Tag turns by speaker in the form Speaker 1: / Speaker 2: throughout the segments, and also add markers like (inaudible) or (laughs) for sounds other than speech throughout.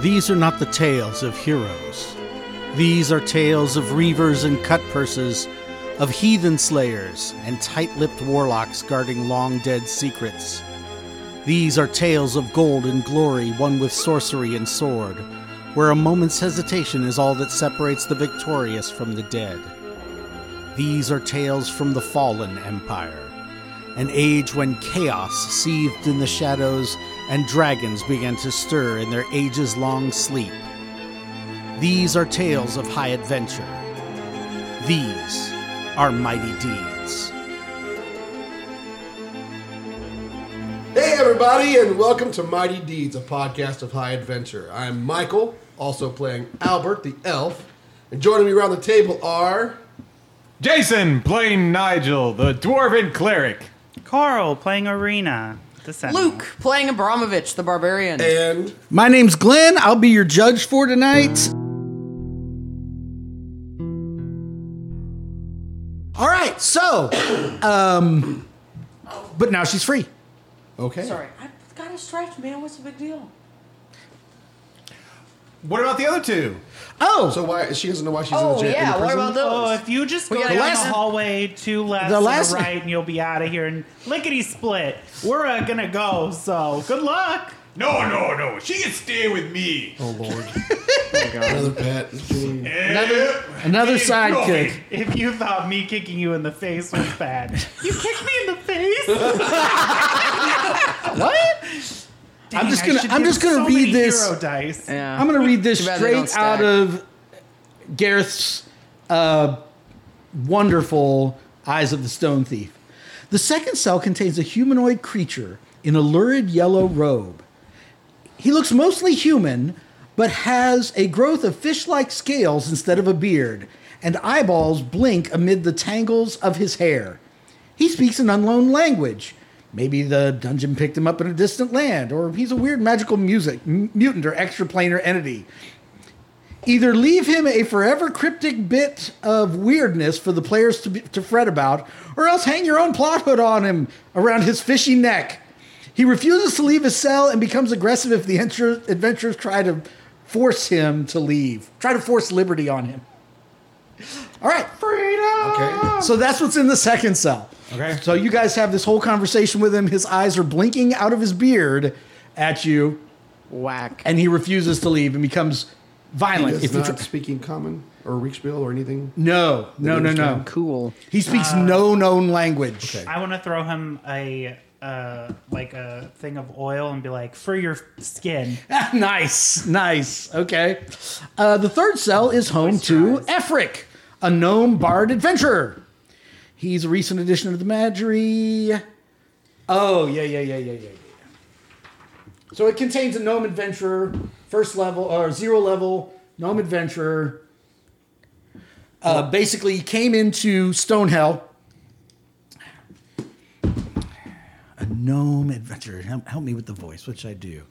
Speaker 1: These are not the tales of heroes. These are tales of reavers and cut purses, of heathen slayers and tight lipped warlocks guarding long dead secrets. These are tales of gold and glory won with sorcery and sword, where a moment's hesitation is all that separates the victorious from the dead. These are tales from the fallen empire, an age when chaos seethed in the shadows and dragons began to stir in their ages long sleep. These are tales of high adventure. These are mighty deeds.
Speaker 2: Hey, everybody, and welcome to Mighty Deeds, a podcast of high adventure. I'm Michael, also playing Albert the Elf, and joining me around the table are.
Speaker 3: Jason playing Nigel, the dwarven cleric.
Speaker 4: Carl playing Arena. The Sentinel.
Speaker 5: (laughs) Luke playing Abramovich, the barbarian.
Speaker 2: And.
Speaker 1: My name's Glenn. I'll be your judge for tonight. All right, so, um, but now she's free.
Speaker 2: Okay.
Speaker 5: Sorry, I got a stretch, man. What's the big deal?
Speaker 3: What about the other two?
Speaker 1: Oh,
Speaker 2: So why she doesn't know why she's in
Speaker 5: Oh
Speaker 2: the jail?
Speaker 5: yeah,
Speaker 2: in the
Speaker 5: what
Speaker 2: prison?
Speaker 5: about
Speaker 4: Oh,
Speaker 5: those?
Speaker 4: if you just
Speaker 5: We
Speaker 4: go
Speaker 5: got
Speaker 4: down
Speaker 5: the
Speaker 4: the,
Speaker 5: last-
Speaker 4: hallway two left
Speaker 1: The
Speaker 4: to
Speaker 1: last-
Speaker 4: the right, and you'll be out of here. And lickety split, we're uh, gonna go. So good luck.
Speaker 3: No, no, no. She can stay with me.
Speaker 2: Oh lord! Another pet.
Speaker 3: Another,
Speaker 1: another sidekick.
Speaker 4: If you thought me kicking you in the face was bad, you kicked me in
Speaker 1: (laughs)
Speaker 4: the face.
Speaker 1: What?
Speaker 4: Dang,
Speaker 1: just
Speaker 4: I
Speaker 1: gonna-
Speaker 4: should
Speaker 1: I'm
Speaker 4: give
Speaker 1: just gonna
Speaker 4: so
Speaker 1: read
Speaker 4: many
Speaker 1: this.
Speaker 4: Hero dice.
Speaker 5: Yeah.
Speaker 1: I'm going to read this
Speaker 5: Too bad they don't
Speaker 1: straight out
Speaker 5: stack.
Speaker 1: of Gareth's uh, wonderful Eyes of the Stone Thief. The second cell contains a humanoid creature in a lurid yellow robe. He looks mostly human, but has a growth of fish like scales instead of a beard, and eyeballs blink amid the tangles of his hair. He speaks an unknown language. Maybe the dungeon picked him up in a distant land, or he's a weird magical music, m- mutant or extraplanar entity. Either leave him a forever cryptic bit of weirdness for the players to, be, to fret about, or else hang your own plot hood on him around his fishy neck. He refuses to leave his cell and becomes aggressive if the adventur- adventurers try to force him to leave, try to force liberty on him. All right, freedom.
Speaker 5: Ah.
Speaker 2: Okay.
Speaker 1: So that's what's in the second cell.
Speaker 3: Okay.
Speaker 1: So you guys have this whole conversation with him. His eyes are blinking out of his beard at you,
Speaker 5: Whack.
Speaker 1: and he refuses to leave and becomes violent.
Speaker 2: Does
Speaker 1: if you
Speaker 2: not
Speaker 1: tr-
Speaker 2: speaking common or Reachbill or anything.
Speaker 1: no, no, no, no.
Speaker 2: understand?
Speaker 5: Cool.
Speaker 1: He speaks no known language.
Speaker 4: I want to throw him a uh, like a thing of oil and be like, for your skin.
Speaker 1: (laughs) nice, nice. Okay. Uh, the third cell is home to Efric, a gnome bard adventurer. He's a recent addition to the Magerie. Oh, yeah, yeah, yeah, yeah, yeah, yeah. So it contains a gnome adventurer, first level or zero level gnome adventurer. Uh, basically, he came into Stonehell. A gnome adventurer. Help, help me with the voice, which I do.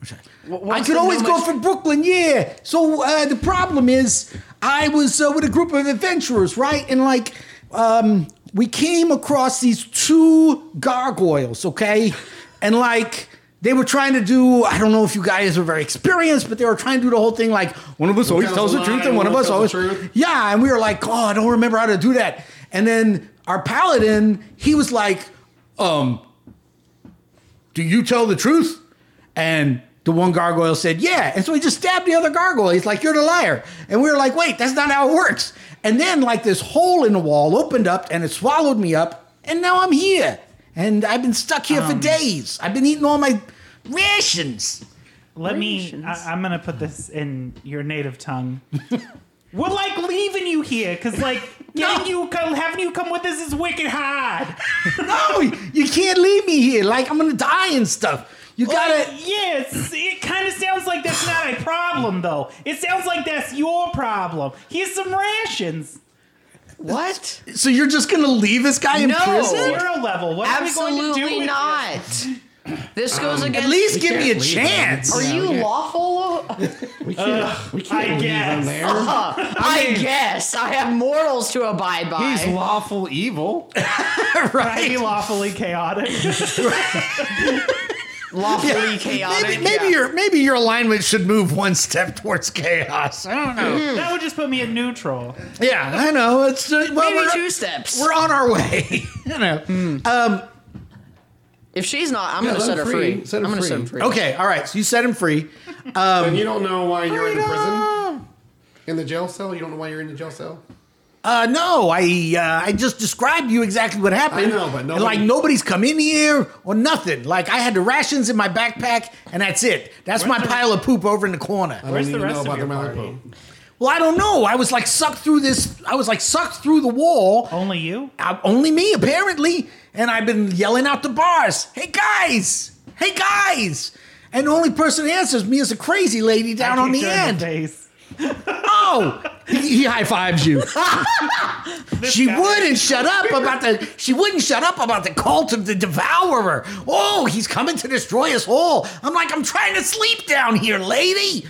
Speaker 1: Which I, I
Speaker 5: what's
Speaker 1: could
Speaker 5: the
Speaker 1: always go
Speaker 5: gnome ad-
Speaker 1: for Brooklyn, yeah. So uh, the problem is, I was uh, with a group of adventurers, right? And like, um, we came across these two gargoyles, okay? And like, they were trying to do, I don't know if you guys are very experienced, but they were trying to do the whole thing like, one of us always tells
Speaker 2: tells a
Speaker 1: the truth
Speaker 2: lie,
Speaker 1: and one of us always.
Speaker 2: tells the truth.
Speaker 1: Yeah, and we were like, oh, I don't remember how to do that. And then our paladin, he was like, um, do you tell the truth? And the one gargoyle said, yeah. And so he just stabbed the other gargoyle. He's like, you're the liar. And we were like, wait, that's not how it works. And then like this hole in the wall opened up and it swallowed me up. And now I'm here. And I've been stuck here
Speaker 2: Um,
Speaker 1: for days. I've been eating all my rations.
Speaker 4: Let me. I, I'm gonna put this in your native tongue. We're like leaving you here because like getting you come, having you come with us is wicked hard.
Speaker 1: No, you can't leave me here. Like I'm gonna die and stuff. You
Speaker 4: Like,
Speaker 1: gotta.
Speaker 4: yes, it kind of sounds like that's not a problem though. It sounds like that's your problem. Here's some rations.
Speaker 5: What?
Speaker 1: So you're just gonna leave this guy in
Speaker 5: No.
Speaker 1: prison?
Speaker 4: Zero level. What are we going to do?
Speaker 5: Absolutely
Speaker 4: with
Speaker 5: not. (laughs) This goes against.
Speaker 1: At least give
Speaker 2: can't
Speaker 1: me a
Speaker 2: leave him.
Speaker 1: chance.
Speaker 5: Are you lawful?
Speaker 2: We can't. we can't
Speaker 4: I
Speaker 2: leave him
Speaker 4: guess.
Speaker 2: there.
Speaker 5: I guess I have morals to abide by.
Speaker 3: He's lawful evil.
Speaker 4: this? Be lawfully chaotic.
Speaker 5: lawfully chaotic.
Speaker 1: Maybe, maybe
Speaker 5: yeah.
Speaker 1: your maybe your alignment should move one step towards chaos. I don't know.
Speaker 4: That would just put me at neutral.
Speaker 1: yeah, I know. It's uh, well,
Speaker 5: Maybe
Speaker 1: we're,
Speaker 5: two steps.
Speaker 1: we're on our way. (laughs) you know.
Speaker 2: Mm.
Speaker 5: if she's not, I'm
Speaker 2: Yeah,
Speaker 5: gonna
Speaker 2: let
Speaker 5: set
Speaker 2: him
Speaker 5: her
Speaker 2: free.
Speaker 5: free.
Speaker 2: Set her
Speaker 5: I'm gonna
Speaker 2: free.
Speaker 5: set her free.
Speaker 1: Okay. All right. So you set him free.
Speaker 2: and you don't know why you're in prison? In the jail cell? You don't know why you're in the jail cell?
Speaker 1: Uh, no, I uh, I just described you exactly what happened.
Speaker 2: I know, but
Speaker 1: And,
Speaker 2: nobody-
Speaker 1: like nobody's come in here or nothing. Like I had the rations in my backpack, and that's it. That's my
Speaker 4: the-
Speaker 1: pile of poop over in the corner.
Speaker 2: I
Speaker 4: Where's
Speaker 2: don't
Speaker 4: the
Speaker 2: even
Speaker 4: rest
Speaker 2: know about
Speaker 4: of your
Speaker 2: the Malibu.
Speaker 4: party?
Speaker 1: Well, I don't know. I was like sucked through this. I was like sucked through the wall.
Speaker 2: Oh.
Speaker 4: Only you?
Speaker 1: Uh, only me apparently and i've been yelling out the bars hey guys hey guys and the only person that answers me is a crazy lady down on the
Speaker 4: Picture in
Speaker 1: end
Speaker 4: face.
Speaker 1: oh he, he high fives you she
Speaker 4: guy.
Speaker 1: wouldn't shut up about the she wouldn't shut up about the cult of the devourer oh he's coming to destroy us all i'm like i'm trying to sleep down here lady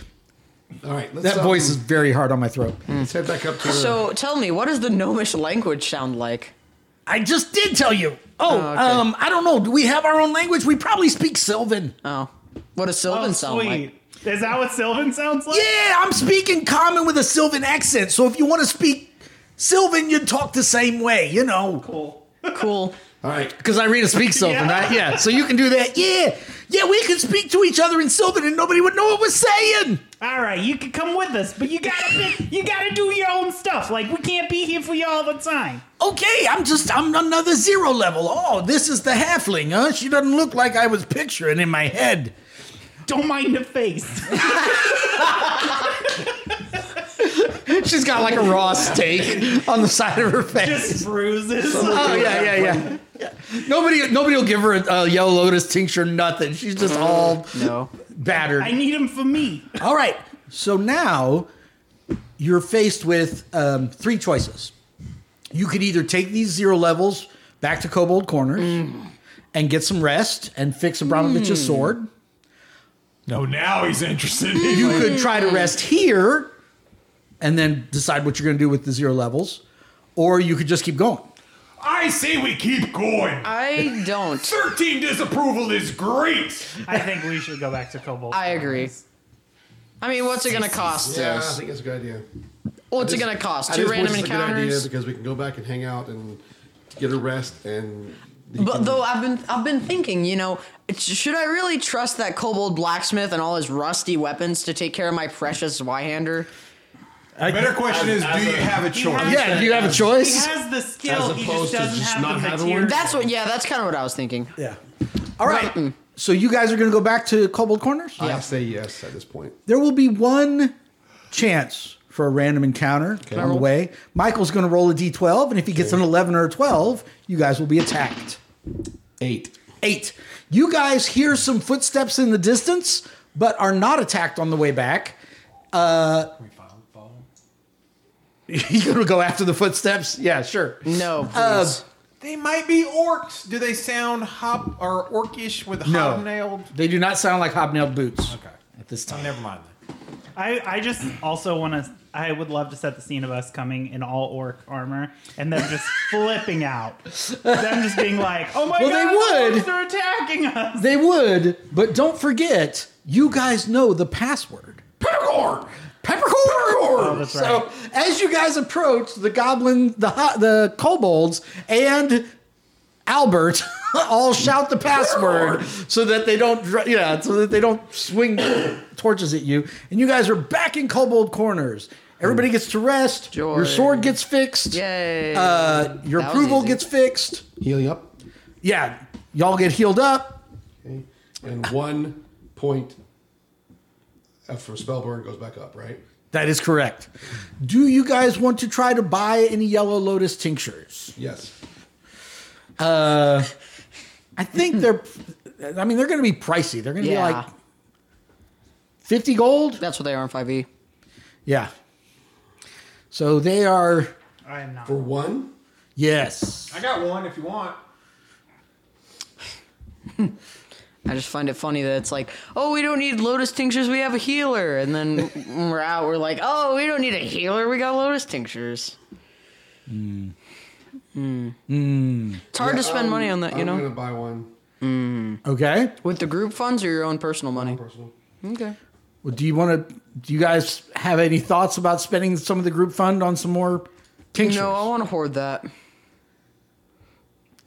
Speaker 2: All right, let's,
Speaker 1: that
Speaker 2: um,
Speaker 1: voice is very hard on my throat
Speaker 2: let's head back up to the-
Speaker 5: So tell me, what does the gnomish language sound like?
Speaker 1: i just did tell you oh
Speaker 5: okay.
Speaker 1: um i don't know do we have our own language we probably speak sylvan
Speaker 5: Oh, what does Sylvan
Speaker 4: Oh,
Speaker 5: sound like?
Speaker 4: sweet. Is that what Sylvan sounds like?
Speaker 1: Yeah, I'm speaking common with a Sylvan accent. So if you want to speak Sylvan, you talk the same way, you know.
Speaker 4: Cool.
Speaker 5: Cool.
Speaker 2: All right,
Speaker 1: Because Irina speaks
Speaker 2: (laughs)
Speaker 1: Sylvan,
Speaker 4: Yeah.
Speaker 1: right? Yeah. So you can do that. Yeah. Yeah, we can speak to each other in Sylvan and nobody would know what we're saying.
Speaker 4: All right, you can come with us, but you gotta be- you gotta do your own stuff. Like we can't be here for you all the time.
Speaker 1: Okay, I'm just, I'm another zero level. Oh, this is the halfling, huh? She doesn't look like I was picturing in my head.
Speaker 4: Don't mind the face.
Speaker 1: She's got like a raw steak on the side of her face.
Speaker 4: (laughs) Just bruises.
Speaker 1: Oh yeah, yeah, yeah. yeah. Nobody, nobody will give her a, a yellow lotus tincture. Nothing. She's just all
Speaker 5: No.
Speaker 1: battered.
Speaker 4: I need him for me.
Speaker 1: all right. So now you're faced with um, three choices. You could either take these zero levels back to Kobold Corners and get some rest and fix Abramovich's sword.
Speaker 6: No, now he's interested.
Speaker 1: You could try to rest here and then decide what you're going to do with the zero levels, or you could just keep going.
Speaker 6: I say we keep going.
Speaker 5: I don't.
Speaker 6: 13 disapproval is great.
Speaker 4: I think we should go back to Cobalt.
Speaker 5: I agree. I mean, what's it gonna cost?
Speaker 2: yeah, I think it's a good idea.
Speaker 5: What's it gonna cost?
Speaker 2: I
Speaker 5: Two
Speaker 2: just wish
Speaker 5: random
Speaker 2: it's a good idea
Speaker 5: encounters.
Speaker 2: because we can go back and hang out and get a rest and.
Speaker 5: But though I've been I've been thinking, you know, it's- should I really trust that kobold blacksmith and all his rusty weapons to take care of my precious Zweihander?
Speaker 6: Better question is, do you have a choice?
Speaker 4: Yeah.
Speaker 1: Yeah, do you have a
Speaker 4: He
Speaker 1: choice?
Speaker 4: has the skill.
Speaker 2: As
Speaker 4: He
Speaker 2: opposed
Speaker 4: just
Speaker 2: to
Speaker 4: doesn't
Speaker 2: just
Speaker 4: have
Speaker 2: not
Speaker 4: the
Speaker 2: having
Speaker 4: material.
Speaker 2: one?
Speaker 5: That's what. Yeah, that's kind of what I was thinking.
Speaker 1: Yeah. All right. So you guys are going to go back to Cobalt Corners?
Speaker 2: I
Speaker 5: Yeah.
Speaker 2: say yes at this point.
Speaker 1: There will be one chance for a random encounter on the way. Michael's going to roll a d12, and if he gets an 11 or a 12, you guys will be attacked.
Speaker 2: Eight.
Speaker 1: Eight. You guys hear some footsteps in the distance, but are not attacked on the way back. Uh, (laughs) you going to go after the footsteps? Yeah, sure.
Speaker 5: No, please.
Speaker 1: Uh,
Speaker 6: They might be orcs. Do they sound hop or orcish with
Speaker 1: No.
Speaker 6: hobnailed?
Speaker 1: They do not sound like hobnailed boots.
Speaker 6: Okay.
Speaker 1: At this
Speaker 6: Oh,
Speaker 1: time.
Speaker 6: never mind. then.
Speaker 4: I, I just also want to. I would love to set the scene of us coming in all orc armor and them (laughs) just flipping out. Them just being like, "Oh my
Speaker 1: Well,
Speaker 4: god,
Speaker 1: they would.
Speaker 4: the orcs are attacking us!"
Speaker 1: They would, but don't forget, you guys know the password. Peppercorn! Peppercorn!
Speaker 4: Oh, that's
Speaker 1: So
Speaker 4: right.
Speaker 1: as you guys approach the goblin, the ho- the kobolds, and Albert (laughs) all shout the password so that they don't, dr- yeah, so that they don't swing torches at you. And you guys are back in kobold corners. Everybody gets to rest. Your
Speaker 5: Joy.
Speaker 1: sword gets fixed.
Speaker 5: Yay.
Speaker 1: Uh, your
Speaker 5: That was
Speaker 1: approval
Speaker 5: easy.
Speaker 1: gets fixed.
Speaker 2: Healing up.
Speaker 1: Yeah, y'all get healed up.
Speaker 2: Okay. And one point uh, for Spellborn goes back up, right?
Speaker 1: That is correct. Do you guys want to try to buy any yellow lotus tinctures?
Speaker 2: Yes.
Speaker 5: Uh,
Speaker 1: I think they're I mean they're going to be pricey. They're going to
Speaker 5: yeah,
Speaker 1: be like 50 gold?
Speaker 5: that's what they are in five E.
Speaker 1: Yeah. So they are
Speaker 4: I am not.
Speaker 2: For one?
Speaker 1: yes.
Speaker 6: I got one if you want.
Speaker 5: I just find it funny that it's like, oh, we don't need lotus tinctures, we have a healer, and then when we're out, we're like, oh, we don't need a healer, we got lotus tinctures. Mm. It's hard to spend money on that, you
Speaker 2: um, I'm
Speaker 5: know.
Speaker 2: going to buy one.
Speaker 1: Okay.
Speaker 5: With the group funds or your own personal money?
Speaker 2: Personal.
Speaker 5: Okay.
Speaker 1: Well, do you want to? Do you guys have any thoughts about spending some of the group fund on some more tinctures?
Speaker 5: No, I want to hoard that.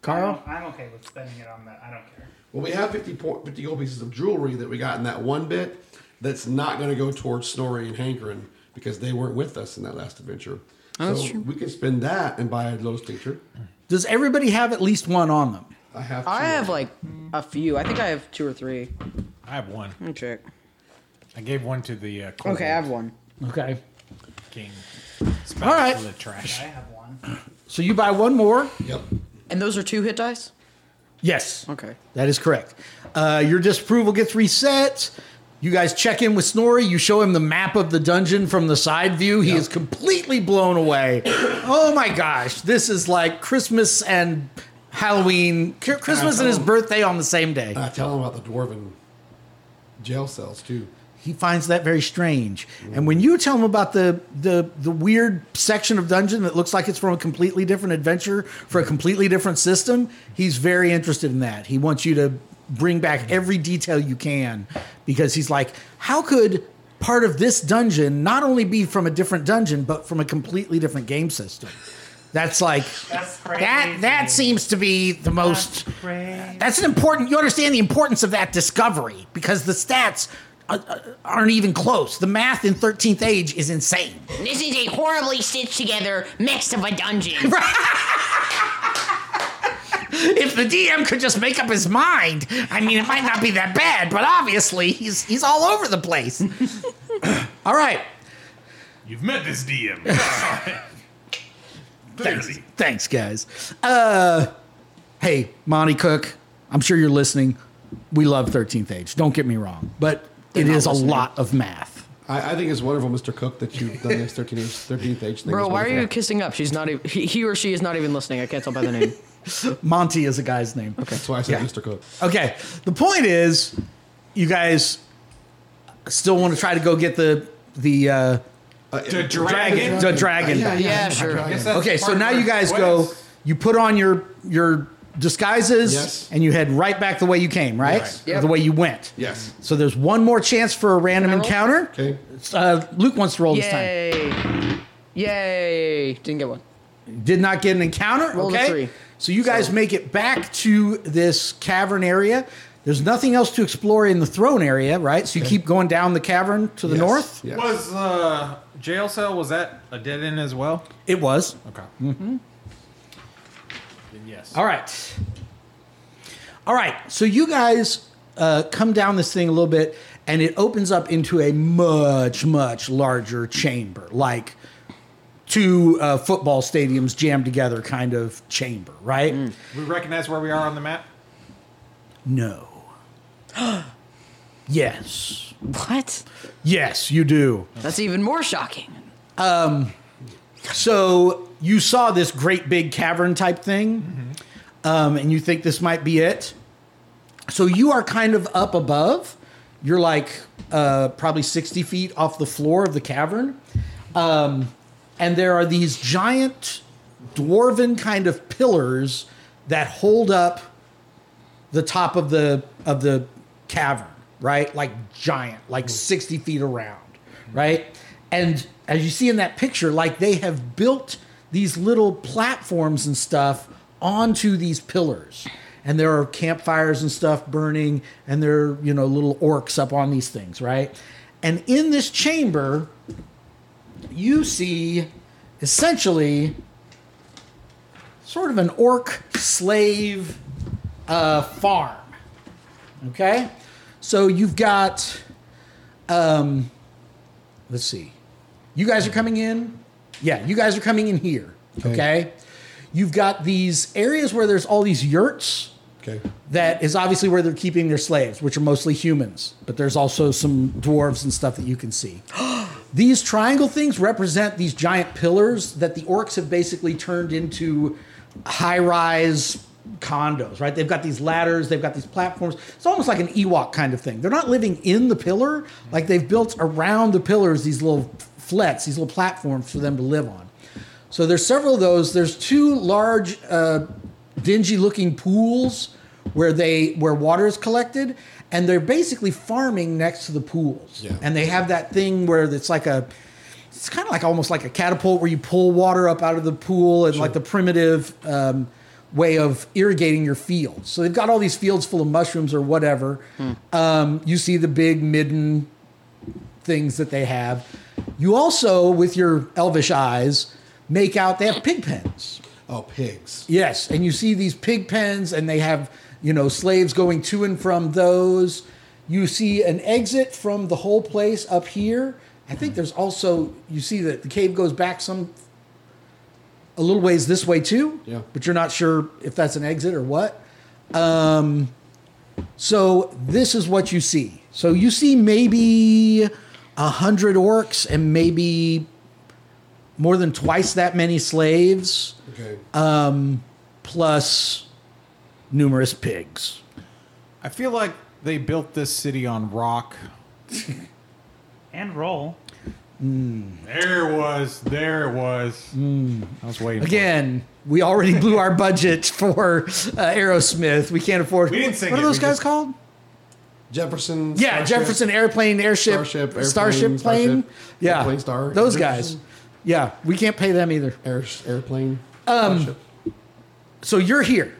Speaker 1: Carl.
Speaker 4: I'm okay with spending it on that. I don't care.
Speaker 2: Well, we have 50, po- 50 gold pieces of jewelry that we got in that one bit that's not going to go towards Snorri and Hankrin because they weren't with us in that last adventure.
Speaker 5: Oh, that's
Speaker 2: so
Speaker 5: true.
Speaker 2: we can spend that and buy a Lotus tincture.
Speaker 1: Does everybody have at least one on them?
Speaker 2: I have.
Speaker 5: I
Speaker 2: two.
Speaker 5: have like a few. I think I have two or three.
Speaker 6: I have one.
Speaker 5: Let me check.
Speaker 6: I gave one to the uh, Kobold
Speaker 5: Okay, I have one.
Speaker 1: Okay.
Speaker 6: king.
Speaker 1: All
Speaker 5: Uh,
Speaker 1: right.
Speaker 6: to the trash.
Speaker 4: I have one.
Speaker 1: So you buy one more.
Speaker 2: Yep.
Speaker 5: And those are two hit dice?
Speaker 1: Yes.
Speaker 5: Okay.
Speaker 1: That is correct. Uh, your disapproval gets reset. You guys check in with Snorri. You show him the map of the dungeon from the side view. He is completely blown away. oh my gosh, this is like Christmas and Halloween, Cr- Christmas and his birthday on the same day.
Speaker 2: And I tell him about the dwarven jail cells too.
Speaker 1: He finds that very strange. And when you tell him about the, the the weird section of dungeon that looks like it's from a completely different adventure for a completely different system, he's very interested in that. He wants you to bring back every detail you can because he's like, how could part of this dungeon not only be from a different dungeon but from a completely different game system? That's like
Speaker 4: That's crazy.
Speaker 1: that that seems to be the most
Speaker 4: That's crazy.
Speaker 1: that's an important. You understand the importance of that discovery because the stats uh, uh, aren't even close. The math in Thirteenth Age is insane.
Speaker 7: This is a horribly stitched together mess of a (laughs) dungeon.
Speaker 1: If the DM could just make up his mind, I mean, it might not be that bad. But obviously, he's he's all over the place. all right,
Speaker 6: You've met this DM. Clearly.
Speaker 1: thanks, guys. Uh, hey, Monty Cook, I'm sure you're listening. We love Thirteenth Age. Don't get me wrong, but it
Speaker 5: not
Speaker 1: is
Speaker 5: listening.
Speaker 1: a lot of math.
Speaker 2: I, I think it's wonderful, Mr. Cook, that you've done this 13th age, 13th age thing.
Speaker 5: Bro,
Speaker 2: It's
Speaker 5: why are you
Speaker 2: wonderful.
Speaker 5: kissing up? She's not even, he, he or she is not even listening. I can't tell by the name.
Speaker 1: Monty is a guy's name. Okay.
Speaker 2: That's why I said
Speaker 1: Yeah.
Speaker 2: Mr. Cook.
Speaker 1: Okay. The point is, you guys still want to try to go get the the uh,
Speaker 3: The dragon.
Speaker 1: the dragon.
Speaker 2: Yeah,
Speaker 1: back.
Speaker 2: yeah.
Speaker 5: yeah, sure.
Speaker 3: I guess that's
Speaker 1: Okay. So
Speaker 3: part
Speaker 1: now
Speaker 3: of
Speaker 1: you
Speaker 3: the
Speaker 1: guys
Speaker 3: quest.
Speaker 1: go. You put on your your disguises
Speaker 2: Yes.
Speaker 1: and you head right back the way you came, right?
Speaker 2: Right.
Speaker 1: Or The way you went.
Speaker 2: Yes.
Speaker 1: So there's one more chance for a random
Speaker 5: Can I roll?
Speaker 1: encounter.
Speaker 2: Okay.
Speaker 1: Uh, Luke wants to roll this
Speaker 5: Yay. Yay. Didn't get one.
Speaker 1: time. Did not get an encounter.
Speaker 5: Rolled a
Speaker 1: okay.
Speaker 5: three.
Speaker 1: So you guys make it back to this cavern area. There's nothing else to explore in the throne area, right? So you keep going down the cavern to the
Speaker 2: Yes.
Speaker 1: north.
Speaker 2: Yes.
Speaker 3: Was uh, jail cell was that a dead end as well?
Speaker 1: It was.
Speaker 3: Okay.
Speaker 6: Mm-hmm.
Speaker 3: Then yes.
Speaker 6: Oh.
Speaker 1: All right. All right. So you guys uh, come down this thing a little bit, and it opens up into a much, much larger chamber, like two uh, football stadiums jammed together kind of chamber, right?
Speaker 3: We recognize where we are on the map.
Speaker 1: No. (gasps) yes.
Speaker 5: What?
Speaker 1: Yes, you do.
Speaker 5: That's even more shocking.
Speaker 1: So you saw this great big cavern type thing, um, and you think this might be it. So you are kind of up above. You're like uh, probably 60 feet off the floor of the cavern. Um, and there are these giant dwarven kind of pillars that hold up the top of the of the cavern, right? Like giant, like 60 feet around, right? And as you see in that picture, like they have built these little platforms and stuff onto these pillars. And there are campfires and stuff burning, and there are, you know, little orcs up on these things, right? And in this chamber, you see essentially sort of an orc slave uh, farm. Okay? So you've got, um, let's see. You guys are coming in. Yeah, you guys are coming in here. Okay. You've got these areas where there's all these yurts.
Speaker 2: Okay.
Speaker 1: That is obviously where they're keeping their slaves, which are mostly humans, but there's also some dwarves and stuff that you can see. these triangle things represent these giant pillars that the orcs have basically turned into high rise condos, right? They've got these ladders, they've got these platforms. It's almost like an Ewok kind of thing. They're not living in the pillar, like they've built around the pillars these little flats, these little platforms for them to live on. So there's several of those. There's two large, uh, dingy looking pools where they where water is collected, and they're basically farming next to the pools.
Speaker 2: Yeah.
Speaker 1: And they have that thing where it's like a it's kind of like almost like a catapult where you pull water up out of the pool and like the primitive um, way of irrigating your fields. So they've got all these fields full of mushrooms or whatever. Um, you see the big midden things that they have. You also, with your elvish eyes, make out they have pig pens.
Speaker 2: Oh, pigs.
Speaker 1: Yes, and you see these pig pens, and they have you know slaves going to and from those. You see an exit from the whole place up here. I think there's also you see that the cave goes back some a little ways this way too.
Speaker 2: Yeah.
Speaker 1: but you're not sure if that's an exit or what. Um, So this is what you see. So you see maybe a hundred orcs and maybe more than twice that many slaves,
Speaker 2: Okay.
Speaker 1: plus numerous pigs.
Speaker 6: I feel like they built this city on rock.
Speaker 4: and roll.
Speaker 6: There it was. There it was. Mm, I was waiting. for it.
Speaker 1: Again, we already blew our budget (laughs) for uh, Aerosmith. We can't afford.
Speaker 6: We didn't sing
Speaker 1: what are
Speaker 6: it,
Speaker 1: those
Speaker 6: we
Speaker 1: guys
Speaker 6: just-
Speaker 1: called?
Speaker 2: Jefferson.
Speaker 1: Yeah,
Speaker 2: Starship.
Speaker 1: Jefferson airplane, airship,
Speaker 2: Starship, airplane,
Speaker 1: starship plane.
Speaker 2: starship,
Speaker 1: yeah,
Speaker 2: airplane, star,
Speaker 1: those guys.
Speaker 2: Jefferson.
Speaker 1: Yeah, we can't pay them either.
Speaker 2: Air, airplane. Um,
Speaker 1: so you're here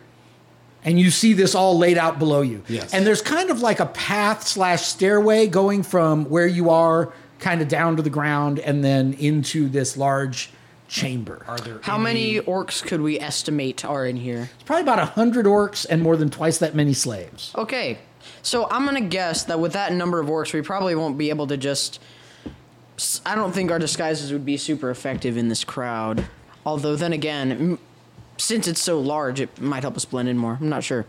Speaker 1: and you see this all laid out below you
Speaker 2: Yes.
Speaker 1: and there's kind of like a path slash stairway going from where you are kind of down to the ground and then into this large chamber
Speaker 6: Are there
Speaker 5: How
Speaker 6: any-
Speaker 5: many orcs could we estimate are in here?
Speaker 1: it's probably about 100 orcs and more than twice that many slaves
Speaker 5: Okay. So I'm going to guess that with that number of orcs, we probably won't be able to just. s- I don't think our disguises would be super effective in this crowd. Although, then again, m- since it's so large, it might help us blend in more. I'm not sure.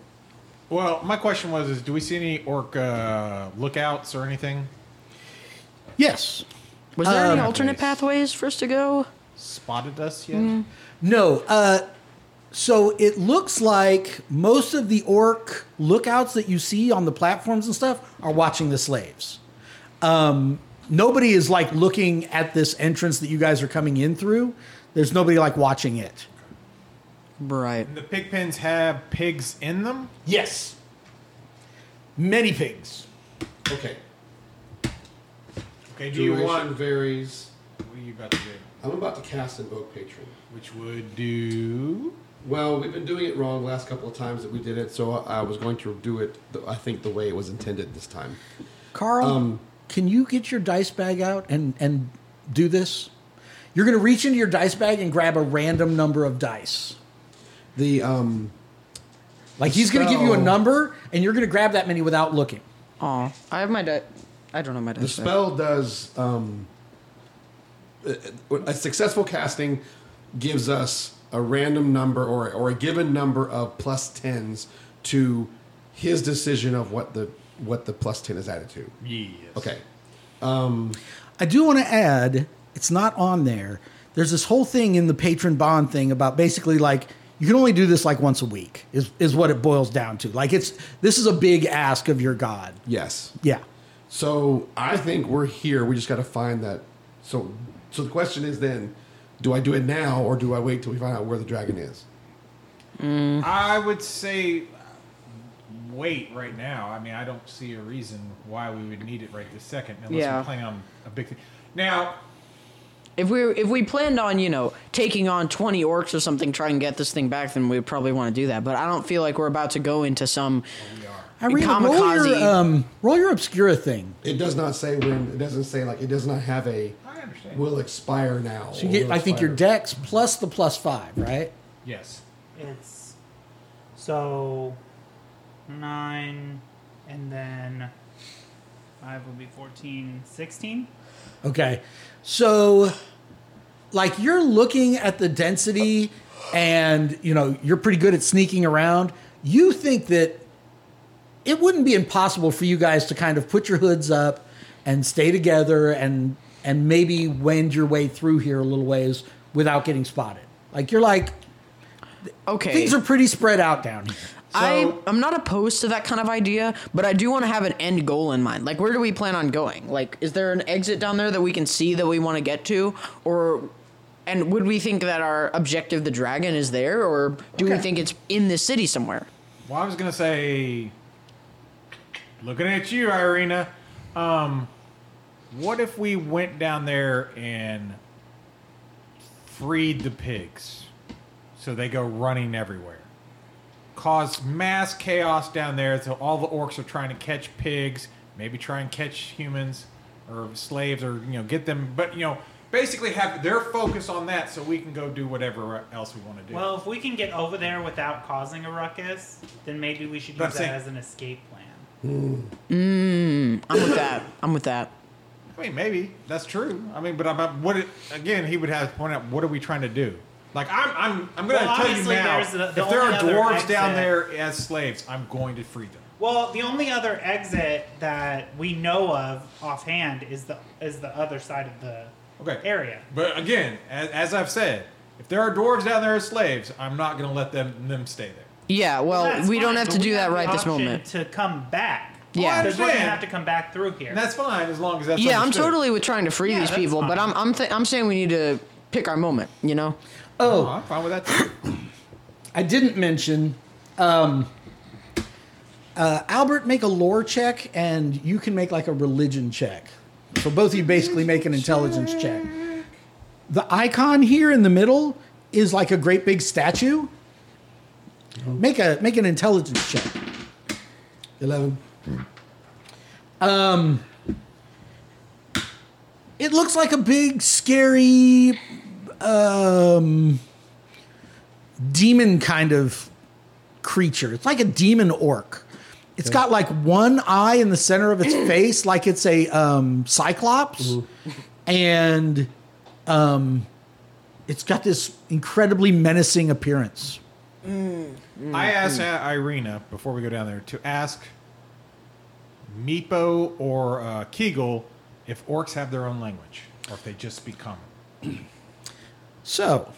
Speaker 6: Well, my question was: Is do we see any orc uh, lookouts or anything?
Speaker 1: yes
Speaker 5: Was there any
Speaker 1: Um,
Speaker 5: alternate pathways for us to go?
Speaker 6: Spotted us yet?
Speaker 1: No. Uh, so it looks like most of the orc lookouts that you see on the platforms and stuff are watching the slaves. Um, nobody is like looking at this entrance that you guys are coming in through. There's nobody like watching it.
Speaker 5: Right.
Speaker 6: The pig pens have pigs in them.
Speaker 1: Yes. Many pigs.
Speaker 2: okay.
Speaker 6: Okay. Do you
Speaker 2: Duration
Speaker 6: want?
Speaker 2: varies.
Speaker 6: What are you about to do?
Speaker 2: I'm about to cast Invoke Patron.
Speaker 6: Which would do?
Speaker 2: Well, we've been doing it wrong last couple of times that we did it, so I I was going to do it, th- I think, the way it was intended this time.
Speaker 1: Carl, can you get your dice bag out and and do this? You're going to reach into your dice bag and grab a random number of dice.
Speaker 2: The um,
Speaker 1: Like he's going to give you a
Speaker 2: Spell.
Speaker 1: number and you're going to grab that many without looking.
Speaker 5: Aw. I have my di- I don't know my dice.
Speaker 2: the spell does um, a, a successful casting gives us a random number or or a given number of plus tens to his decision of what the what the plus ten is added to.
Speaker 6: Yes.
Speaker 2: Okay,
Speaker 1: I do want to add, it's not on there. There's this whole thing in the patron bond thing about basically like you can only do this like once a week is is what it boils down to. Like it's this is a big ask of your god.
Speaker 2: yes.
Speaker 1: Yeah.
Speaker 2: So I think we're here. We just got to find that. So, so the question is then, do I do it now or do I wait till we find out where the dragon is?
Speaker 6: I would say uh, wait right now. I mean, I don't see a reason why we would need it right this second unless
Speaker 5: Yeah.
Speaker 6: we're playing on a big thing. Now,
Speaker 5: If we if we planned on you know taking on twenty orcs or something, try and get this thing back, then we'd probably want to do that. But I don't feel like we're about to go into some
Speaker 1: Irene, roll
Speaker 5: kamikaze.
Speaker 1: your um, roll your obscura thing.
Speaker 2: It does not say when. It doesn't say like it does not have a.
Speaker 6: I understand.
Speaker 2: Will expire now.
Speaker 1: You get, I think your dex plus the plus five, right?
Speaker 6: yes.
Speaker 4: It's so nine, and then five will be 14, 16.
Speaker 1: Okay. So like you're looking at the density and you know, you're pretty good at sneaking around. You think that it wouldn't be impossible for you guys to kind of put your hoods up and stay together and and maybe wend your way through here a little ways without getting spotted. Like you're like
Speaker 5: okay.
Speaker 1: things are pretty spread out down here.
Speaker 5: I
Speaker 6: So-
Speaker 5: I'm not opposed to that kind of idea, but I do want to have an end goal in mind. Like, where do we plan on going? Like, is there an exit down there that we can see that we want to get to, or and would we think that our objective, the dragon, is there, or do we think it's in the city somewhere?
Speaker 6: Well, I was gonna say, looking at you, Irina. Um, what if we went down there and freed the pigs, so they go running everywhere, cause mass chaos down there, so all the orcs are trying to catch pigs, maybe try and catch humans or slaves, or you know get them, but you know. Basically, have their focus on that, so we can go do whatever else we want to do.
Speaker 4: Well, if we can get over there without causing a ruckus, then maybe we should use
Speaker 6: But I'm
Speaker 4: that
Speaker 6: saying-
Speaker 4: as an escape plan.
Speaker 5: I'm with that. I'm with that.
Speaker 6: I mean, maybe that's true. I mean, but about what? It, again, he would have to point out what are we trying to do? Like, I'm, I'm, I'm gonna
Speaker 4: Well,
Speaker 6: tell you
Speaker 4: obviously,
Speaker 6: now.
Speaker 4: there's the- the
Speaker 6: if there are
Speaker 4: only other
Speaker 6: dwarves
Speaker 4: exit-
Speaker 6: down there as slaves, I'm going to free them.
Speaker 4: Well, the only other exit that we know of offhand is the is the other side of the
Speaker 6: Okay.
Speaker 4: area.
Speaker 6: But again, as, as I've said, if there are dwarves down there as slaves, I'm not gonna let them them stay there.
Speaker 5: Yeah, well,
Speaker 4: That's
Speaker 5: we don't
Speaker 4: fine,
Speaker 5: have to
Speaker 4: but
Speaker 5: do
Speaker 4: we
Speaker 5: that
Speaker 4: the
Speaker 5: right this
Speaker 4: option
Speaker 5: moment.
Speaker 4: To come back,
Speaker 5: Yeah. Well, I
Speaker 4: because we're gonna
Speaker 6: Oh, understand.
Speaker 4: have to come back through here.
Speaker 6: And that's fine as long as that's.
Speaker 5: Yeah, I'm
Speaker 6: understood.
Speaker 5: totally with trying to free
Speaker 4: Yeah,
Speaker 5: these
Speaker 4: that's
Speaker 5: people, but
Speaker 4: fine.
Speaker 5: I'm I'm th- I'm saying we need to pick our moment. You know,
Speaker 6: Oh, I'm fine with that. Too.
Speaker 1: I didn't mention. Um, uh, Albert, make a lore check, and you can make like a religion check. So both of you basically make an intelligence check. The icon here in the middle is like a great big statue. Make a make an intelligence check.
Speaker 2: Eleven.
Speaker 1: Um, It looks like a big scary um, demon kind of creature. It's like a demon orc. It's got like one eye in the center of its face, like it's a um, cyclops, and um, it's got this incredibly menacing appearance.
Speaker 5: Mm,
Speaker 6: I asked uh, Irina before we go down there to ask Meepo or uh, Kegel if orcs have their own language or if they just speak common.
Speaker 1: So,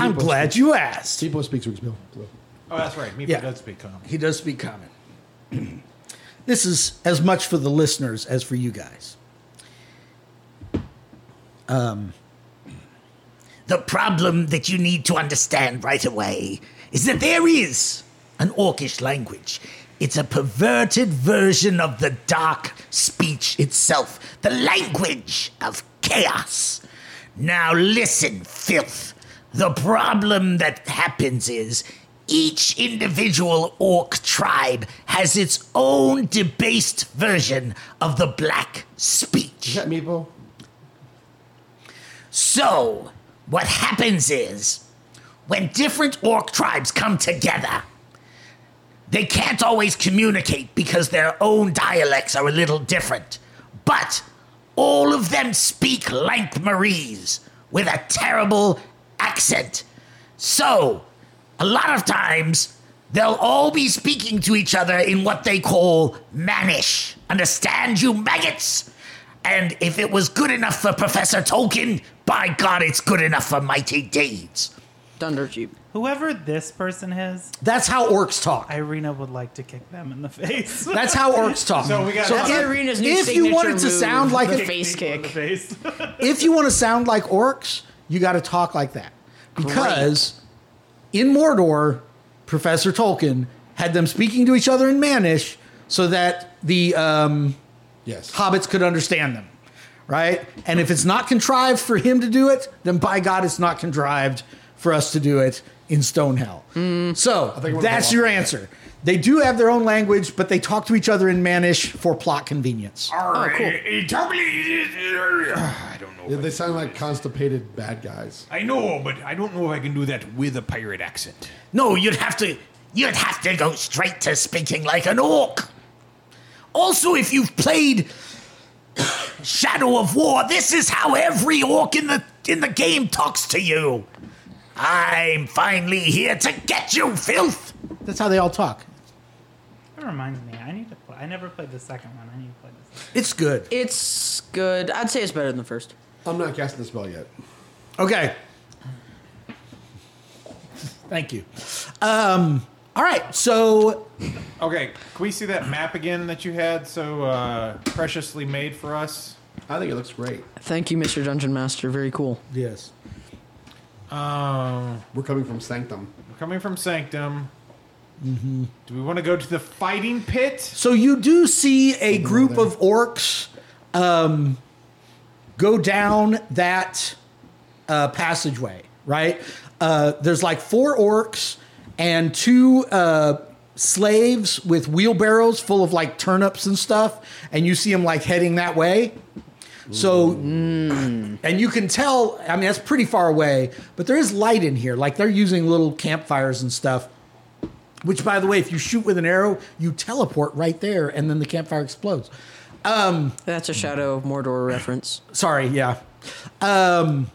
Speaker 1: I'm glad you asked.
Speaker 2: Tipo speaks Bill.
Speaker 6: Oh, that's right. Meepo
Speaker 1: Yeah.
Speaker 6: does speak common.
Speaker 1: He does speak common. (clears throat) this is as much for the listeners as for you guys.
Speaker 8: The problem that you need to understand right away is that there is an orcish language. It's a perverted version of the dark speech itself, the language of chaos. Now listen, filth. The problem that happens is each individual orc tribe has its own debased version of the black speech.
Speaker 2: That Meepo.
Speaker 8: So, what happens is when different orc tribes come together, they can't always communicate because their own dialects are a little different. But all of them speak Lankmarese with a terrible accent. So, a lot of times, they'll all be speaking to each other in what they call Manish. Understand, you maggots? And if it was good enough for Professor Tolkien, by God, it's good enough for Mighty Deeds.
Speaker 5: Dunder Jeep.
Speaker 4: Whoever this person is,
Speaker 1: That's how orcs talk.
Speaker 4: Irina would like to kick them in the face.
Speaker 1: That's how orcs talk.
Speaker 6: So we got- That's
Speaker 1: if,
Speaker 5: Irina's new
Speaker 1: if you want it
Speaker 5: signature
Speaker 1: to sound
Speaker 5: move,
Speaker 1: like
Speaker 5: the
Speaker 1: a-
Speaker 5: face
Speaker 4: Kick them in the
Speaker 5: kick.
Speaker 4: face. (laughs)
Speaker 1: if you want to sound like orcs, you got to talk like that. Because in Mordor, Professor Tolkien had them speaking to each other in Manish so that the um,
Speaker 2: Yes.
Speaker 1: hobbits could understand them, right? And if it's not contrived for him to do it, then by God, it's not contrived for us to do it in Stonehell. So
Speaker 2: think we're
Speaker 1: that's
Speaker 2: gonna
Speaker 1: your
Speaker 2: walk.
Speaker 1: answer. They do have their own language, but they talk to each other in Manish for plot convenience.
Speaker 5: Oh, cool.
Speaker 6: I don't know.
Speaker 2: Yeah, they sound like constipated bad guys.
Speaker 6: I know, but I don't know if I can do that with a pirate accent.
Speaker 8: No, Oh, you'd have to you'd have to go straight to speaking like an orc. Also, if you've played (coughs) Shadow of War, this is how every orc in the in the game talks to you. I'm finally here to get you, filth.
Speaker 1: That's how they all talk.
Speaker 4: that reminds me, I need to. Play, I never played the second one. I need to play this.
Speaker 1: It's good.
Speaker 5: It's good. I'd say it's better than the first.
Speaker 2: I'm not casting the spell yet.
Speaker 1: Okay. Thank you. Um, all right. So
Speaker 6: Okay, can we see that map again that you had so uh, preciously made for us?
Speaker 2: I think it looks great.
Speaker 5: Thank you, Mr. Dungeon Master. Very cool.
Speaker 1: yes,
Speaker 6: Um,
Speaker 2: We're coming from Sanctum.
Speaker 6: we're coming from Sanctum. Do we want to go to the fighting pit?
Speaker 1: So you do see a group of orcs um, go down that uh, passageway, right? Uh, there's like four orcs and two uh, slaves with wheelbarrows full of like turnips and stuff, and you see them like heading that way. So, and you can tell, I mean, that's pretty far away, but there is light in here. Like they're using little campfires and stuff. Which, by the way, if you shoot with an arrow, you teleport right there, and then the campfire explodes.
Speaker 5: That's a Shadow of Mordor reference.
Speaker 1: Sorry, yeah. Um,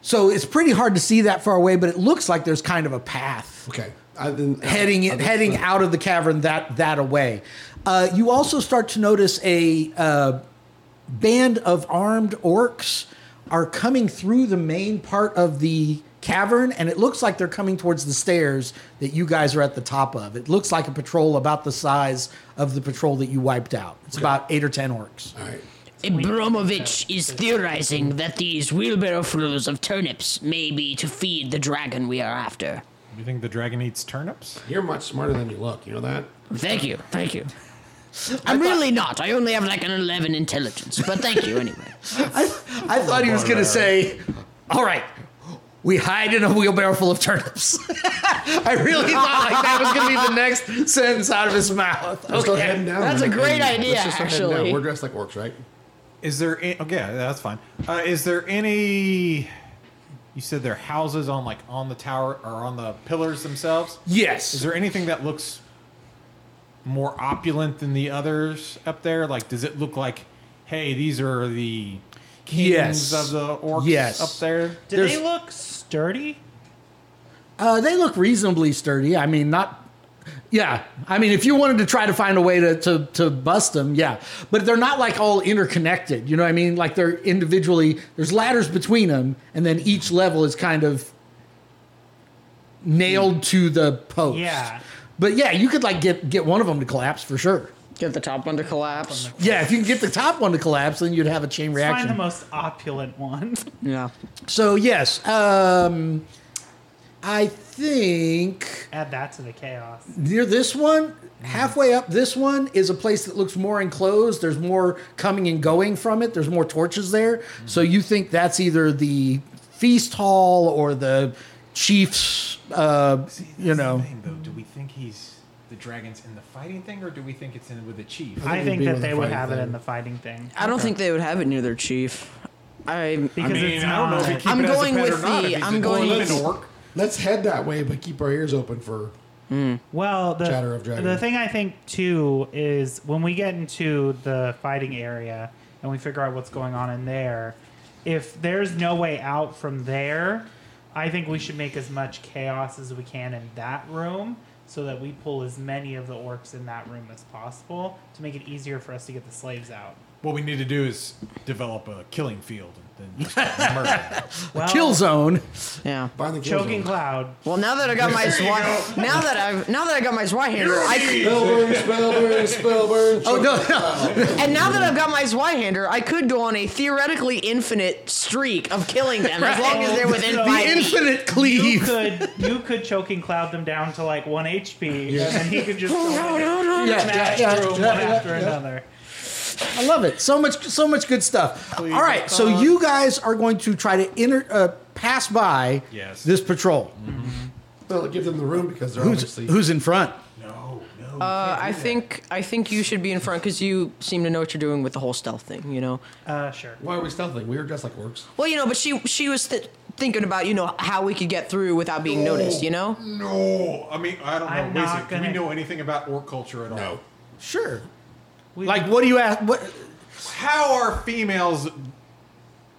Speaker 1: so it's pretty hard to see that far away, but it looks like there's kind of a path
Speaker 2: Okay. I, then,
Speaker 1: heading
Speaker 2: I- I-
Speaker 1: heading out of the cavern that that away. Uh, you also start to notice a uh, band of armed orcs are coming through the main part of the cavern, and it looks like they're coming towards the stairs that you guys are at the top of. It looks like a patrol about the size of the patrol that you wiped out. It's about eight or ten orcs.
Speaker 2: All right.
Speaker 7: Abramovich is theorizing that these wheelbarrowfuls of turnips may be to feed the dragon we are after.
Speaker 6: You think the dragon eats turnips?
Speaker 2: You're much smarter than you look. You know that?
Speaker 7: Thank you, thank you. I'm really not. I only have like an 11 intelligence, but thank
Speaker 5: (laughs)
Speaker 7: you anyway.
Speaker 1: I thought he was going to say, "All right, we hide in a wheelbarrow full of turnips." (laughs) I really thought like that was going to be the next sentence out of his mouth.
Speaker 2: (laughs) Let's go heading down.
Speaker 5: that's a
Speaker 2: there.
Speaker 5: great
Speaker 2: Let's
Speaker 5: idea,
Speaker 2: just start heading down.
Speaker 5: actually.
Speaker 2: We're dressed like orcs, right?
Speaker 6: Is there? Any, okay, that's fine. Uh, is there any? You said there are houses on like on the tower or on the pillars themselves. Is
Speaker 1: Yes.
Speaker 6: there anything that looks more opulent than the others up there? Like, does it look like, hey, these are the kings
Speaker 1: Yes.
Speaker 6: of the orcs
Speaker 1: Yes.
Speaker 6: up there?
Speaker 4: Do
Speaker 1: There's-
Speaker 4: they look sturdy?
Speaker 1: Uh, they look reasonably sturdy. I mean, not. Yeah, I mean, if you wanted to try to find a way to, to, to bust them, yeah. But they're not like all interconnected. You know what I mean? Like they're individually, there's ladders between them, and then each level is kind of nailed to the post.
Speaker 4: Yeah.
Speaker 1: But yeah, you could like get, get one of them to collapse for sure.
Speaker 5: Get the top one to collapse.
Speaker 1: Yeah, if you can get the top one to collapse, then you'd have a chain
Speaker 4: Find the
Speaker 1: reaction.
Speaker 4: most opulent one. (laughs)
Speaker 5: Yeah.
Speaker 1: So yes, um, I think
Speaker 4: Add that to the chaos.
Speaker 1: near this one, halfway up this one is a place that looks more enclosed. There's more coming and going from it. There's more torches there. So you think that's either the feast hall or the chief's, uh, you know.
Speaker 6: thing, though, do we think he's the dragons in the fighting thing, or do we think it's in with the chief?
Speaker 4: I
Speaker 2: it'd
Speaker 4: think
Speaker 2: be
Speaker 4: that
Speaker 2: with
Speaker 4: they
Speaker 2: the
Speaker 4: would
Speaker 2: fighting
Speaker 4: have it
Speaker 2: thing.
Speaker 4: in the fighting thing.
Speaker 5: I don't think they would have it near their chief. I
Speaker 4: Because it's not.
Speaker 5: I'm going with the- I'm going
Speaker 6: with
Speaker 5: with-
Speaker 6: an orc.
Speaker 2: Let's head that way, but keep our ears open for.
Speaker 4: Well, the,
Speaker 2: Chatter of Dragon.
Speaker 4: the thing I think too is when we get into the fighting area and we figure out what's going on in there, if there's no way out from there, I think we should make as much chaos as we can in that room so that we pull as many of the orcs in that room as possible to make it easier for us to get the slaves out.
Speaker 6: What we need to do is develop a killing field and then just murder. them.
Speaker 4: Well,
Speaker 1: Kill zone.
Speaker 5: yeah.
Speaker 2: Find the kill
Speaker 4: choking
Speaker 2: zone.
Speaker 1: (laughs)
Speaker 4: cloud.
Speaker 5: Well, now that I got my SWAT, now that I've now that I got my SWAT hander, I c-
Speaker 2: Spellburn, spellburn, (laughs) spellburn.
Speaker 1: Oh no, no.
Speaker 5: and now that I've got my SWAT hander, I could go on a theoretically infinite streak of killing them as long as they're within
Speaker 4: The
Speaker 5: five. feet.
Speaker 1: infinite
Speaker 4: You
Speaker 1: cleave.
Speaker 4: could you could choking cloud them down to like one HP, and then he could just go
Speaker 1: Yeah,
Speaker 4: smash
Speaker 1: yeah,
Speaker 4: through
Speaker 1: yeah,
Speaker 4: one
Speaker 1: yeah,
Speaker 4: after
Speaker 1: yeah.
Speaker 4: another.
Speaker 1: I love it. So much, so much good stuff. All right, so you guys are going to try to enter, uh, pass by
Speaker 6: Yes.
Speaker 1: this patrol.
Speaker 2: Well, give them the room because they're
Speaker 1: Who's
Speaker 2: obviously.
Speaker 1: who's in front?
Speaker 6: no, no.
Speaker 5: Uh, I think I think you should be in front because you seem to know what you're doing with the whole stealth thing. You know.
Speaker 4: Uh, sure.
Speaker 2: Why are we stealthing? We were dressed like orcs.
Speaker 5: Well, you know, but she she was th- thinking about you know how we could get through without being noticed. You know.
Speaker 6: No, I mean I don't know.
Speaker 4: I'm
Speaker 6: Wait a
Speaker 4: not
Speaker 6: second, Do we
Speaker 4: gonna-
Speaker 6: know anything about orc culture at all?
Speaker 2: No.
Speaker 1: Sure.
Speaker 4: We-
Speaker 1: Like, what do you ask? What?
Speaker 6: How are females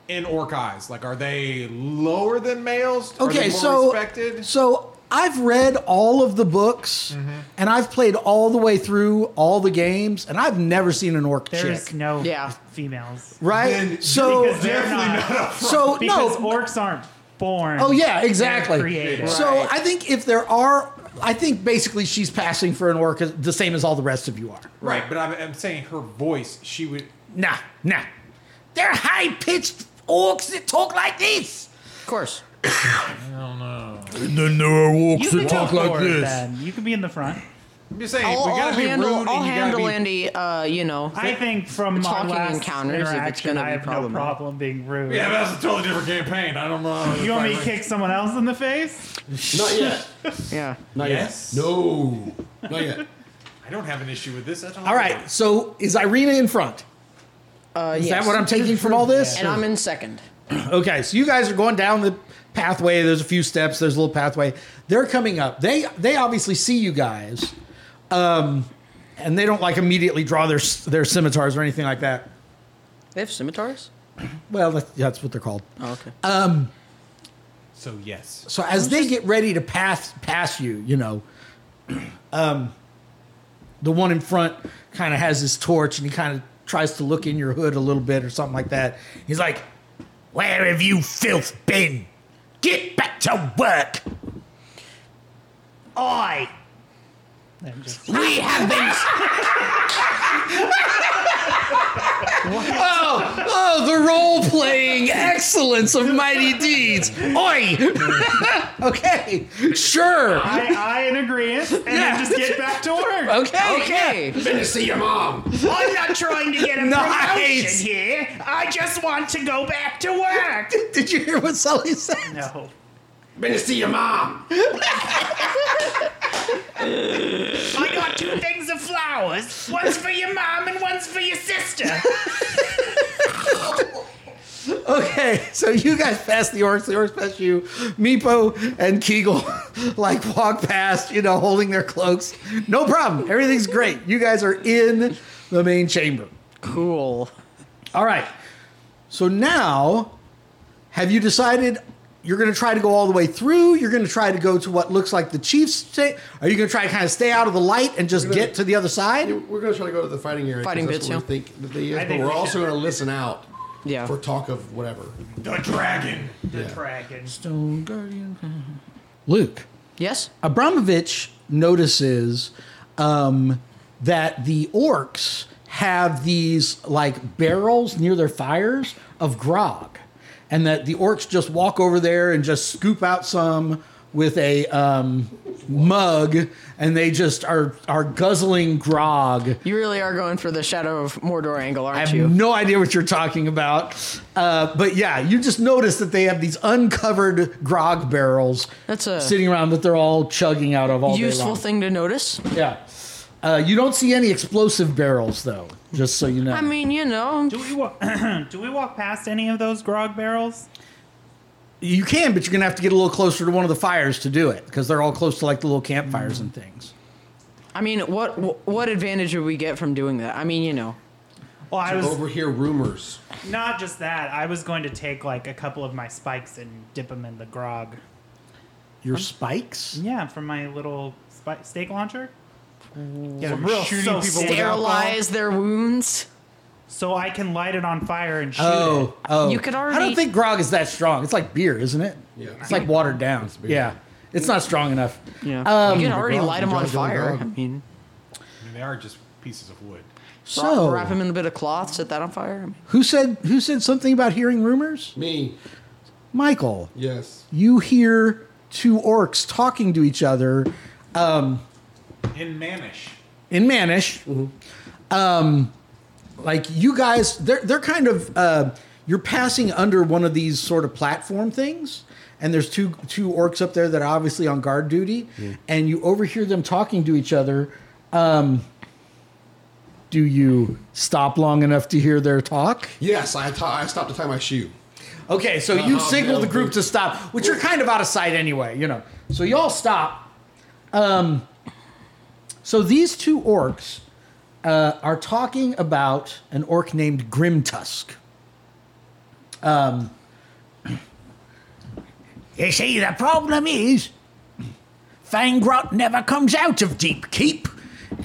Speaker 6: in orc eyes? Like, are they lower than males? Are
Speaker 1: Okay,
Speaker 6: they more
Speaker 1: so
Speaker 6: respected? Mm-hmm.
Speaker 1: so I've read all of the books, and I've played all the way through all the games, and I've never seen an orc
Speaker 4: There is
Speaker 1: chick.
Speaker 4: no
Speaker 5: Yeah.
Speaker 4: females.
Speaker 1: right?
Speaker 6: Then-
Speaker 1: So
Speaker 4: Because they're not.
Speaker 1: so
Speaker 4: because
Speaker 1: no.
Speaker 4: orcs aren't born.
Speaker 1: Oh yeah, exactly.
Speaker 4: They're created.
Speaker 1: So I think if there are, I think basically she's passing for an orc the same as all the rest of you are.
Speaker 6: right, but I'm, I'm saying her voice. She would.
Speaker 8: Nah, nah. They're high pitched orcs that talk like this.
Speaker 5: Of course.
Speaker 8: And then there are orcs
Speaker 4: You can go forward then. You can be in the front.
Speaker 6: I'm just saying,
Speaker 5: I'll,
Speaker 6: we
Speaker 5: I'll
Speaker 6: gotta be
Speaker 5: handle,
Speaker 6: rude
Speaker 5: I'll
Speaker 6: and you gotta
Speaker 5: handle
Speaker 6: be-
Speaker 5: Andy, uh, you know.
Speaker 4: I think from our
Speaker 5: talking
Speaker 4: last
Speaker 5: encounters, if it's
Speaker 4: interaction,
Speaker 5: gonna
Speaker 4: I
Speaker 5: be
Speaker 4: have no
Speaker 5: problematic.
Speaker 4: problem being rude.
Speaker 6: Yeah, but that's a totally different campaign. I don't know.
Speaker 4: You want me to kick someone else in the face?
Speaker 2: Not yet.
Speaker 5: yeah.
Speaker 2: Not
Speaker 6: Yes.
Speaker 2: yet. (laughs) No. Not yet.
Speaker 6: I don't have an issue with this at all.
Speaker 1: All right. So is Irina in front?
Speaker 5: Uh,
Speaker 1: Is
Speaker 5: yes.
Speaker 1: that what I'm taking from all this?
Speaker 5: And I'm in second.
Speaker 1: Okay, so you guys are going down the pathway. There's a few steps. There's a little pathway. They're coming up. They they obviously see you guys, um, and they don't like immediately draw their their scimitars or anything like that.
Speaker 5: They have scimitars?
Speaker 1: Well, that's, that's what they're called.
Speaker 5: Oh, okay.
Speaker 6: So yes.
Speaker 1: So as they get ready to pass pass you, you know, um, the one in front kind of has his torch and he kind of tries to look in your hood a little bit or something like that. He's like,
Speaker 8: Where have you filth been? Get back to work! Oi! We
Speaker 4: (laughs)
Speaker 8: have been.
Speaker 1: "Oh, oh, the role playing excellence of mighty deeds."
Speaker 4: (laughs)
Speaker 8: Oi!
Speaker 1: Okay, sure.
Speaker 4: I, I in agreement,
Speaker 1: Yeah.
Speaker 4: and then just get back to work.
Speaker 5: (laughs)
Speaker 1: Okay.
Speaker 5: Okay.
Speaker 2: Been to see your mom.
Speaker 8: I'm not trying to get
Speaker 1: (laughs)
Speaker 8: a
Speaker 1: Nice.
Speaker 8: promotion here. I just want to go back to work.
Speaker 1: (laughs) Did you hear what Sully said?
Speaker 4: No.
Speaker 2: Been to see your mom.
Speaker 8: I got two things of flowers. One's for your mom and one's for your sister.
Speaker 1: Okay, so you guys pass the orcs, the orcs pass you. Meepo and Kegel (laughs) like walk past, you know, holding their cloaks. No problem. Everything's great. You guys are in the main chamber.
Speaker 5: Cool.
Speaker 1: All right. So now, have you decided you're going to try to go all the way through? You're going to try to go to what looks like the chief's. Sta- are you going to try to kind of stay out of the light and just
Speaker 2: gonna-
Speaker 1: get to the other side?
Speaker 2: We're going to try to go to the fighting area. 'cause
Speaker 5: Fighting
Speaker 2: that's
Speaker 5: bits,
Speaker 2: what
Speaker 5: yeah.
Speaker 2: we think that they is,
Speaker 4: I
Speaker 2: but
Speaker 4: think
Speaker 2: we're
Speaker 4: we
Speaker 2: also
Speaker 4: should.
Speaker 2: going to listen out
Speaker 5: Yeah.
Speaker 2: for talk of whatever.
Speaker 6: The dragon.
Speaker 4: The dragon.
Speaker 1: Stone Guardian. Luke.
Speaker 5: Yes?
Speaker 1: Abramovich notices um, that the orcs have these like barrels near their fires of grog, and that the orcs just walk over there and just scoop out some with a um, mug, and they just are are guzzling grog.
Speaker 5: You really are going for the Shadow of Mordor angle,
Speaker 1: I
Speaker 5: aren't
Speaker 1: have
Speaker 5: you?
Speaker 1: no idea what you're talking about, uh, but yeah, you just notice that they have these uncovered grog barrels
Speaker 5: That's a-
Speaker 1: sitting around that they're all chugging out of all day
Speaker 5: Useful
Speaker 1: long.
Speaker 5: thing to notice.
Speaker 1: Yeah. Uh, you don't see any explosive barrels, though, just so you know.
Speaker 5: I mean, you know,
Speaker 4: Do we walk? (clears throat) do we walk past any of those grog barrels?
Speaker 1: you can, but you're going to have to get a little closer to one of the fires to do it because they're all close to like the little campfires and things.
Speaker 5: I mean, what wh- what advantage would we get from doing that? I mean, you know,
Speaker 4: Well, I was
Speaker 2: Overhear rumors.
Speaker 4: not just that. I was going to take like a couple of my spikes and dip them in the grog.
Speaker 1: Your spikes?
Speaker 4: Yeah, from my little spi- steak launcher. Yeah,
Speaker 6: From
Speaker 4: I'm real
Speaker 6: shooting
Speaker 4: so
Speaker 6: people
Speaker 4: sick.
Speaker 6: without-
Speaker 5: sterilize their wounds.
Speaker 4: so I can light it on fire and shoot
Speaker 1: Oh,
Speaker 4: it.
Speaker 1: oh.
Speaker 5: You could
Speaker 1: I
Speaker 5: already-
Speaker 1: don't think grog is that strong. It's like beer, isn't it?
Speaker 2: Yeah.
Speaker 1: It's like watered down.
Speaker 2: beer.
Speaker 1: yeah. It's not strong enough.
Speaker 5: Yeah,
Speaker 1: Um,
Speaker 5: you can already
Speaker 2: grog,
Speaker 5: light them on
Speaker 2: grog, grog,
Speaker 5: fire.
Speaker 2: grog.
Speaker 5: I mean,
Speaker 6: I mean, they are just pieces of wood.
Speaker 5: so,
Speaker 1: So,
Speaker 5: wrap them in a bit of cloth, set that on fire. I mean,
Speaker 1: who said who said something about hearing rumors?
Speaker 2: Me.
Speaker 1: Michael.
Speaker 2: Yes.
Speaker 1: You hear two orcs talking to each other
Speaker 6: In Manish.
Speaker 1: in Manish. Um, like you guys, they're they're kind of uh, you're passing under one of these sort of platform things, and there's two two orcs up there that are obviously on guard duty, and you overhear them talking to each other. Um, do you stop long enough to hear their talk?
Speaker 2: Yes, I, t- I stopped to tie my shoe.
Speaker 1: Okay, so you
Speaker 2: Uh-huh,
Speaker 1: signal the
Speaker 2: yeah.
Speaker 1: group to stop, which you're kind of out of sight anyway, you know. So y'all stop. Um, so these two orcs uh, are talking about an orc named Grimtusk.
Speaker 8: You see, the problem is, Fangrot never comes out of Deep Keep,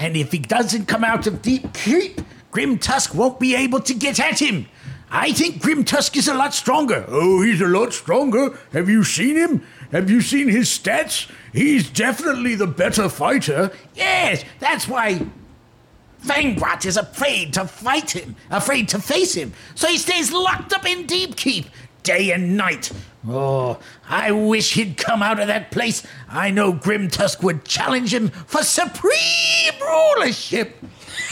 Speaker 8: and if he doesn't come out of Deep Keep, Grim Tusk won't be able to get at him. I think Grim Tusk is a lot stronger. Oh, he's a lot stronger. Have you seen him? Have you seen his stats? He's definitely the better fighter. Yes, that's why Vangrot is afraid to fight him, afraid to face him, so he stays locked up in Deep Keep day and night, Oh, I wish he'd come out of that place. I know Grim Tusk would challenge him for supreme rulership.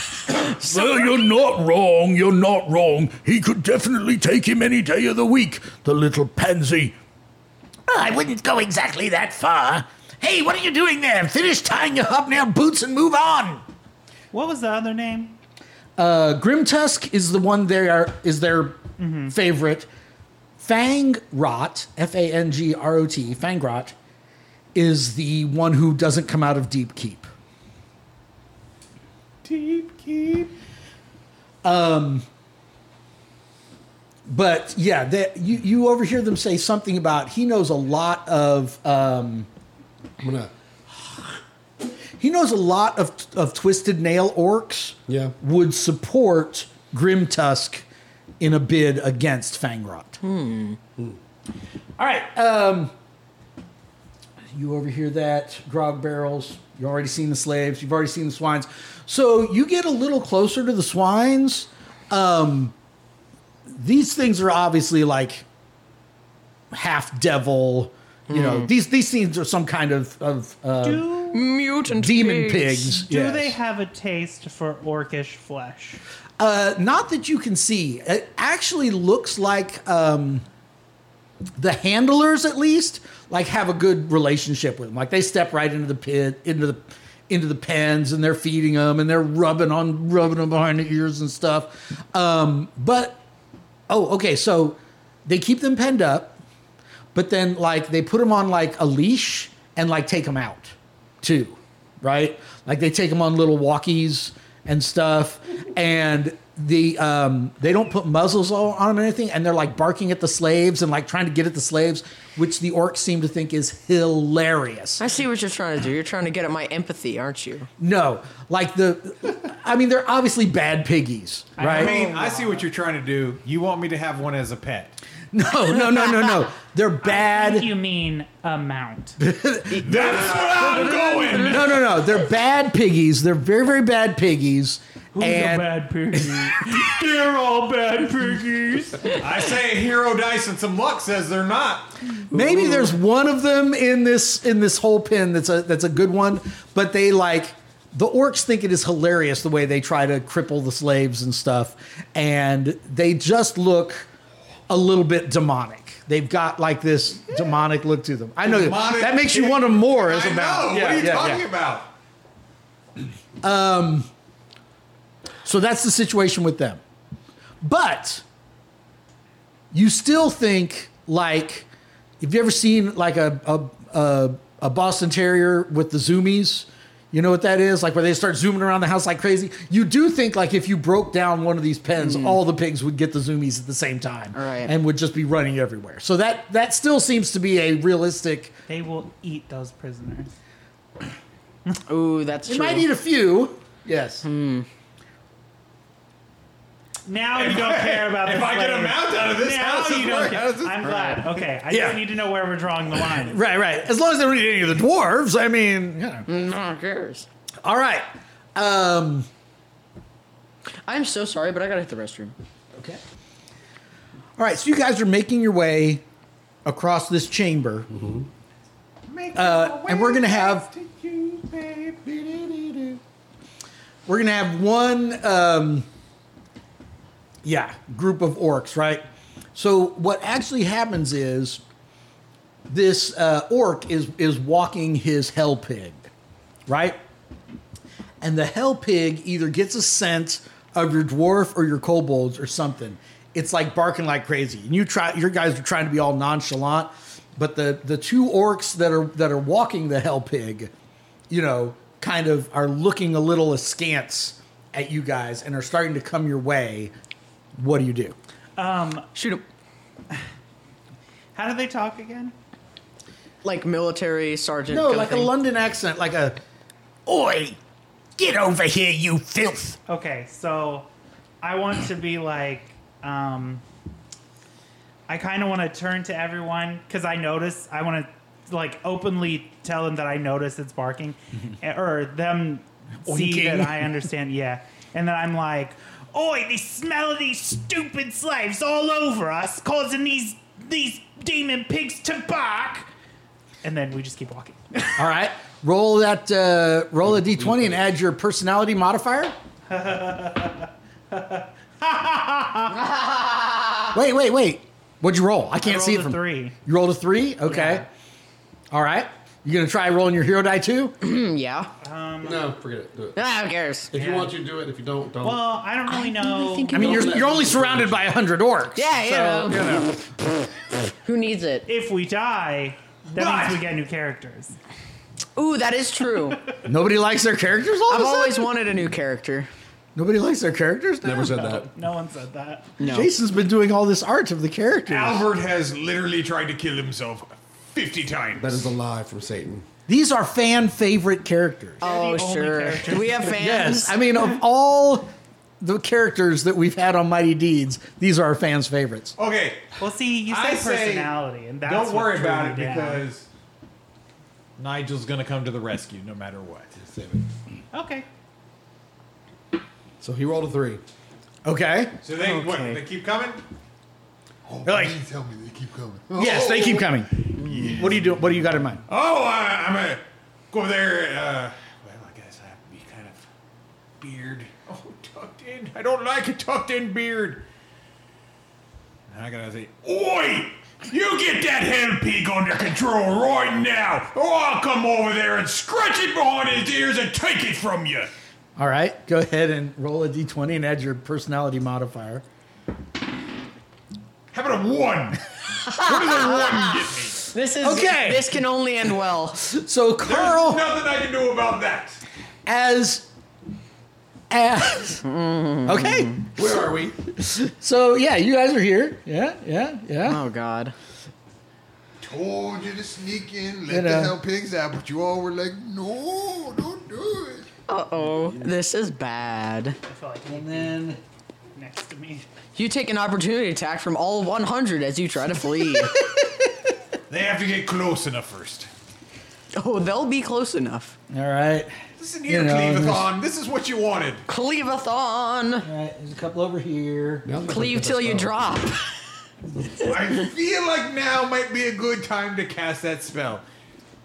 Speaker 8: (coughs) well, you're not wrong. You're not wrong. He could definitely take him any day of the week, the little pansy. Oh, I wouldn't go exactly that far. Hey, what are you doing there? Finish tying your hobnail boots and move on.
Speaker 4: What was the other name?
Speaker 1: Uh, Grimtusk is the one they are is their
Speaker 6: Mm-hmm.
Speaker 1: favorite. Fang Rot, F A N G R O T, Fang Rot, is the one who doesn't come out of Deep Keep.
Speaker 6: Deep keep.
Speaker 1: Um, But yeah, that you you overhear them say something about he knows a lot of um,
Speaker 2: I'm gonna.
Speaker 1: he knows a lot of of twisted nail orcs.
Speaker 2: Yeah.
Speaker 1: would support Grim Tusk in a bid against Fangrot. All right. Um, you overhear that grog barrels. You've already seen the slaves. You've already seen the swines. So you get a little closer to the swines. Um, these things are obviously like half devil. You know, these these things are some kind of of uh,
Speaker 4: Do,
Speaker 5: Mutant
Speaker 1: demon
Speaker 5: pigs.
Speaker 1: pigs.
Speaker 4: do
Speaker 1: yes.
Speaker 4: they have a taste for orcish flesh?
Speaker 1: Uh, not that you can see. It actually looks like um, the handlers, at least, like have a good relationship with them. Like they step right into the pit, into the into the pens, and they're feeding them, and they're rubbing on rubbing them behind the ears and stuff. Um, but oh, okay, so they keep them penned up, but then like they put them on like a leash and like take them out too, right? Like they take them on little walkies and stuff, and the um, they don't put muzzles on on them or anything, and they're like barking at the slaves and like trying to get at the slaves, which the orcs seem to think is hilarious.
Speaker 5: I see what you're trying to do. You're trying to get at my empathy, aren't you?
Speaker 1: No, like the, I mean, they're obviously bad piggies, right?
Speaker 6: I mean, I see what you're trying to do. You want me to have one as a pet.
Speaker 1: no, no, no, no, no, they're bad.
Speaker 4: You mean
Speaker 6: (laughs)
Speaker 4: amount?
Speaker 1: No, no, no. They're bad piggies. They're very, very bad piggies. and
Speaker 4: bad piggy?
Speaker 6: They're all bad piggies. I say a hero dice and some luck says they're not.
Speaker 1: maybe there's one of them in this in this whole pin that's a that's a good one. But they like the orcs think it is hilarious the way they try to cripple the slaves and stuff, and they just look a little bit demonic. They've got like this demonic look to them. I know
Speaker 6: Demonic
Speaker 1: that makes you
Speaker 6: pig.
Speaker 1: want them more as
Speaker 6: I
Speaker 1: a
Speaker 6: know.
Speaker 1: mount. Yeah,
Speaker 6: what are you
Speaker 1: yeah,
Speaker 6: talking
Speaker 1: yeah.
Speaker 6: about?
Speaker 1: So that's the situation with them. But you still think like have you ever seen like a a, a, a Boston Terrier with the zoomies? You know what that is? Like where they start zooming around the house like crazy. You do think like if you broke down one of these pens, all the pigs would get the zoomies at the same time
Speaker 5: Mm. Right.
Speaker 1: and would just be running everywhere. So that that still seems to be a realistic.
Speaker 4: (laughs) they will eat those prisoners.
Speaker 5: Ooh, that's
Speaker 1: You
Speaker 5: true.
Speaker 1: might need a few. Yes.
Speaker 4: Now you don't care about the
Speaker 6: If I get a
Speaker 4: slaves.
Speaker 6: mount out of this
Speaker 4: Now
Speaker 6: house,
Speaker 4: you
Speaker 6: it's
Speaker 4: don't
Speaker 6: work. How
Speaker 4: care.
Speaker 6: does this
Speaker 4: I'm
Speaker 6: work?
Speaker 4: glad. Okay, I
Speaker 1: Yeah.
Speaker 4: just need to know where we're drawing the line.
Speaker 1: Right, right. As long as they don't eat any of the dwarves, I mean, you know.
Speaker 5: No one cares.
Speaker 1: All right. Um,
Speaker 5: I'm so sorry, but I gotta hit the restroom.
Speaker 1: okay. All right. So you guys are making your way across this chamber, Uh, and we're gonna have we're gonna have one, um, yeah, group of orcs, right? So what actually happens is this uh, orc is is walking his hell pig, right? and the hell pig either gets a scent of your dwarf or your kobolds or something. It's like barking like crazy, and you try. Your guys are trying to be all nonchalant, but the the two orcs that are that are walking the hell pig, you know, kind of are looking a little askance at you guys and are starting to come your way. What do you do?
Speaker 5: Shoot him.
Speaker 4: How do they talk again?
Speaker 5: Like military sergeant.
Speaker 1: No,
Speaker 5: kinda
Speaker 1: like a
Speaker 5: thing.
Speaker 1: London accent, like a
Speaker 8: Oi! Get over here, you filth!
Speaker 4: Okay, so I want to be like, um, I kind of want to turn to everyone because I notice I want to like openly tell them that I notice
Speaker 1: (laughs)
Speaker 4: it's barking, eh, or them see that
Speaker 8: Oinking.
Speaker 4: I understand. Yeah, and then I'm like, "Oi, they smell of these stupid slaves all over us, causing these these demon pigs to bark. And then we just keep walking.
Speaker 1: All right. Roll that. Uh, roll a d20 and add your personality modifier. wait, wait, wait. What'd you roll? I can't see it
Speaker 4: rolled a
Speaker 1: from
Speaker 4: three.
Speaker 1: You rolled a three. Okay. All right. You gonna try rolling your hero die too?
Speaker 5: Mm, Yeah.
Speaker 2: No, forget it. Do it.
Speaker 5: Ah, who cares?
Speaker 2: If you want to, do it. If you don't, don't.
Speaker 4: Well, I don't really know.
Speaker 1: I mean, you're you're only surrounded by hundred orcs.
Speaker 5: Yeah, you know.
Speaker 1: you know.
Speaker 5: (laughs) Who needs it?
Speaker 4: if we die, that means we get new characters.
Speaker 5: Ooh, that
Speaker 1: (laughs)
Speaker 5: is true. I've
Speaker 1: Nobody likes their characters. All of a sudden?
Speaker 5: always wanted a new character.
Speaker 1: Nobody likes their characters. Now?
Speaker 2: Never said that.
Speaker 4: No one said that.
Speaker 5: No.
Speaker 1: Jason's been doing all this art of the characters.
Speaker 6: Albert has literally tried to kill himself 50 times.
Speaker 2: That is a lie from Satan.
Speaker 1: These are fan favorite characters.
Speaker 5: Oh,
Speaker 4: the only
Speaker 5: sure.
Speaker 4: character.
Speaker 5: Do we have fans?
Speaker 1: Yes, I mean of all the characters that we've had on Mighty Deeds, these are our fans' favorites.
Speaker 6: okay,
Speaker 4: Well, see, you
Speaker 6: I
Speaker 4: said
Speaker 6: say
Speaker 4: personality, and that's
Speaker 6: don't
Speaker 4: what
Speaker 6: worry
Speaker 4: drew
Speaker 6: about
Speaker 4: me
Speaker 6: it
Speaker 4: down.
Speaker 6: because Nigel's going to come to the rescue no matter what.
Speaker 2: Save it.
Speaker 4: okay,
Speaker 2: So he rolled a three.
Speaker 1: Okay.
Speaker 6: So they, what, they keep coming?
Speaker 1: Like,
Speaker 2: Oh, Tell me they keep coming. (laughs)
Speaker 1: yes, they keep coming. What do you do? What do you got in mind?
Speaker 6: Oh, I, I'm gonna go over there. Uh, well, I guess I have to be kind of beard. (laughs) Oh, tucked in. I don't like a tucked in beard. And I gotta say, Oi! You get that hell pig under control right now, or I'll come over there and scratch it behind his ears and take it from you.
Speaker 1: All right, go ahead and roll a d20 and add your personality modifier.
Speaker 6: How about a one? (laughs) what does a one get me?
Speaker 5: This is
Speaker 1: Okay.
Speaker 5: This can only end well.
Speaker 1: So Carl,
Speaker 6: There's nothing I can do about that.
Speaker 1: as as
Speaker 6: Mm-hmm.
Speaker 1: okay.
Speaker 2: Where are we?
Speaker 1: So yeah, you guys are here. Yeah, yeah, yeah.
Speaker 5: Oh God.
Speaker 9: Told you to sneak in, let
Speaker 1: You know.
Speaker 9: the hell pigs out, but you all were like, no, don't do it.
Speaker 5: Uh oh. This is bad.
Speaker 4: I feel like
Speaker 6: Oh.
Speaker 1: And then
Speaker 4: next to me.
Speaker 5: You take an opportunity attack from all 100 as you try
Speaker 1: (laughs)
Speaker 5: to flee.
Speaker 6: They have to get close enough first.
Speaker 5: oh, they'll be close enough.
Speaker 1: all right.
Speaker 6: Listen
Speaker 1: You
Speaker 6: here,
Speaker 1: know,
Speaker 6: Cleavathon. This is what you wanted.
Speaker 5: Cleavathon.
Speaker 1: All right, there's a couple over here.
Speaker 5: Cleave till you drop.
Speaker 6: I feel like now might be a good time to cast that spell.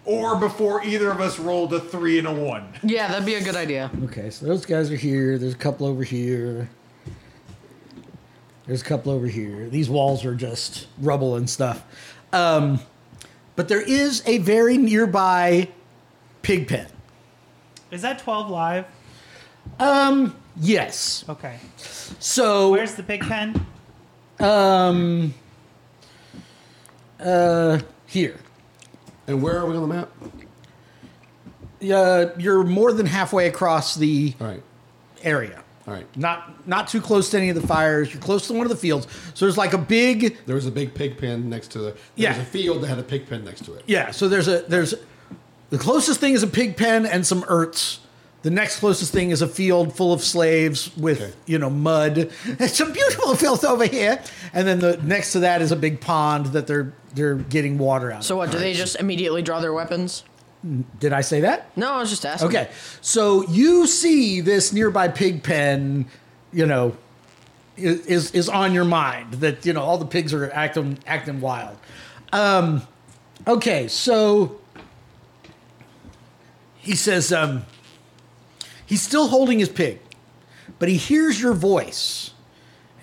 Speaker 6: Or before either of us rolled a three and a one.
Speaker 5: Yeah, that'd be a good idea.
Speaker 1: Okay, so those guys are here. There's a couple over here. There's a couple over here. These walls are just rubble and stuff. Um, but there is a very nearby pig pen.
Speaker 4: Is that twelve live?
Speaker 1: Yes.
Speaker 4: Okay.
Speaker 1: So
Speaker 4: Where's the pig pen?
Speaker 1: um uh here.
Speaker 2: And where are we on the map?
Speaker 1: Uh, you're more than halfway across the
Speaker 2: All right.
Speaker 1: area.
Speaker 2: All right.
Speaker 1: Not not too close to any of the fires. You're close to one of the fields. So there's like a big
Speaker 2: There was a big pig pen next to the. There
Speaker 1: Yeah.
Speaker 2: was a field that had a pig pen next to it.
Speaker 1: Yeah, so there's a there's the closest thing is a pig pen and some erts. The next closest thing is a field full of slaves with
Speaker 2: Okay.
Speaker 1: you know mud. (laughs) It's a beautiful field over here. And then the next to that is a big pond that they're they're getting water out.
Speaker 5: So
Speaker 1: of.
Speaker 5: what? Do they just immediately draw their weapons?
Speaker 1: did I say that?
Speaker 5: No, I was just asking.
Speaker 1: Okay, so you see this nearby pig pen, you know, i- is is on your mind that you know all the pigs are acting acting wild. Um, okay, so he says um, he's still holding his pig, but he hears your voice,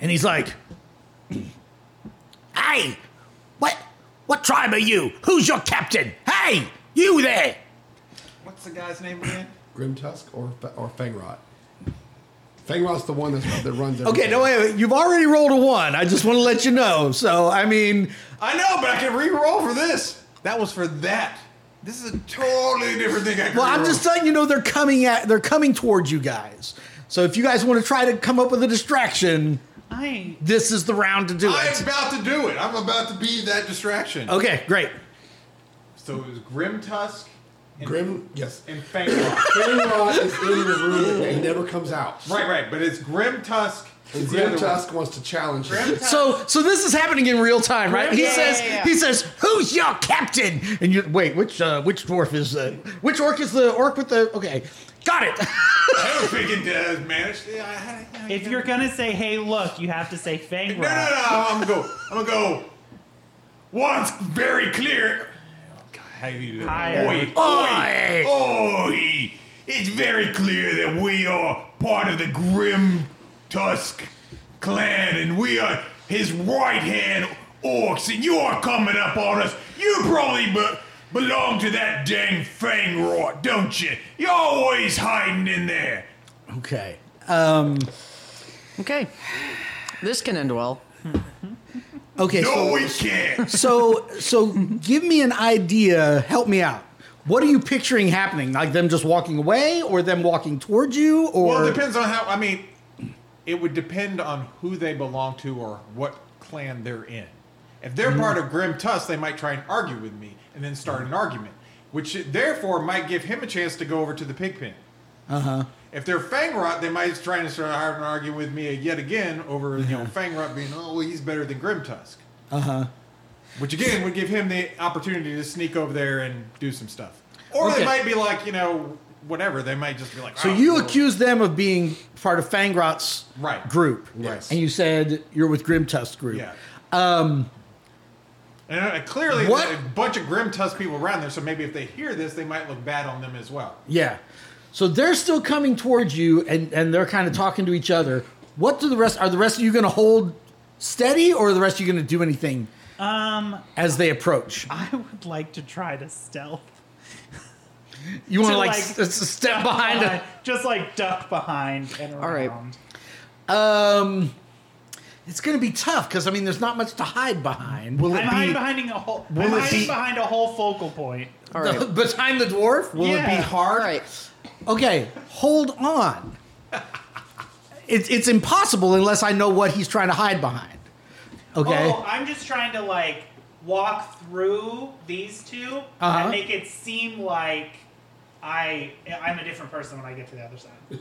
Speaker 1: and he's like, (clears throat)
Speaker 8: Hey, what what tribe are you? Who's your captain? Hey, you there?
Speaker 6: What's the guy's name again?
Speaker 2: Grim Tusk or Fa- or Fangrot. Fangrot's the one that's, that runs.
Speaker 1: "Okay,
Speaker 2: everything.
Speaker 1: no, wait, wait, you've already rolled a one. I just want to let you know." So I mean,
Speaker 6: I know, but I can re-roll for this. That was for that. This is a totally different thing I can
Speaker 1: Well, I'm
Speaker 6: re-roll.
Speaker 1: just letting you know they're coming at they're coming towards you guys. So if you guys want to try to come up with a distraction,
Speaker 4: I
Speaker 1: this is the round to do
Speaker 6: I'm
Speaker 1: (laughs) it.
Speaker 6: about to do it. I'm about to be that distraction.
Speaker 1: Okay, great.
Speaker 6: So it was Grim Tusk and,
Speaker 2: Grim. Yes.
Speaker 6: and Fangrock.
Speaker 2: Fangrot is in the room and never comes out.
Speaker 6: right, right, but it's Grim Tusk.
Speaker 2: And
Speaker 6: is the
Speaker 2: Grim
Speaker 6: other
Speaker 2: Tusk wants to challenge
Speaker 6: one.
Speaker 2: him.
Speaker 6: Grim Tusk.
Speaker 1: So so this is happening in real time, right? He
Speaker 5: Yeah,
Speaker 1: says
Speaker 5: yeah, yeah.
Speaker 1: he says, "Who's your captain?" And you wait, which uh, which dwarf is uh, which orc is the orc with the okay. Got it.
Speaker 6: (laughs)
Speaker 1: (laughs)
Speaker 6: I don't think it does, man. It's- I- I- I-
Speaker 4: if you're gonna say, "Hey, look," you have to say
Speaker 6: No, no,
Speaker 4: Fangra.
Speaker 6: no. I'm gonna go. I'm gonna go. One's very clear. Oh, God, how do you do that?
Speaker 4: Higher.
Speaker 6: Oi, oi, oi! It's very clear that we are part of the Grim Tusk clan, and we are his right hand orcs, and you are coming up on us. You probably be- belong to that dang Fang Rot, don't you? You're always hiding in there.
Speaker 1: Okay. Um,
Speaker 5: Okay. This can end well.
Speaker 1: okay.
Speaker 6: No,
Speaker 1: So,
Speaker 6: we can't.
Speaker 1: so so give me an idea. Help me out. What are you picturing happening? Like them just walking away, or them walking towards you, or
Speaker 6: Well, it depends on how. I mean, it would depend on who they belong to or what clan they're in. If they're
Speaker 1: Mm-hmm.
Speaker 6: part of Grim Tusk, they might try and argue with me and then start an argument, which therefore might give him a chance to go over to the pig pen. Uh huh.
Speaker 1: Uh-huh.
Speaker 6: If they're Fangrot, they might try and start having an argument with me yet again over you know
Speaker 1: Mm-hmm.
Speaker 6: Fangrot being oh well, he's better than Grim Tusk. Uh
Speaker 1: Uh-huh.
Speaker 6: huh. Which again would give him the opportunity to sneak over there and do some stuff. Or
Speaker 1: Okay.
Speaker 6: they might be like you know whatever. They might just be like
Speaker 1: so
Speaker 6: "Oh,
Speaker 1: you
Speaker 6: well."
Speaker 1: accuse them of being part of Fangrot's
Speaker 6: Right.
Speaker 1: group,
Speaker 6: Yes.
Speaker 1: and you said you're with Grimtust group.
Speaker 6: Yeah. Um. And uh, clearly,
Speaker 1: What-
Speaker 6: there's a bunch of Grim Tusk people around there, so maybe if they hear this, they might look bad on them as well.
Speaker 1: Yeah. So they're still coming towards you and, and they're kind of talking to each other. What do the rest are the rest of you gonna hold steady or are the rest of you gonna do anything
Speaker 4: Um,
Speaker 1: as they approach?
Speaker 4: I would like to try to stealth.
Speaker 1: You wanna
Speaker 4: to,
Speaker 1: like,
Speaker 4: like,
Speaker 1: s- s- step behind
Speaker 4: Uh, just like duck behind and around.
Speaker 5: All right.
Speaker 1: Um It's gonna be tough because I mean there's not much to hide behind.
Speaker 4: I'm hiding behind a whole. I'm
Speaker 1: it
Speaker 4: hiding
Speaker 1: be-
Speaker 4: behind a whole focal point.
Speaker 5: All right.
Speaker 1: behind the dwarf? Will it
Speaker 4: Yeah.
Speaker 1: be hard?
Speaker 5: All right.
Speaker 1: Okay, hold on. It's it's impossible unless I know what he's trying to hide behind. Okay.
Speaker 4: Oh, I'm just trying to like walk through these 2
Speaker 1: Uh-huh.
Speaker 4: and make it seem like I I'm a different person when I get to the other
Speaker 6: (laughs)
Speaker 4: side.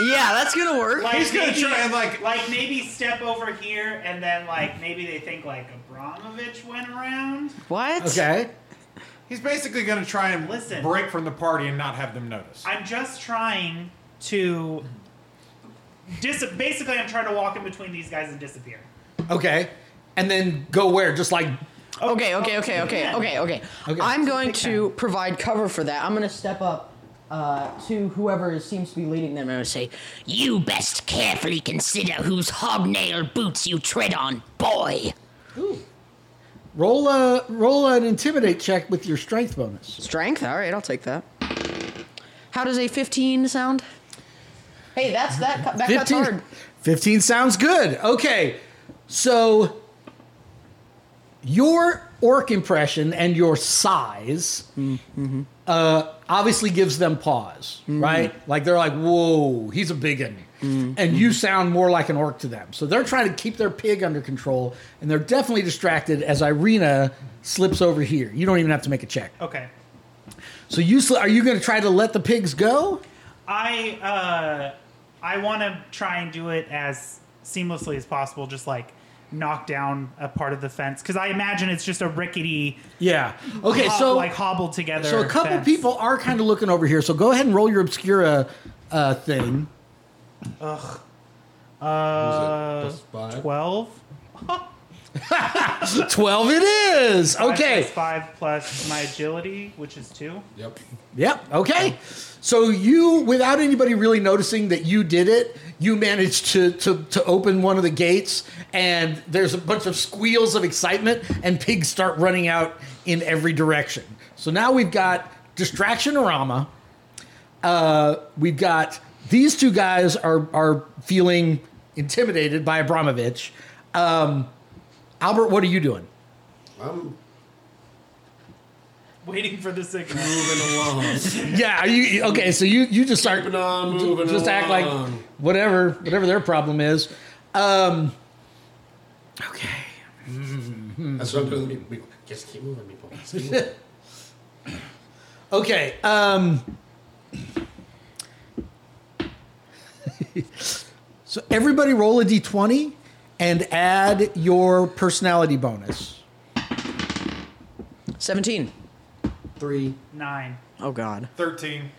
Speaker 5: Yeah, that's gonna work.
Speaker 4: Like
Speaker 6: He's gonna try and, like-
Speaker 4: like maybe step over here and then like maybe they think like Abramovich went around.
Speaker 5: What?
Speaker 1: Okay.
Speaker 6: He's basically going to try and
Speaker 4: Listen.
Speaker 6: break from the party and not have them notice.
Speaker 4: I'm just trying to dis- basically I'm trying to walk in between these guys and disappear.
Speaker 1: Okay. And then go where? Just like
Speaker 5: Okay, okay, okay, okay,
Speaker 4: Yeah.
Speaker 5: okay, okay.
Speaker 1: Okay.
Speaker 5: I'm going to provide cover for that. I'm going to step up uh, to whoever seems to be leading them. I'm going to say,
Speaker 7: You best carefully consider whose hobnail boots you tread on, boy.
Speaker 1: Roll a roll an intimidate check with your strength bonus.
Speaker 5: Strength? All right, I'll take that. How does a 15 sound? Hey, that's that. That cuts hard.
Speaker 1: 15 sounds good. Okay. So your orc impression and your size uh, obviously gives them pause, right? Like they're like, whoa, he's a big un. And you sound more like an orc to them. So they're trying to keep their pig under control, and they're definitely distracted as Irina slips over here. You don't even have to make a check.
Speaker 4: Okay.
Speaker 1: So you sli- are you going to try to let the pigs go?
Speaker 4: I uh, I want to try and do it as seamlessly as possible. Just like knock down a part of the fence because I imagine it's just a rickety,
Speaker 1: Yeah. Okay.
Speaker 4: hob-
Speaker 1: So
Speaker 4: like hobbled together.
Speaker 1: so a couple
Speaker 4: fence.
Speaker 1: people are kind of looking over here. So go ahead and roll your obscura uh, thing.
Speaker 4: Uh,
Speaker 2: Plus five?
Speaker 4: Twelve.
Speaker 1: Twelve it is.
Speaker 4: Five
Speaker 1: Okay.
Speaker 4: plus five plus my agility, which is two.
Speaker 2: Yep.
Speaker 1: Yep. Okay. So you, without anybody really noticing that you did it, you managed to to to open one of the gates, and there's a bunch of squeals of excitement, and pigs start running out in every direction. So now we've got distraction-orama. Uh, we've got these two guys are are feeling intimidated by Abramovich. Um, Albert, what are you doing?
Speaker 2: I'm
Speaker 4: Waiting for the signal.
Speaker 2: moving along.
Speaker 1: Yeah, are you okay? So you you just start
Speaker 2: Moving on, moving
Speaker 1: just act like
Speaker 2: along.
Speaker 1: whatever whatever their problem is. Um, okay,
Speaker 2: That's what I'm doing. with people. Just keep moving, people. Just keep moving.
Speaker 1: okay. Um, (laughs) so everybody roll a d twenty and add your personality bonus.
Speaker 5: 17.
Speaker 1: Three.
Speaker 4: Nine.
Speaker 5: Oh, God.
Speaker 6: 13.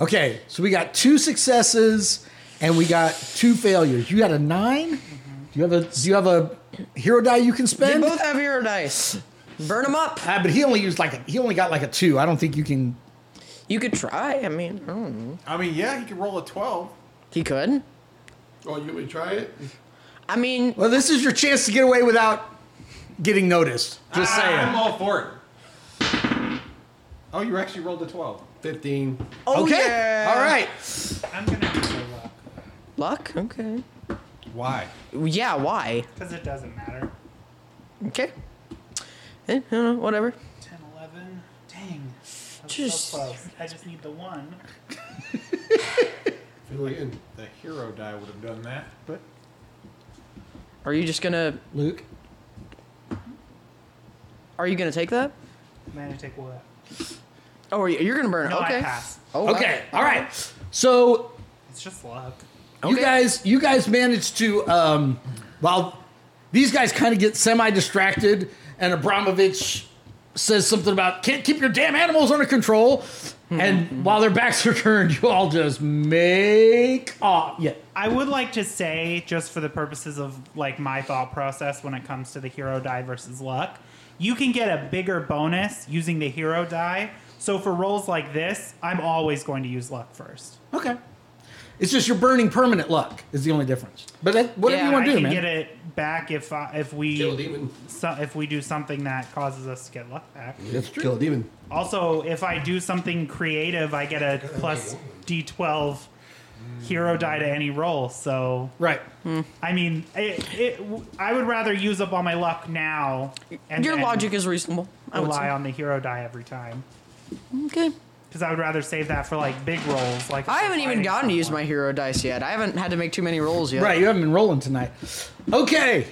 Speaker 1: Okay, so we got two successes and we got two failures. You got a 9 you have a do you have a hero die you can
Speaker 5: They
Speaker 1: spend?
Speaker 5: both have hero dice. Burn them up.
Speaker 1: Ah, but he only used like a, he only got like a two. I don't think you can.
Speaker 5: You could try. I mean, I don't know.
Speaker 6: I mean, yeah, he could roll a 12.
Speaker 5: he could.
Speaker 2: Oh, you want me to try it?
Speaker 5: I mean,
Speaker 1: Well, this is your chance to get away without getting noticed. Just
Speaker 6: Ah,
Speaker 1: saying.
Speaker 6: I'm all for it. Oh, you actually rolled a 12.
Speaker 2: 15.
Speaker 5: oh
Speaker 1: okay.
Speaker 5: yeah.
Speaker 1: All right.
Speaker 4: I'm gonna have to go luck
Speaker 5: Luck. Okay.
Speaker 6: Why?
Speaker 5: Yeah. Why?
Speaker 4: because it doesn't matter.
Speaker 5: Okay. Eh, I don't know, whatever.
Speaker 4: 10, 11. Dang. That was
Speaker 5: Just-
Speaker 4: so close. I just need the one.
Speaker 2: Fill it in.
Speaker 6: The hero die would have done that, but
Speaker 5: Are you just gonna?
Speaker 1: Luke.
Speaker 5: Are you gonna take that?
Speaker 4: I'm gonna take what?
Speaker 5: Oh, are you, you're gonna burn it.
Speaker 4: No,
Speaker 5: okay.
Speaker 4: I pass.
Speaker 5: Oh, wow.
Speaker 1: Okay. All right. So
Speaker 4: It's just luck.
Speaker 1: you guys you guys managed to um, while these guys kind of get semi distracted and Abramovich says something about can't keep your damn animals under control and while their backs are turned (laughs) you all just make off yeah
Speaker 4: I would like to say, just for the purposes of like my thought process when it comes to the hero die versus luck, you can get a bigger bonus using the hero die. So for rolls like this, I'm always going to use luck first.
Speaker 1: okay it's just you're burning permanent luck is the only difference but that, whatever
Speaker 5: Yeah,
Speaker 1: you want
Speaker 4: I
Speaker 1: to do
Speaker 4: can
Speaker 1: man
Speaker 4: get it back if I, if
Speaker 2: Kill a
Speaker 4: we
Speaker 2: demon.
Speaker 4: so, if we do something that causes us to get luck back.
Speaker 2: Kill a demon.
Speaker 4: Also, if I do something creative, I get a plus d12 hero die to any roll. So
Speaker 1: right
Speaker 4: I mean, it, it, w- I would rather use up all my luck now. And
Speaker 5: Your
Speaker 4: then
Speaker 5: logic is reasonable. I would
Speaker 4: rely
Speaker 5: say.
Speaker 4: on the hero die every time
Speaker 5: Okay.
Speaker 4: because I would rather save that for like big rolls. Like
Speaker 5: I haven't even gotten to use my hero dice yet. I haven't had to make too many rolls yet.
Speaker 1: right you haven't been rolling tonight okay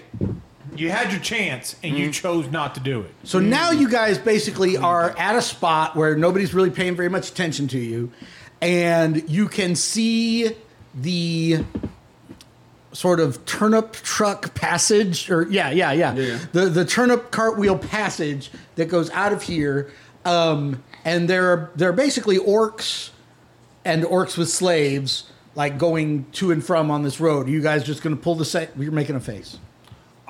Speaker 6: you had your chance and
Speaker 1: Mm-hmm.
Speaker 6: you chose not to do it.
Speaker 1: So now you guys basically are at a spot where nobody's really paying very much attention to you, and you can see the sort of turnip truck passage, or yeah, yeah, yeah,
Speaker 2: Yeah.
Speaker 1: the the turnip cartwheel passage that goes out of here, um, and there are there are basically orcs and orcs with slaves like going to and from on this road. Are you guys just going to pull the set? You're making a face.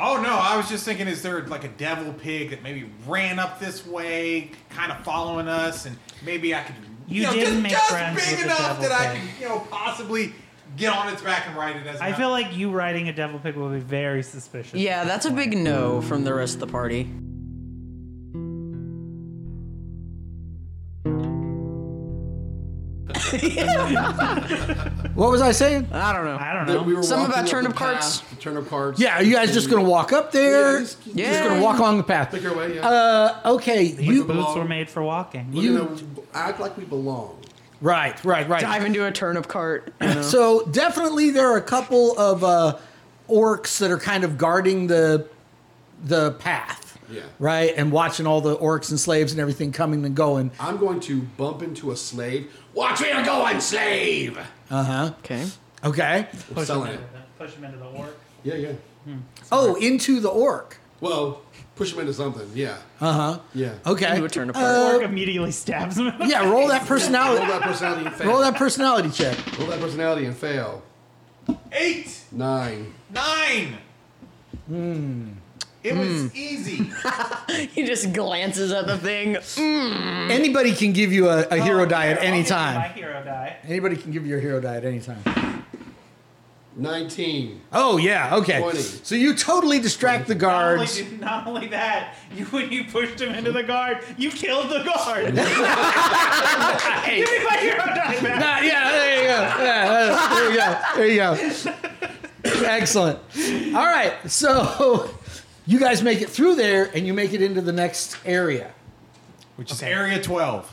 Speaker 6: Oh no, I was just thinking, is there like a devil pig that maybe ran up this way, kind of following us, and maybe I could,
Speaker 4: You
Speaker 6: know,
Speaker 4: didn't
Speaker 6: just,
Speaker 4: make
Speaker 6: just
Speaker 4: friends
Speaker 6: big
Speaker 4: with the
Speaker 6: enough
Speaker 4: devil
Speaker 6: that I
Speaker 4: pig.
Speaker 6: can, you know, possibly get on its back and ride it as.
Speaker 4: I feel like you riding a devil pig will be very suspicious.
Speaker 5: Yeah, that's a big no from the rest of the party.
Speaker 1: What was I saying?
Speaker 5: I don't know.
Speaker 4: I don't
Speaker 2: That
Speaker 4: know.
Speaker 2: we were
Speaker 5: Some
Speaker 2: walking
Speaker 5: about
Speaker 2: up
Speaker 5: turnip
Speaker 2: the path,
Speaker 5: carts?
Speaker 2: the Turnip carts.
Speaker 1: Yeah, are you guys just gonna walk up there?
Speaker 2: Yeah, just-
Speaker 1: just,
Speaker 5: Yeah.
Speaker 1: gonna walk along the path.
Speaker 2: Pick your way, yeah.
Speaker 1: Uh, okay,
Speaker 4: Your
Speaker 1: you.
Speaker 4: boots were made for walking.
Speaker 2: We're gonna act like we belong.
Speaker 1: Right, right, right.
Speaker 5: Dive into a turnip cart. (clears throat)
Speaker 1: So definitely, there are a couple of uh, orcs that are kind of guarding the the path.
Speaker 2: Yeah.
Speaker 1: Right, and watching all the orcs and slaves and everything coming and going.
Speaker 2: I'm going to bump into a slave. Watch where you're going, slave!
Speaker 5: Okay.
Speaker 1: Okay.
Speaker 4: Push him,
Speaker 2: Selling
Speaker 4: into
Speaker 2: it.
Speaker 4: the, push him into the orc.
Speaker 2: Yeah, yeah.
Speaker 1: Oh, into the orc.
Speaker 2: Well, push him into something, yeah. Uh huh. Yeah.
Speaker 1: Uh-huh. Okay.
Speaker 5: Into a turnip
Speaker 1: Uh,
Speaker 4: Orc immediately stabs him.
Speaker 1: yeah, roll that
Speaker 2: Roll
Speaker 1: personality.
Speaker 2: that personality and fail.
Speaker 1: roll that personality check.
Speaker 2: Roll that personality and fail.
Speaker 6: eight,
Speaker 2: Nine.
Speaker 6: nine.
Speaker 4: Hmm.
Speaker 6: It
Speaker 1: Hmm.
Speaker 6: was
Speaker 1: (laughs)
Speaker 6: easy.
Speaker 5: He just glances at the thing.
Speaker 1: Anybody can give you a, a
Speaker 2: Oh,
Speaker 1: hero die
Speaker 4: (laughs)
Speaker 1: at
Speaker 4: Here, I'll
Speaker 1: any
Speaker 4: give you My
Speaker 1: time.
Speaker 4: hero die.
Speaker 1: Anybody can give you a hero die at any time.
Speaker 2: Nineteen.
Speaker 1: Oh yeah, okay.
Speaker 2: 20.
Speaker 1: So you totally distract the
Speaker 4: Not only,
Speaker 1: guards.
Speaker 4: did, not only that, you when you pushed him into the guard, you killed the guard.
Speaker 1: (laughs)
Speaker 4: Give me my hero die back.
Speaker 1: Ah, yeah, there you go. Yeah, there you go. There you go. Excellent. All right, so you guys make it through there, and you make it into the next area.
Speaker 6: Which is area twelve.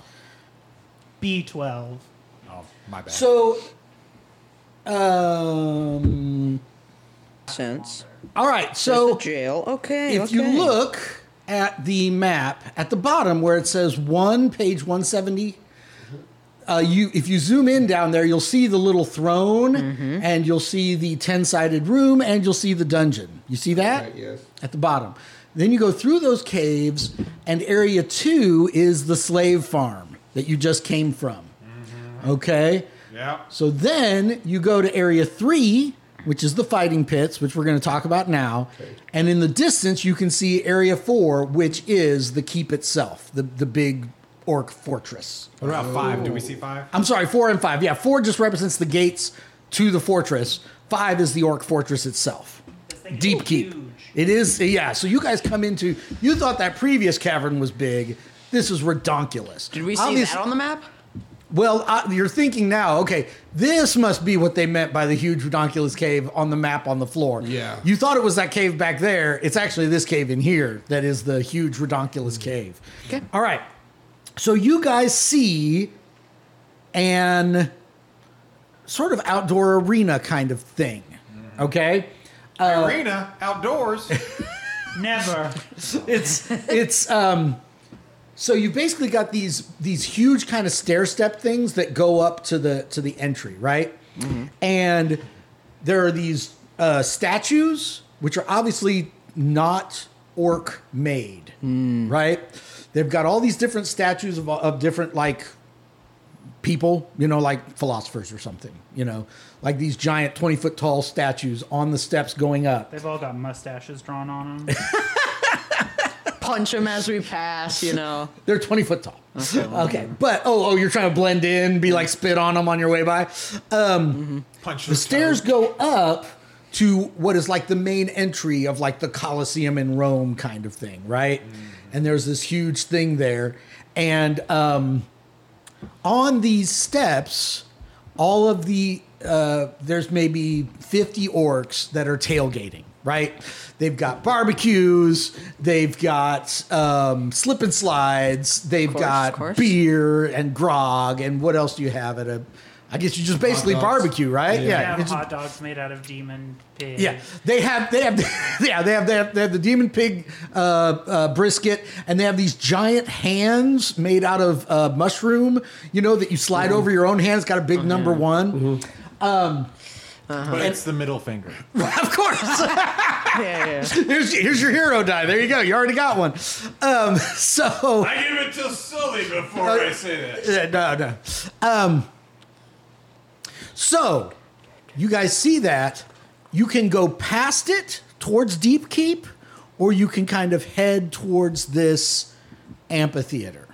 Speaker 6: Oh
Speaker 4: B12.
Speaker 6: my bad.
Speaker 1: So, um,
Speaker 5: Sense.
Speaker 1: all right. So
Speaker 5: Jail. Okay.
Speaker 1: if
Speaker 5: okay.
Speaker 1: you look at the map at the bottom where it says one page 170 uh, you if you zoom in down there you'll see the little throne
Speaker 5: Mm-hmm.
Speaker 1: and you'll see the 10-sided room and you'll see the dungeon you see that
Speaker 2: Right, yes.
Speaker 1: at the bottom then you go through those caves and area two is the slave farm that you just came from okay
Speaker 6: yeah.
Speaker 1: so then you go to area three, which is the fighting pits, which we're going to talk about now. And in the distance, you can see Area 4, which is the keep itself, the, the big orc fortress.
Speaker 6: What about five? Do we see five?
Speaker 1: I'm sorry, 4 and 5. Yeah, 4 just represents the gates to the fortress, 5 is the orc fortress itself.
Speaker 4: thing is
Speaker 1: Deep keep.
Speaker 4: huge.
Speaker 1: It is, yeah. So you guys come into, you thought that previous cavern was big. This is redonkulous.
Speaker 5: Did we see that on the map?
Speaker 1: Well, uh, you're thinking now, okay, this must be what they meant by the huge redonkulous cave on the map on the floor.
Speaker 2: Yeah.
Speaker 1: You thought it was that cave back there. It's actually this cave in here that is the huge redonkulous cave.
Speaker 5: Okay.
Speaker 1: All right. So you guys see an sort of outdoor arena kind of thing. Okay? Uh,
Speaker 6: Arena
Speaker 1: (laughs)
Speaker 6: outdoors.
Speaker 4: Never.
Speaker 1: it's it's um so you basically got these these huge kind of stair step things that go up to the to the entry right and there are these uh, statues which are obviously not orc made right they've got all these different statues of, of different like people, you know, like philosophers or something, you know, like these giant 20 foot tall statues on the steps going up.
Speaker 4: They've all got mustaches drawn on them.
Speaker 5: Punch him as we pass, you know.
Speaker 1: They're 20 foot tall. (laughs) Okay. But, oh, oh, you're trying to blend in, be like spit on them on your way by.
Speaker 6: Punch
Speaker 1: The stairs go up to what is like the main entry of like the Colosseum in Rome kind of thing, right? And there's this huge thing there. And um, on these steps, all of the, uh, there's maybe 50 orcs that are tailgating, right? They've got barbecues, they've got um, slip and slides, they've
Speaker 5: course, of
Speaker 1: got
Speaker 5: course.
Speaker 1: beer and grog, and what else do you have at a, I guess you just basically
Speaker 2: dogs.
Speaker 1: barbecue, right?
Speaker 4: They
Speaker 1: Yeah,
Speaker 4: have
Speaker 1: it's-
Speaker 4: hot dogs made out of demon pig.
Speaker 1: yeah, they have they have (laughs) yeah they have they have, they have the demon pig uh, uh, brisket, and they have these giant hands made out of uh, mushroom. You know that you slide over your own hands. Got a big number one,
Speaker 6: But it's the middle finger.
Speaker 1: of course.
Speaker 5: Yeah, (laughs) yeah.
Speaker 1: here's here's your hero die. There you go. You already got one. Um, (laughs) so
Speaker 6: I give it to Sully before I say that.
Speaker 1: Yeah, no no. Um, so you guys see that you can go past it towards Deep Keep, or you can kind of head towards this amphitheater.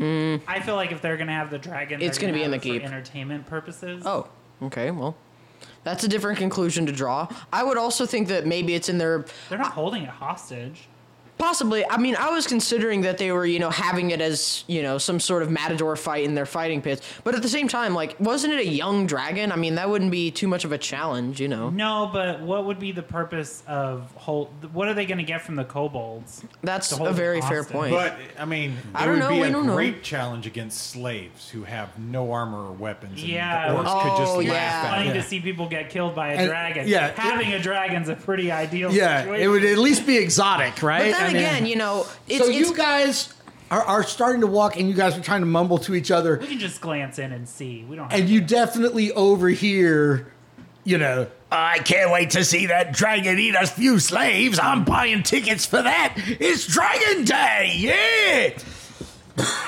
Speaker 4: I feel like if they're gonna have the dragon,
Speaker 5: It's
Speaker 4: they're
Speaker 5: gonna be
Speaker 4: have
Speaker 5: in the
Speaker 4: it for
Speaker 5: keep.
Speaker 4: entertainment purposes.
Speaker 5: Oh, okay. Well, that's a different conclusion to draw. I would also think that maybe it's in their
Speaker 4: they're not holding it hostage.
Speaker 5: Possibly. I mean, I was considering that they were, you know, having it as, you know, some sort of matador fight in their fighting pits. But at the same time, like, wasn't it a young dragon? I mean, that wouldn't be too much of a challenge, you know?
Speaker 4: No, but what would be the purpose of hold? What are they gonna get from the kobolds?
Speaker 5: That's
Speaker 4: To
Speaker 5: a
Speaker 4: hold
Speaker 5: very fair
Speaker 4: hostage.
Speaker 5: point.
Speaker 6: But I mean, it
Speaker 5: I
Speaker 6: would
Speaker 5: don't know,
Speaker 6: be
Speaker 5: we
Speaker 6: a
Speaker 5: don't know.
Speaker 6: great challenge against slaves who have no armor or weapons. and
Speaker 4: Yeah.
Speaker 6: the orcs could just
Speaker 5: Oh,
Speaker 6: laugh
Speaker 5: yeah.
Speaker 6: at
Speaker 4: Wanting
Speaker 6: it.
Speaker 4: to see people get killed by a
Speaker 1: And-
Speaker 4: dragon.
Speaker 1: yeah,
Speaker 4: having a dragon's a pretty ideal.
Speaker 1: Yeah,
Speaker 4: situation.
Speaker 1: it would at least be exotic, right?
Speaker 5: but then
Speaker 1: I mean-
Speaker 5: again, you know, it's.
Speaker 1: so
Speaker 5: it's
Speaker 1: you guys are, are starting to walk, and you guys are trying to mumble to each other,
Speaker 4: We can just glance in and see. We don't. Have
Speaker 1: and you definitely overhear, you know,
Speaker 8: I can't wait to see that dragon eat a few slaves. I'm buying tickets for that. It's Dragon Day. Yeah.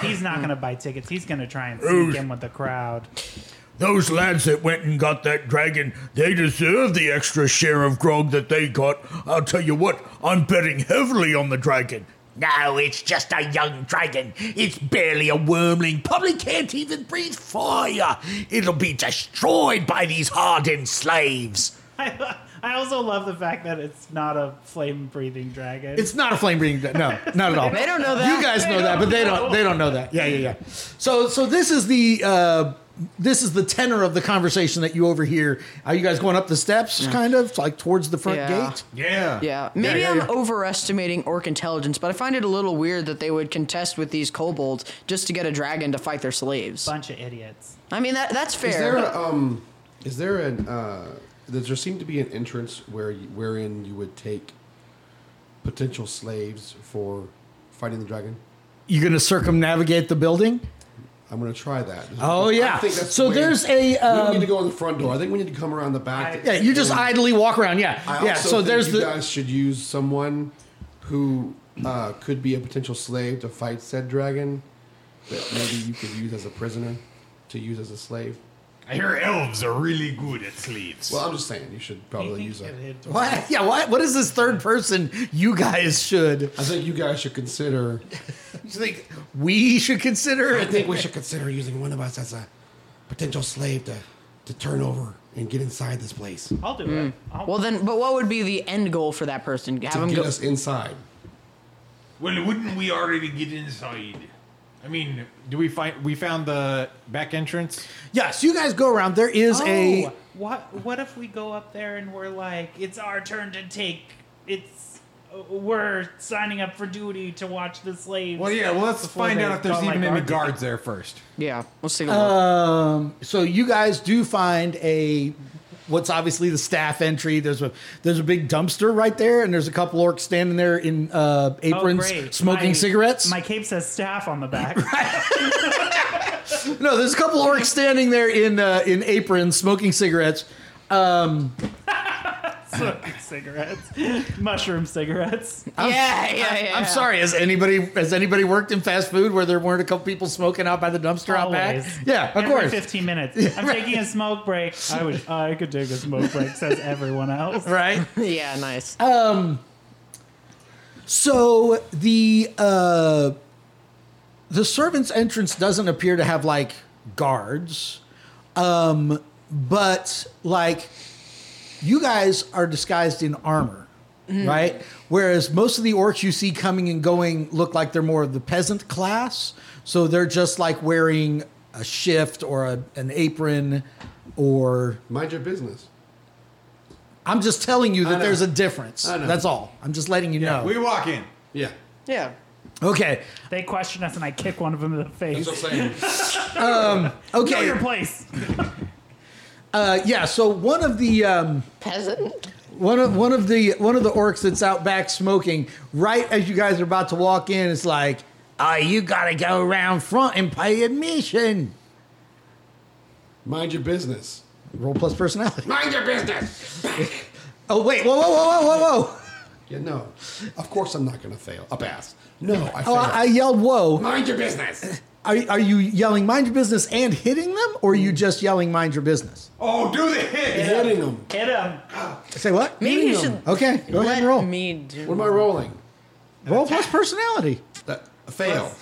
Speaker 4: he's not gonna buy tickets. He's gonna try and sneak in with the crowd. (laughs)
Speaker 8: Those lads that went and got that dragon, they deserve the extra share of grog that they got. I'll tell you what, I'm betting heavily on the dragon. No, it's just a young dragon. It's barely a wormling, probably can't even breathe fire. It'll be destroyed by these hardened slaves.
Speaker 4: I, I also love the fact that it's not a flame breathing dragon.
Speaker 1: it's not a flame breathing. dra- No, not at all.
Speaker 5: They don't know that.
Speaker 1: You guys know that, but they don't. They don't know that. Yeah, yeah, yeah. So, so this is the. Uh, this is the tenor of the conversation that you overhear. Are you guys going up the steps, kind of like towards the front
Speaker 5: Yeah.
Speaker 1: gate?
Speaker 6: Yeah.
Speaker 5: yeah. Maybe
Speaker 1: yeah,
Speaker 5: I'm
Speaker 1: yeah.
Speaker 5: overestimating orc intelligence, but I find it a little weird that they would contest with these kobolds just to get a dragon to fight their slaves.
Speaker 4: bunch of idiots.
Speaker 5: I mean, that that's fair.
Speaker 2: Is there a, um? Is there an uh? Does there seem to be an entrance where you, wherein you would take potential slaves for fighting the dragon?
Speaker 1: You're going to circumnavigate the building.
Speaker 2: I'm going to try that.
Speaker 1: Oh, yeah.
Speaker 2: I think that's
Speaker 1: So
Speaker 2: the way-
Speaker 1: there's a,
Speaker 2: We don't
Speaker 1: um,
Speaker 2: need to go in the front door. I think we need to come around the back.
Speaker 1: Yeah, you just idly walk around. Yeah,
Speaker 2: I
Speaker 1: yeah.
Speaker 2: also
Speaker 1: So
Speaker 2: think
Speaker 1: there's
Speaker 2: you
Speaker 1: the
Speaker 2: guys should use someone who uh, could be a potential slave to fight said dragon. That maybe you could use as a prisoner to use as a slave.
Speaker 6: I hear elves are really good at sleeves.
Speaker 2: Well, I'm just saying, you should probably use that.
Speaker 1: What? Yeah. What? What is this third person? You guys should.
Speaker 2: I think you guys should consider.
Speaker 1: You think we should consider?
Speaker 2: I think we should consider using one of us as a potential slave to, to turn over and get inside this place.
Speaker 4: I'll do it. I'll,
Speaker 5: Hmm. Well, then, but what would be the end goal for that person? Have
Speaker 2: To
Speaker 5: him
Speaker 2: get
Speaker 5: go.
Speaker 2: us inside.
Speaker 6: well, wouldn't we already get inside? I mean, do we find we found the back entrance?
Speaker 1: Yes. You guys go around. There is a.
Speaker 4: Oh, what? What if we go up there and we're like, it's our turn to take. It's we're signing up for duty to watch the slaves.
Speaker 6: Well, yeah. Well, let's
Speaker 4: before
Speaker 6: find
Speaker 4: they
Speaker 6: out if there's
Speaker 4: got, like,
Speaker 6: even any
Speaker 4: our-
Speaker 6: guards there first.
Speaker 5: Yeah, let's take a look.
Speaker 1: Um. So you guys do find a. What's obviously the staff entry. There's a there's a big dumpster right there, and there's a couple orcs standing there in uh,
Speaker 4: Oh,
Speaker 1: aprons,
Speaker 4: great.
Speaker 1: smoking
Speaker 4: My-
Speaker 1: cigarettes.
Speaker 4: My cape says staff on
Speaker 1: (laughs)
Speaker 4: the back.
Speaker 1: No, there's a couple orcs standing there in uh, in aprons, smoking cigarettes. Um,
Speaker 4: (laughs) Smoking cigarettes, mushroom cigarettes.
Speaker 5: yeah, yeah, yeah.
Speaker 1: I'm sorry. Has anybody has anybody worked in fast food where there weren't a couple people smoking out by the dumpster out back?
Speaker 4: Always.
Speaker 1: Yeah, of
Speaker 4: Every
Speaker 1: course.
Speaker 4: Fifteen minutes.
Speaker 1: (laughs)
Speaker 4: I'm taking a smoke break. I wish I could take a smoke break. Says everyone else.
Speaker 1: Right.
Speaker 5: Yeah, nice.
Speaker 1: So the uh, the servants' entrance doesn't appear to have like guards, um, but like you guys are disguised in armor, right? Whereas most of the orcs you see coming and going look like they're more of the peasant class, so they're just like wearing a shift or a, an apron, or
Speaker 2: Mind your business.
Speaker 1: I'm just telling you
Speaker 2: I
Speaker 1: that
Speaker 2: know.
Speaker 1: there's a difference.
Speaker 2: I know.
Speaker 1: That's all. I'm just letting you know.
Speaker 6: We walk in.
Speaker 2: Yeah.
Speaker 5: yeah.
Speaker 1: okay.
Speaker 4: They question us, and I kick one of them in the face.
Speaker 2: That's what I'm saying.
Speaker 1: Okay.
Speaker 4: Know your place.
Speaker 1: Uh, yeah. So one of the um,
Speaker 5: Peasant.
Speaker 1: one of one of the one of the orcs that's out back smoking right as you guys are about to walk in is like, "Oh, you gotta go around front and pay admission."
Speaker 2: Mind
Speaker 1: (laughs)
Speaker 2: your business.
Speaker 1: Roll plus personality.
Speaker 2: Mind your business.
Speaker 1: Oh wait! Whoa! Whoa! Whoa! Whoa! Whoa! Whoa!
Speaker 2: Yeah, no. Of course I'm not going to fail. Up ass. No, I
Speaker 1: Oh,
Speaker 2: failed.
Speaker 1: I, I yelled, "Whoa!"
Speaker 2: Mind your business.
Speaker 1: Are, are you yelling "mind your business" and hitting them, or are you just yelling "mind your business"?
Speaker 6: Oh, do the hit.
Speaker 2: Hitting them.
Speaker 4: Hit him.
Speaker 1: Say what?
Speaker 5: Maybe you should
Speaker 1: Okay, go ahead
Speaker 5: let
Speaker 1: and roll.
Speaker 5: me do.
Speaker 2: What am I rolling?
Speaker 1: Roll plus personality.
Speaker 2: That, a fail.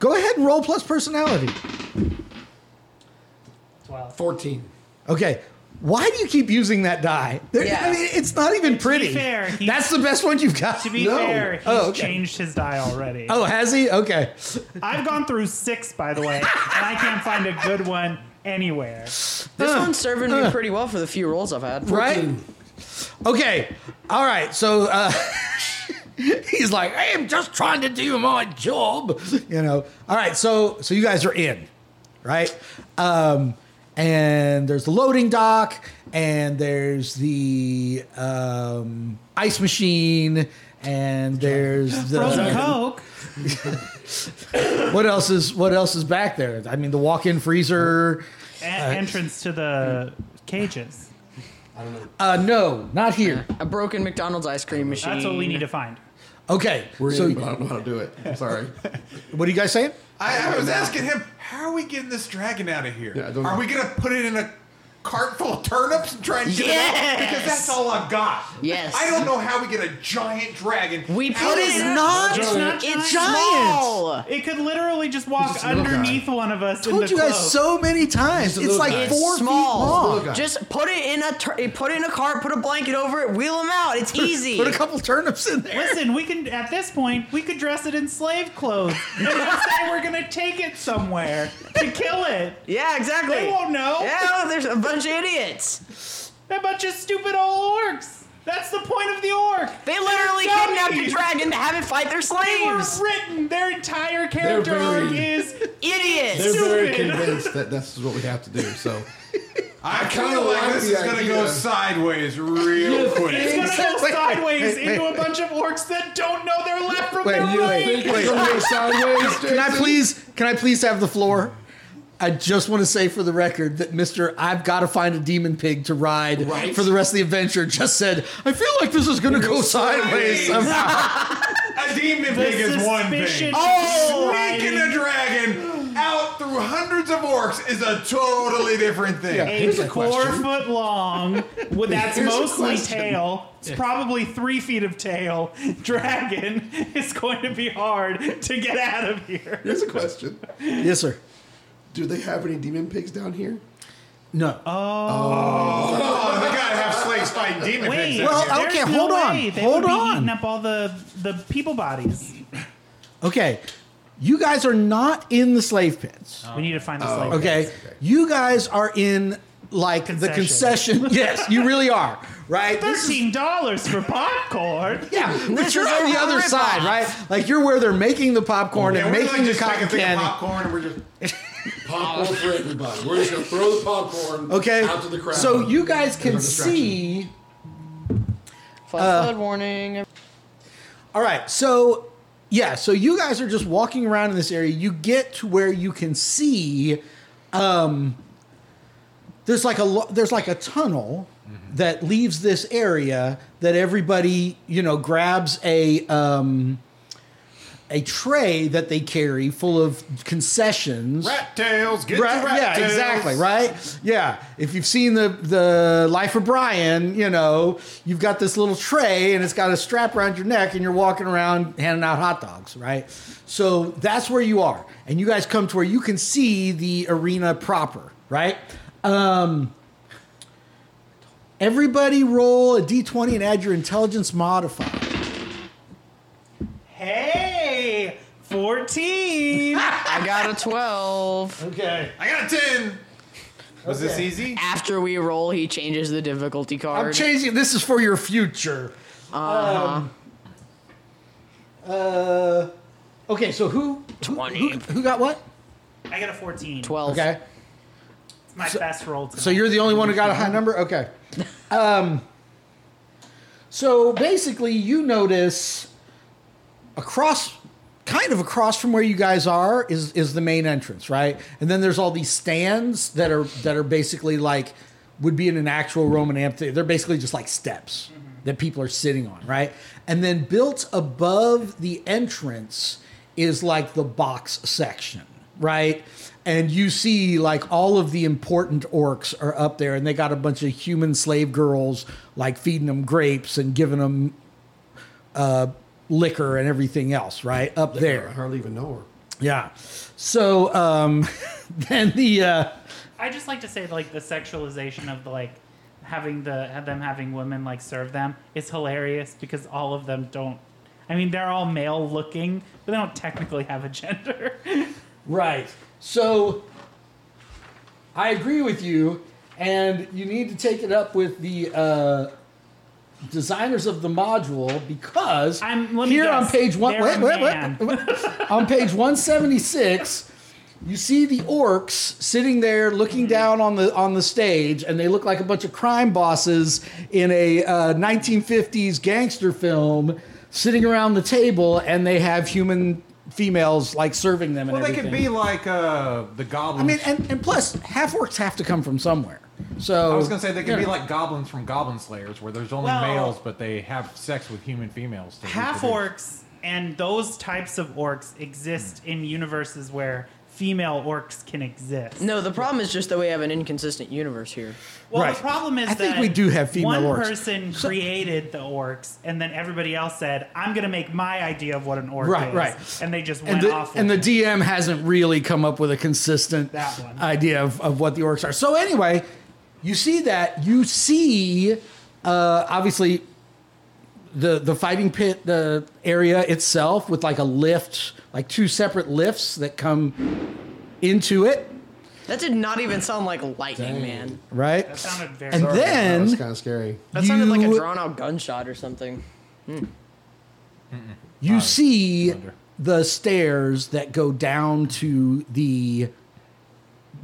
Speaker 1: Go ahead and roll plus personality.
Speaker 2: 14.
Speaker 1: Okay. Why do you keep using that die? There-
Speaker 5: Yeah.
Speaker 1: I mean, it's not even pretty.
Speaker 4: fair, he-
Speaker 1: That's the best one you've got.
Speaker 4: To be
Speaker 2: No.
Speaker 4: fair, he's
Speaker 1: Oh, okay.
Speaker 4: changed his die already.
Speaker 1: oh, has he? Okay.
Speaker 4: I've gone through six, by the way, and I can't find a good one anywhere.
Speaker 5: This one's serving me pretty well for the few rolls I've had.
Speaker 1: Right? Okay. All right. So uh, (laughs) he's like, I am just trying to do my job. You know. All right. So so you guys are in, right? Um, and there's the loading dock, and there's the um, ice machine, and there's the
Speaker 4: Frozen Coke.
Speaker 1: what else is what else is back there? I mean, the walk-in freezer.
Speaker 4: E- entrance to the cages.
Speaker 1: Uh, no, not here.
Speaker 5: A broken McDonald's ice cream machine.
Speaker 4: That's what we need to find.
Speaker 1: Okay.
Speaker 2: We're
Speaker 1: so,
Speaker 2: in, but I don't know how to do it. I'm
Speaker 1: (laughs)
Speaker 2: sorry.
Speaker 1: what are you guys saying?
Speaker 6: I, I was asking him, how are we getting this dragon out of here?
Speaker 2: Yeah, I
Speaker 6: are
Speaker 2: don't know.
Speaker 6: we gonna put it in a cart full of turnips and try and get it out? Because that's all I've got.
Speaker 5: Yes.
Speaker 6: I don't know how we get a giant dragon.
Speaker 5: We
Speaker 6: out
Speaker 5: put
Speaker 6: of
Speaker 5: it
Speaker 6: here.
Speaker 5: not.
Speaker 4: It's not
Speaker 5: It's
Speaker 4: giant.
Speaker 5: small.
Speaker 4: It could literally just walk
Speaker 2: just a little guy.
Speaker 4: underneath one of us. in
Speaker 1: told
Speaker 4: the
Speaker 1: you guys
Speaker 4: cloak.
Speaker 1: so many times.
Speaker 2: a
Speaker 1: It's
Speaker 2: little
Speaker 1: like
Speaker 2: guy.
Speaker 5: It's
Speaker 1: four feet long.
Speaker 5: small.
Speaker 2: long.
Speaker 5: Just put it in a tur- put it in a cart. Put a blanket over it. Wheel them out. It's easy.
Speaker 1: Put a couple turnips in there.
Speaker 4: Listen, we can at this point we could dress it in slave clothes and we'll say we're gonna take it somewhere to kill it.
Speaker 5: yeah, exactly.
Speaker 4: They won't know.
Speaker 5: Yeah, oh, there's a bunch of idiots.
Speaker 4: A bunch of stupid old orcs. That's the point of the orc.
Speaker 5: They literally
Speaker 4: They're
Speaker 5: kidnapped a
Speaker 4: dummies.
Speaker 5: dragon to have it fight their
Speaker 4: They were
Speaker 5: slaves.
Speaker 4: written. Their entire character
Speaker 2: very-
Speaker 4: arc is
Speaker 2: They're
Speaker 5: Idiots.
Speaker 2: very
Speaker 4: Stupid.
Speaker 2: convinced that this is what we have to do. So
Speaker 6: I kind
Speaker 2: kinda
Speaker 6: of like,
Speaker 2: like
Speaker 6: this
Speaker 2: the
Speaker 6: is gonna
Speaker 2: idea.
Speaker 6: go sideways real
Speaker 4: it's
Speaker 6: quick.
Speaker 4: gonna go sideways into a bunch of orcs that don't know their left from their
Speaker 1: Wait,
Speaker 4: right.
Speaker 2: think it's gonna go sideways,
Speaker 1: (laughs) Can I
Speaker 2: Jason?
Speaker 1: please? Can I please have the floor? I just want to say for the record that Mister, I've got to find a demon pig to ride
Speaker 2: Right.
Speaker 1: for the rest of the adventure. Just said, I feel like this is going to go sideways.
Speaker 6: sideways.
Speaker 1: somehow."
Speaker 6: (laughs) A demon
Speaker 4: The
Speaker 6: pig is one
Speaker 4: suspicion
Speaker 6: thing.
Speaker 4: is
Speaker 6: Sneaking
Speaker 4: riding.
Speaker 6: a dragon out through
Speaker 3: hundreds
Speaker 6: hundreds
Speaker 3: of orcs is a totally different thing.
Speaker 4: a
Speaker 2: Here's a
Speaker 4: four
Speaker 2: question.
Speaker 4: foot long,
Speaker 1: (laughs)
Speaker 4: with that's
Speaker 2: Here's a
Speaker 4: mostly
Speaker 2: question.
Speaker 4: tail. It's probably three feet of tail. (laughs) Dragon is going to be hard to get out of here.
Speaker 2: Here's a question:
Speaker 1: Yes, sir.
Speaker 2: Do they have any demon pigs down here?
Speaker 1: No.
Speaker 3: Oh, they gotta have slaves fighting demon pigs.
Speaker 4: Wait,
Speaker 1: Well,
Speaker 4: there's
Speaker 1: okay,
Speaker 4: no
Speaker 1: hold on,
Speaker 4: way. They
Speaker 1: hold
Speaker 4: would be
Speaker 1: on.
Speaker 4: eating up all the the people bodies.
Speaker 1: okay. You guys are not in the slave pits.
Speaker 2: Oh,
Speaker 4: We need to find the slave.
Speaker 1: Oh, Okay. You guys are in like the
Speaker 4: Concession.
Speaker 1: concession. (laughs) yes, you really are. Right? This is-
Speaker 4: Thirteen dollars for popcorn.
Speaker 1: yeah, but you're
Speaker 5: is
Speaker 1: on
Speaker 5: a
Speaker 1: the other
Speaker 5: ripoff.
Speaker 1: side, right? Like you're where they're making the popcorn
Speaker 2: Yeah,
Speaker 1: and
Speaker 2: we're
Speaker 1: making
Speaker 2: like
Speaker 1: the
Speaker 2: just
Speaker 1: cotton
Speaker 2: making thick
Speaker 1: candy.
Speaker 2: popcorn, and we're just popcorn (laughs) for everybody. We're just gonna throw the popcorn
Speaker 1: Okay.
Speaker 2: out to the crowd.
Speaker 1: So you guys can
Speaker 2: our distraction.
Speaker 1: see.
Speaker 5: Flash flood warning.
Speaker 1: All right. So yeah, so you guys are just walking around in this area. You get to where you can see um there's like a lo- there's like a tunnel that leaves this area that everybody, you know, grabs a um a tray that they carry full of concessions.
Speaker 3: Rat tails, get
Speaker 1: Right,
Speaker 3: the rat
Speaker 1: yeah,
Speaker 3: tails.
Speaker 1: exactly. Right. Yeah. If you've seen the the Life of Brian, you know you've got this little tray and it's got a strap around your neck, and you're walking around handing out hot dogs. Right. So that's where you are, and you guys come to where you can see the arena proper. Right. Um, everybody, roll a d20 and add your intelligence modifier.
Speaker 4: Hey,
Speaker 1: (laughs)
Speaker 4: fourteen.
Speaker 5: I got a 12.
Speaker 4: okay.
Speaker 3: I got a ten.
Speaker 6: Was this easy?
Speaker 5: After we roll, he changes the difficulty card.
Speaker 1: I'm changing. This is for your future. Um, uh, okay, so who, who, who, who got what?
Speaker 4: I got a fourteen.
Speaker 5: 12.
Speaker 1: Okay.
Speaker 4: It's my best roll. Tonight.
Speaker 1: So you're the only one who got a high number? Okay. Um, so basically, you notice across, kind of across from where you guys are, is is the main entrance, right? And then there's all these stands that are that are basically like would be in an actual Roman amphitheater. They're basically just like steps that people are sitting on, right? And then built above the entrance is like the box section, right? And you see like all of the important orcs are up there, and they got a bunch of human slave girls like feeding them grapes and giving them uh, liquor and everything else, right? Up
Speaker 2: I
Speaker 1: there.
Speaker 2: hardly even know her.
Speaker 1: Yeah. So um, (laughs) then the. Uh,
Speaker 4: I just like to say like the sexualization of the like having the have them having women like serve them is hilarious because all of them don't. I mean, they're all male looking, but they don't technically have a gender.
Speaker 1: Right. So I agree with you, and you need to take it up with the uh, designers of the module because
Speaker 4: I'm- let me
Speaker 1: here on
Speaker 4: guess,
Speaker 1: page one,
Speaker 4: they're
Speaker 1: wait,
Speaker 4: a
Speaker 1: wait,
Speaker 4: man.
Speaker 1: wait, wait. (laughs) on page one seventy six. You see the orcs sitting there
Speaker 4: Mm-hmm.
Speaker 1: looking down on the on the stage, and they look like a bunch of crime bosses in a uh, 1950s gangster film, sitting around the table, and they have human females like serving them.
Speaker 6: Well,
Speaker 1: and
Speaker 6: they
Speaker 1: everything.
Speaker 6: could be like uh, the goblins.
Speaker 1: I mean, and, and plus, half orcs have to come from somewhere. So
Speaker 6: I was gonna say they could
Speaker 1: you
Speaker 6: be
Speaker 1: know.
Speaker 6: like goblins from Goblin Slayers, where there's only
Speaker 4: Well-
Speaker 6: males, but they have sex with human females. to
Speaker 4: Half
Speaker 6: reproduce.
Speaker 4: orcs and those types of orcs exist
Speaker 1: Hmm.
Speaker 4: in universes where female orcs can exist.
Speaker 5: No, the problem is just that we have an inconsistent universe here.
Speaker 4: Well,
Speaker 1: Right.
Speaker 4: the problem is
Speaker 1: I think
Speaker 4: that
Speaker 1: we do have female
Speaker 4: one
Speaker 1: orcs.
Speaker 4: person created the orcs, and then everybody else said, "I'm going to make my idea of what an orc
Speaker 1: Right,
Speaker 4: is,"
Speaker 1: right.
Speaker 4: and they just
Speaker 1: And
Speaker 4: went
Speaker 1: the,
Speaker 4: off.
Speaker 1: and the
Speaker 4: with it.
Speaker 1: DM hasn't really come up with a consistent
Speaker 4: That one.
Speaker 1: idea of, of what the orcs are. So anyway, you see that you see uh, obviously the the fighting pit the area itself with like a lift, like two separate lifts that come into it,
Speaker 5: That did not even sound like lightning,
Speaker 2: Dang.
Speaker 5: man.
Speaker 1: right?
Speaker 4: that sounded very.
Speaker 1: and
Speaker 2: That was
Speaker 1: then
Speaker 2: kind of scary.
Speaker 5: That sounded like a
Speaker 1: You-
Speaker 5: drawn out gunshot or something.
Speaker 1: You see
Speaker 6: wonder.
Speaker 1: the stairs that go down to the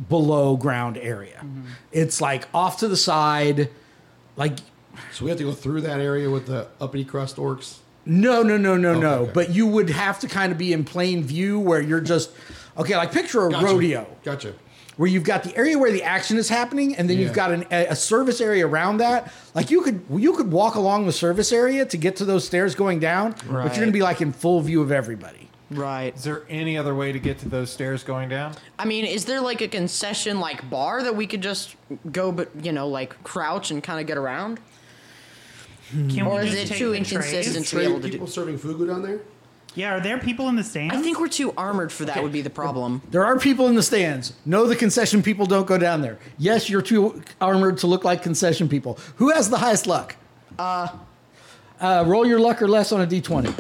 Speaker 1: below ground area. It's like off to the side, like
Speaker 2: So we have to go through that area with the uppity crust orcs.
Speaker 1: no, no, no, no, no.
Speaker 2: okay.
Speaker 1: But you would have to kind of be in plain view where you're just okay. Like picture a
Speaker 2: Gotcha.
Speaker 1: rodeo
Speaker 2: Gotcha.
Speaker 1: where you've got the area where the action is happening, and then you've
Speaker 2: Yeah.
Speaker 1: got an, a, a service area around that. Like you could you could walk along the service area to get to those stairs going down, but
Speaker 5: Right.
Speaker 1: you're gonna be like in full view of everybody.
Speaker 5: Right.
Speaker 6: Is there any other way to get to those stairs going down?
Speaker 5: I mean, is there like a concession like bar that we could just go, but you know, like crouch and kind of get around?
Speaker 4: Can
Speaker 5: Or
Speaker 4: we
Speaker 5: is
Speaker 4: just
Speaker 5: it
Speaker 4: take
Speaker 5: too
Speaker 4: the trays?
Speaker 5: inconsistent? To be able
Speaker 2: Trade
Speaker 5: to do-
Speaker 2: people serving fugu down there?
Speaker 4: Yeah, are there people in the stands?
Speaker 5: I think we're too armored for that. Would be the problem.
Speaker 1: There are people in the stands. No, the concession people don't go down there. Yes, you're too armored to look like concession people. Who has the highest luck? Uh, uh, roll your luck or less on a d20.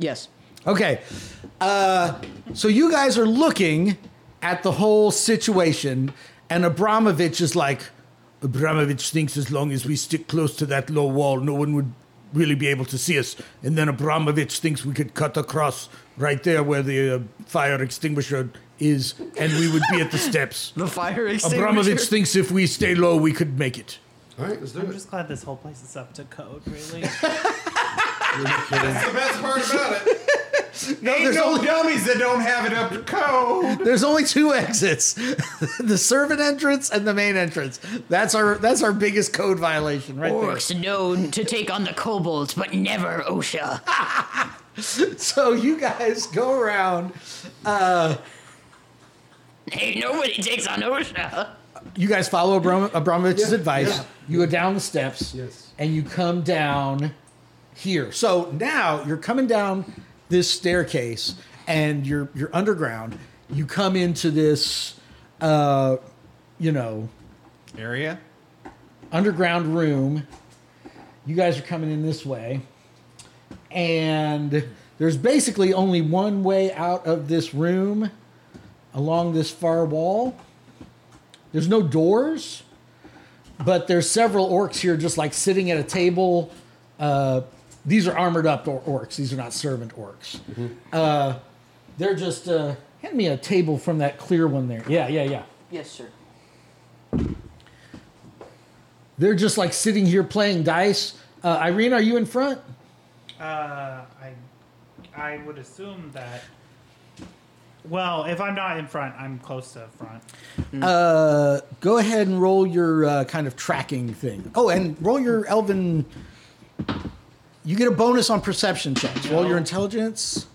Speaker 5: Yes.
Speaker 1: Okay. Uh, so you guys are looking at the whole situation, and Abramovich is like,
Speaker 10: Abramovich thinks as long as we stick close to that low wall, no one would really be able to see us. And then Abramovich thinks we could cut across right there where the uh, fire extinguisher is, and we would be at
Speaker 1: (laughs)
Speaker 10: the steps.
Speaker 5: The fire extinguisher.
Speaker 10: Abramovich thinks if we stay low, we could make it.
Speaker 2: All right, let's do
Speaker 4: I'm
Speaker 2: it.
Speaker 4: just glad this whole place is up to code, really.
Speaker 6: That's the best part about it.
Speaker 1: No,
Speaker 6: Ain't
Speaker 1: there's
Speaker 6: no
Speaker 1: only,
Speaker 6: dummies that don't have it up
Speaker 1: (laughs)
Speaker 6: to code.
Speaker 1: there's only two exits (laughs) the servant entrance and the main entrance. That's our, that's our biggest code violation right there.
Speaker 7: Orcs known to take on the kobolds, but never OSHA. (laughs)
Speaker 1: So you guys go around.
Speaker 7: Hey, nobody takes on OSHA.
Speaker 1: You guys follow Abram- Abramovich's
Speaker 2: Yeah,
Speaker 1: advice.
Speaker 2: yeah.
Speaker 1: You go down the steps,
Speaker 2: Yes.
Speaker 1: and you come down here. So now you're coming down this staircase, and you're you're underground. You come into this, uh, you know,
Speaker 6: Area?
Speaker 1: underground room. You guys are coming in this way. And there's basically only one way out of this room along this far wall. There's no doors, but there's several orcs here just like sitting at a table. Uh, these are armored up or- orcs, these are not servant orcs. Uh, they're just, uh, hand me a table from that clear one there. Yeah, yeah, yeah.
Speaker 5: Yes, sir.
Speaker 1: They're just like sitting here playing dice. Uh, Irene, are you in front?
Speaker 4: Uh, I, I would assume that. Well, if I'm not in front, I'm close to front.
Speaker 1: Uh, go ahead and roll your uh, kind of tracking thing. Oh, and roll your elven. You get a bonus on perception checks. Roll your intelligence.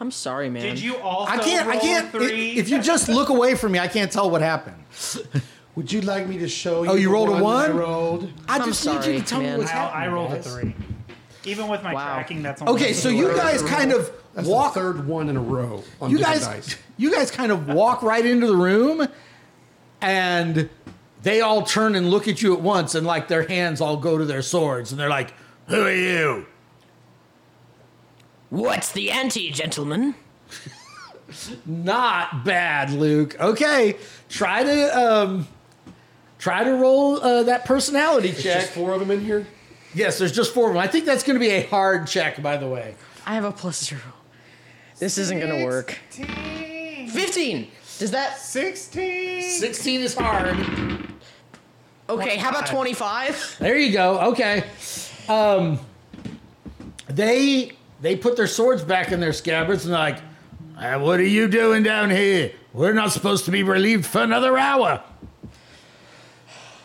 Speaker 5: I'm sorry, man.
Speaker 4: Did you also?
Speaker 1: I can't. I
Speaker 4: roll
Speaker 1: can't. i-
Speaker 4: Three?
Speaker 1: If you just look away from me, I can't tell what happened.
Speaker 2: Would you like me to show you?
Speaker 1: Oh, you
Speaker 2: the
Speaker 1: rolled a
Speaker 2: I
Speaker 1: one?
Speaker 2: rolled.
Speaker 1: I
Speaker 5: I'm
Speaker 1: just need you
Speaker 5: sorry,
Speaker 1: to tell
Speaker 5: man.
Speaker 1: me what's
Speaker 4: I'll-
Speaker 1: happening.
Speaker 4: I rolled a
Speaker 1: guys.
Speaker 4: three. Even with my
Speaker 5: Wow.
Speaker 4: tracking, that's only
Speaker 1: Okay, so you guys kind of
Speaker 2: That's
Speaker 1: walk.
Speaker 2: the third one in a row on
Speaker 1: you
Speaker 2: different
Speaker 1: guys, (laughs)
Speaker 2: dice.
Speaker 1: you guys kind of walk right into the room, and they all turn and look at you at once, and like their hands all go to their swords, and they're like, "Who are you?"
Speaker 7: What's the ante, gentlemen?
Speaker 1: Not bad, Luke. Okay, try to um, try to roll uh, that personality
Speaker 2: Just
Speaker 1: check.
Speaker 2: four of them in here.
Speaker 1: yes, there's just four of them. I think that's going to be a hard check, by the way.
Speaker 5: I have a plus zero. This is isn't gonna work. Fifteen. Does that?
Speaker 6: Sixteen.
Speaker 1: Sixteen is hard.
Speaker 5: Okay. How about twenty-five?
Speaker 1: There you go. Okay, um, they they put their swords back in their scabbards and they're like,
Speaker 8: Uh, what are you doing down here? We're not supposed to be relieved for another hour.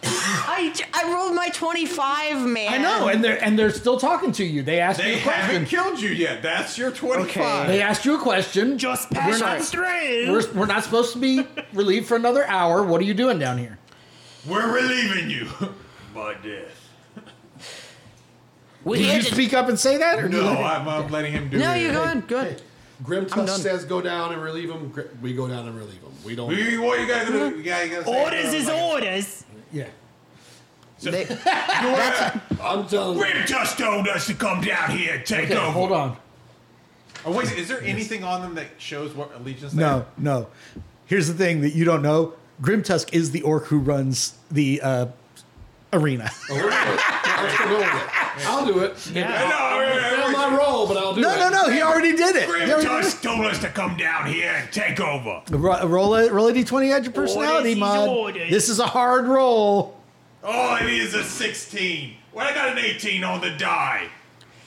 Speaker 5: I, j- I rolled my twenty-five, man.
Speaker 1: I know, and they're and they're still talking to you. They asked
Speaker 6: They
Speaker 1: you a question.
Speaker 6: haven't killed you yet. That's your twenty-five.
Speaker 1: They asked you a question.
Speaker 4: just pass
Speaker 1: We're
Speaker 4: on
Speaker 1: not-
Speaker 4: through.
Speaker 1: We're, we're not supposed to be relieved for another hour. What are you doing down here?
Speaker 6: We're relieving you (laughs) by death.
Speaker 7: We're
Speaker 1: Did
Speaker 7: here
Speaker 1: you
Speaker 7: to
Speaker 1: speak up and say that? Or
Speaker 6: No, I'm, I'm letting him do
Speaker 5: No,
Speaker 6: it.
Speaker 5: you're good. Good.
Speaker 2: Grim Tusk
Speaker 5: done.
Speaker 2: says go down and relieve them. Gr- We go down and relieve them. We don't.
Speaker 6: We, what you guys gonna do? You guys gonna say
Speaker 4: Orders is orders.
Speaker 1: Yeah.
Speaker 5: They-
Speaker 2: I'm telling you.
Speaker 8: (laughs)
Speaker 6: Grim just told us to come down here and take
Speaker 1: Okay, hold on.
Speaker 6: Oh, wait, is there anything on them that shows what allegiance? they
Speaker 1: No,
Speaker 6: have?
Speaker 1: no. Here's the thing that you don't know. Grimtusk is the orc who runs the uh, arena.
Speaker 2: Oh, we're doing it. I'm still doing it. I'll do it.
Speaker 6: No, no,
Speaker 2: I'm
Speaker 6: no,
Speaker 2: not roll, but I'll do
Speaker 1: no,
Speaker 2: it.
Speaker 1: no, no. He already did it. He
Speaker 6: Grim
Speaker 1: already
Speaker 6: just told us to come down here and take over.
Speaker 1: did it. Ro- Roll a roll a d20 at your personality
Speaker 4: Orders is
Speaker 1: mod.
Speaker 4: orders.
Speaker 1: This is a hard roll.
Speaker 6: Oh, it is a 16. Well, I got an 18 on the die.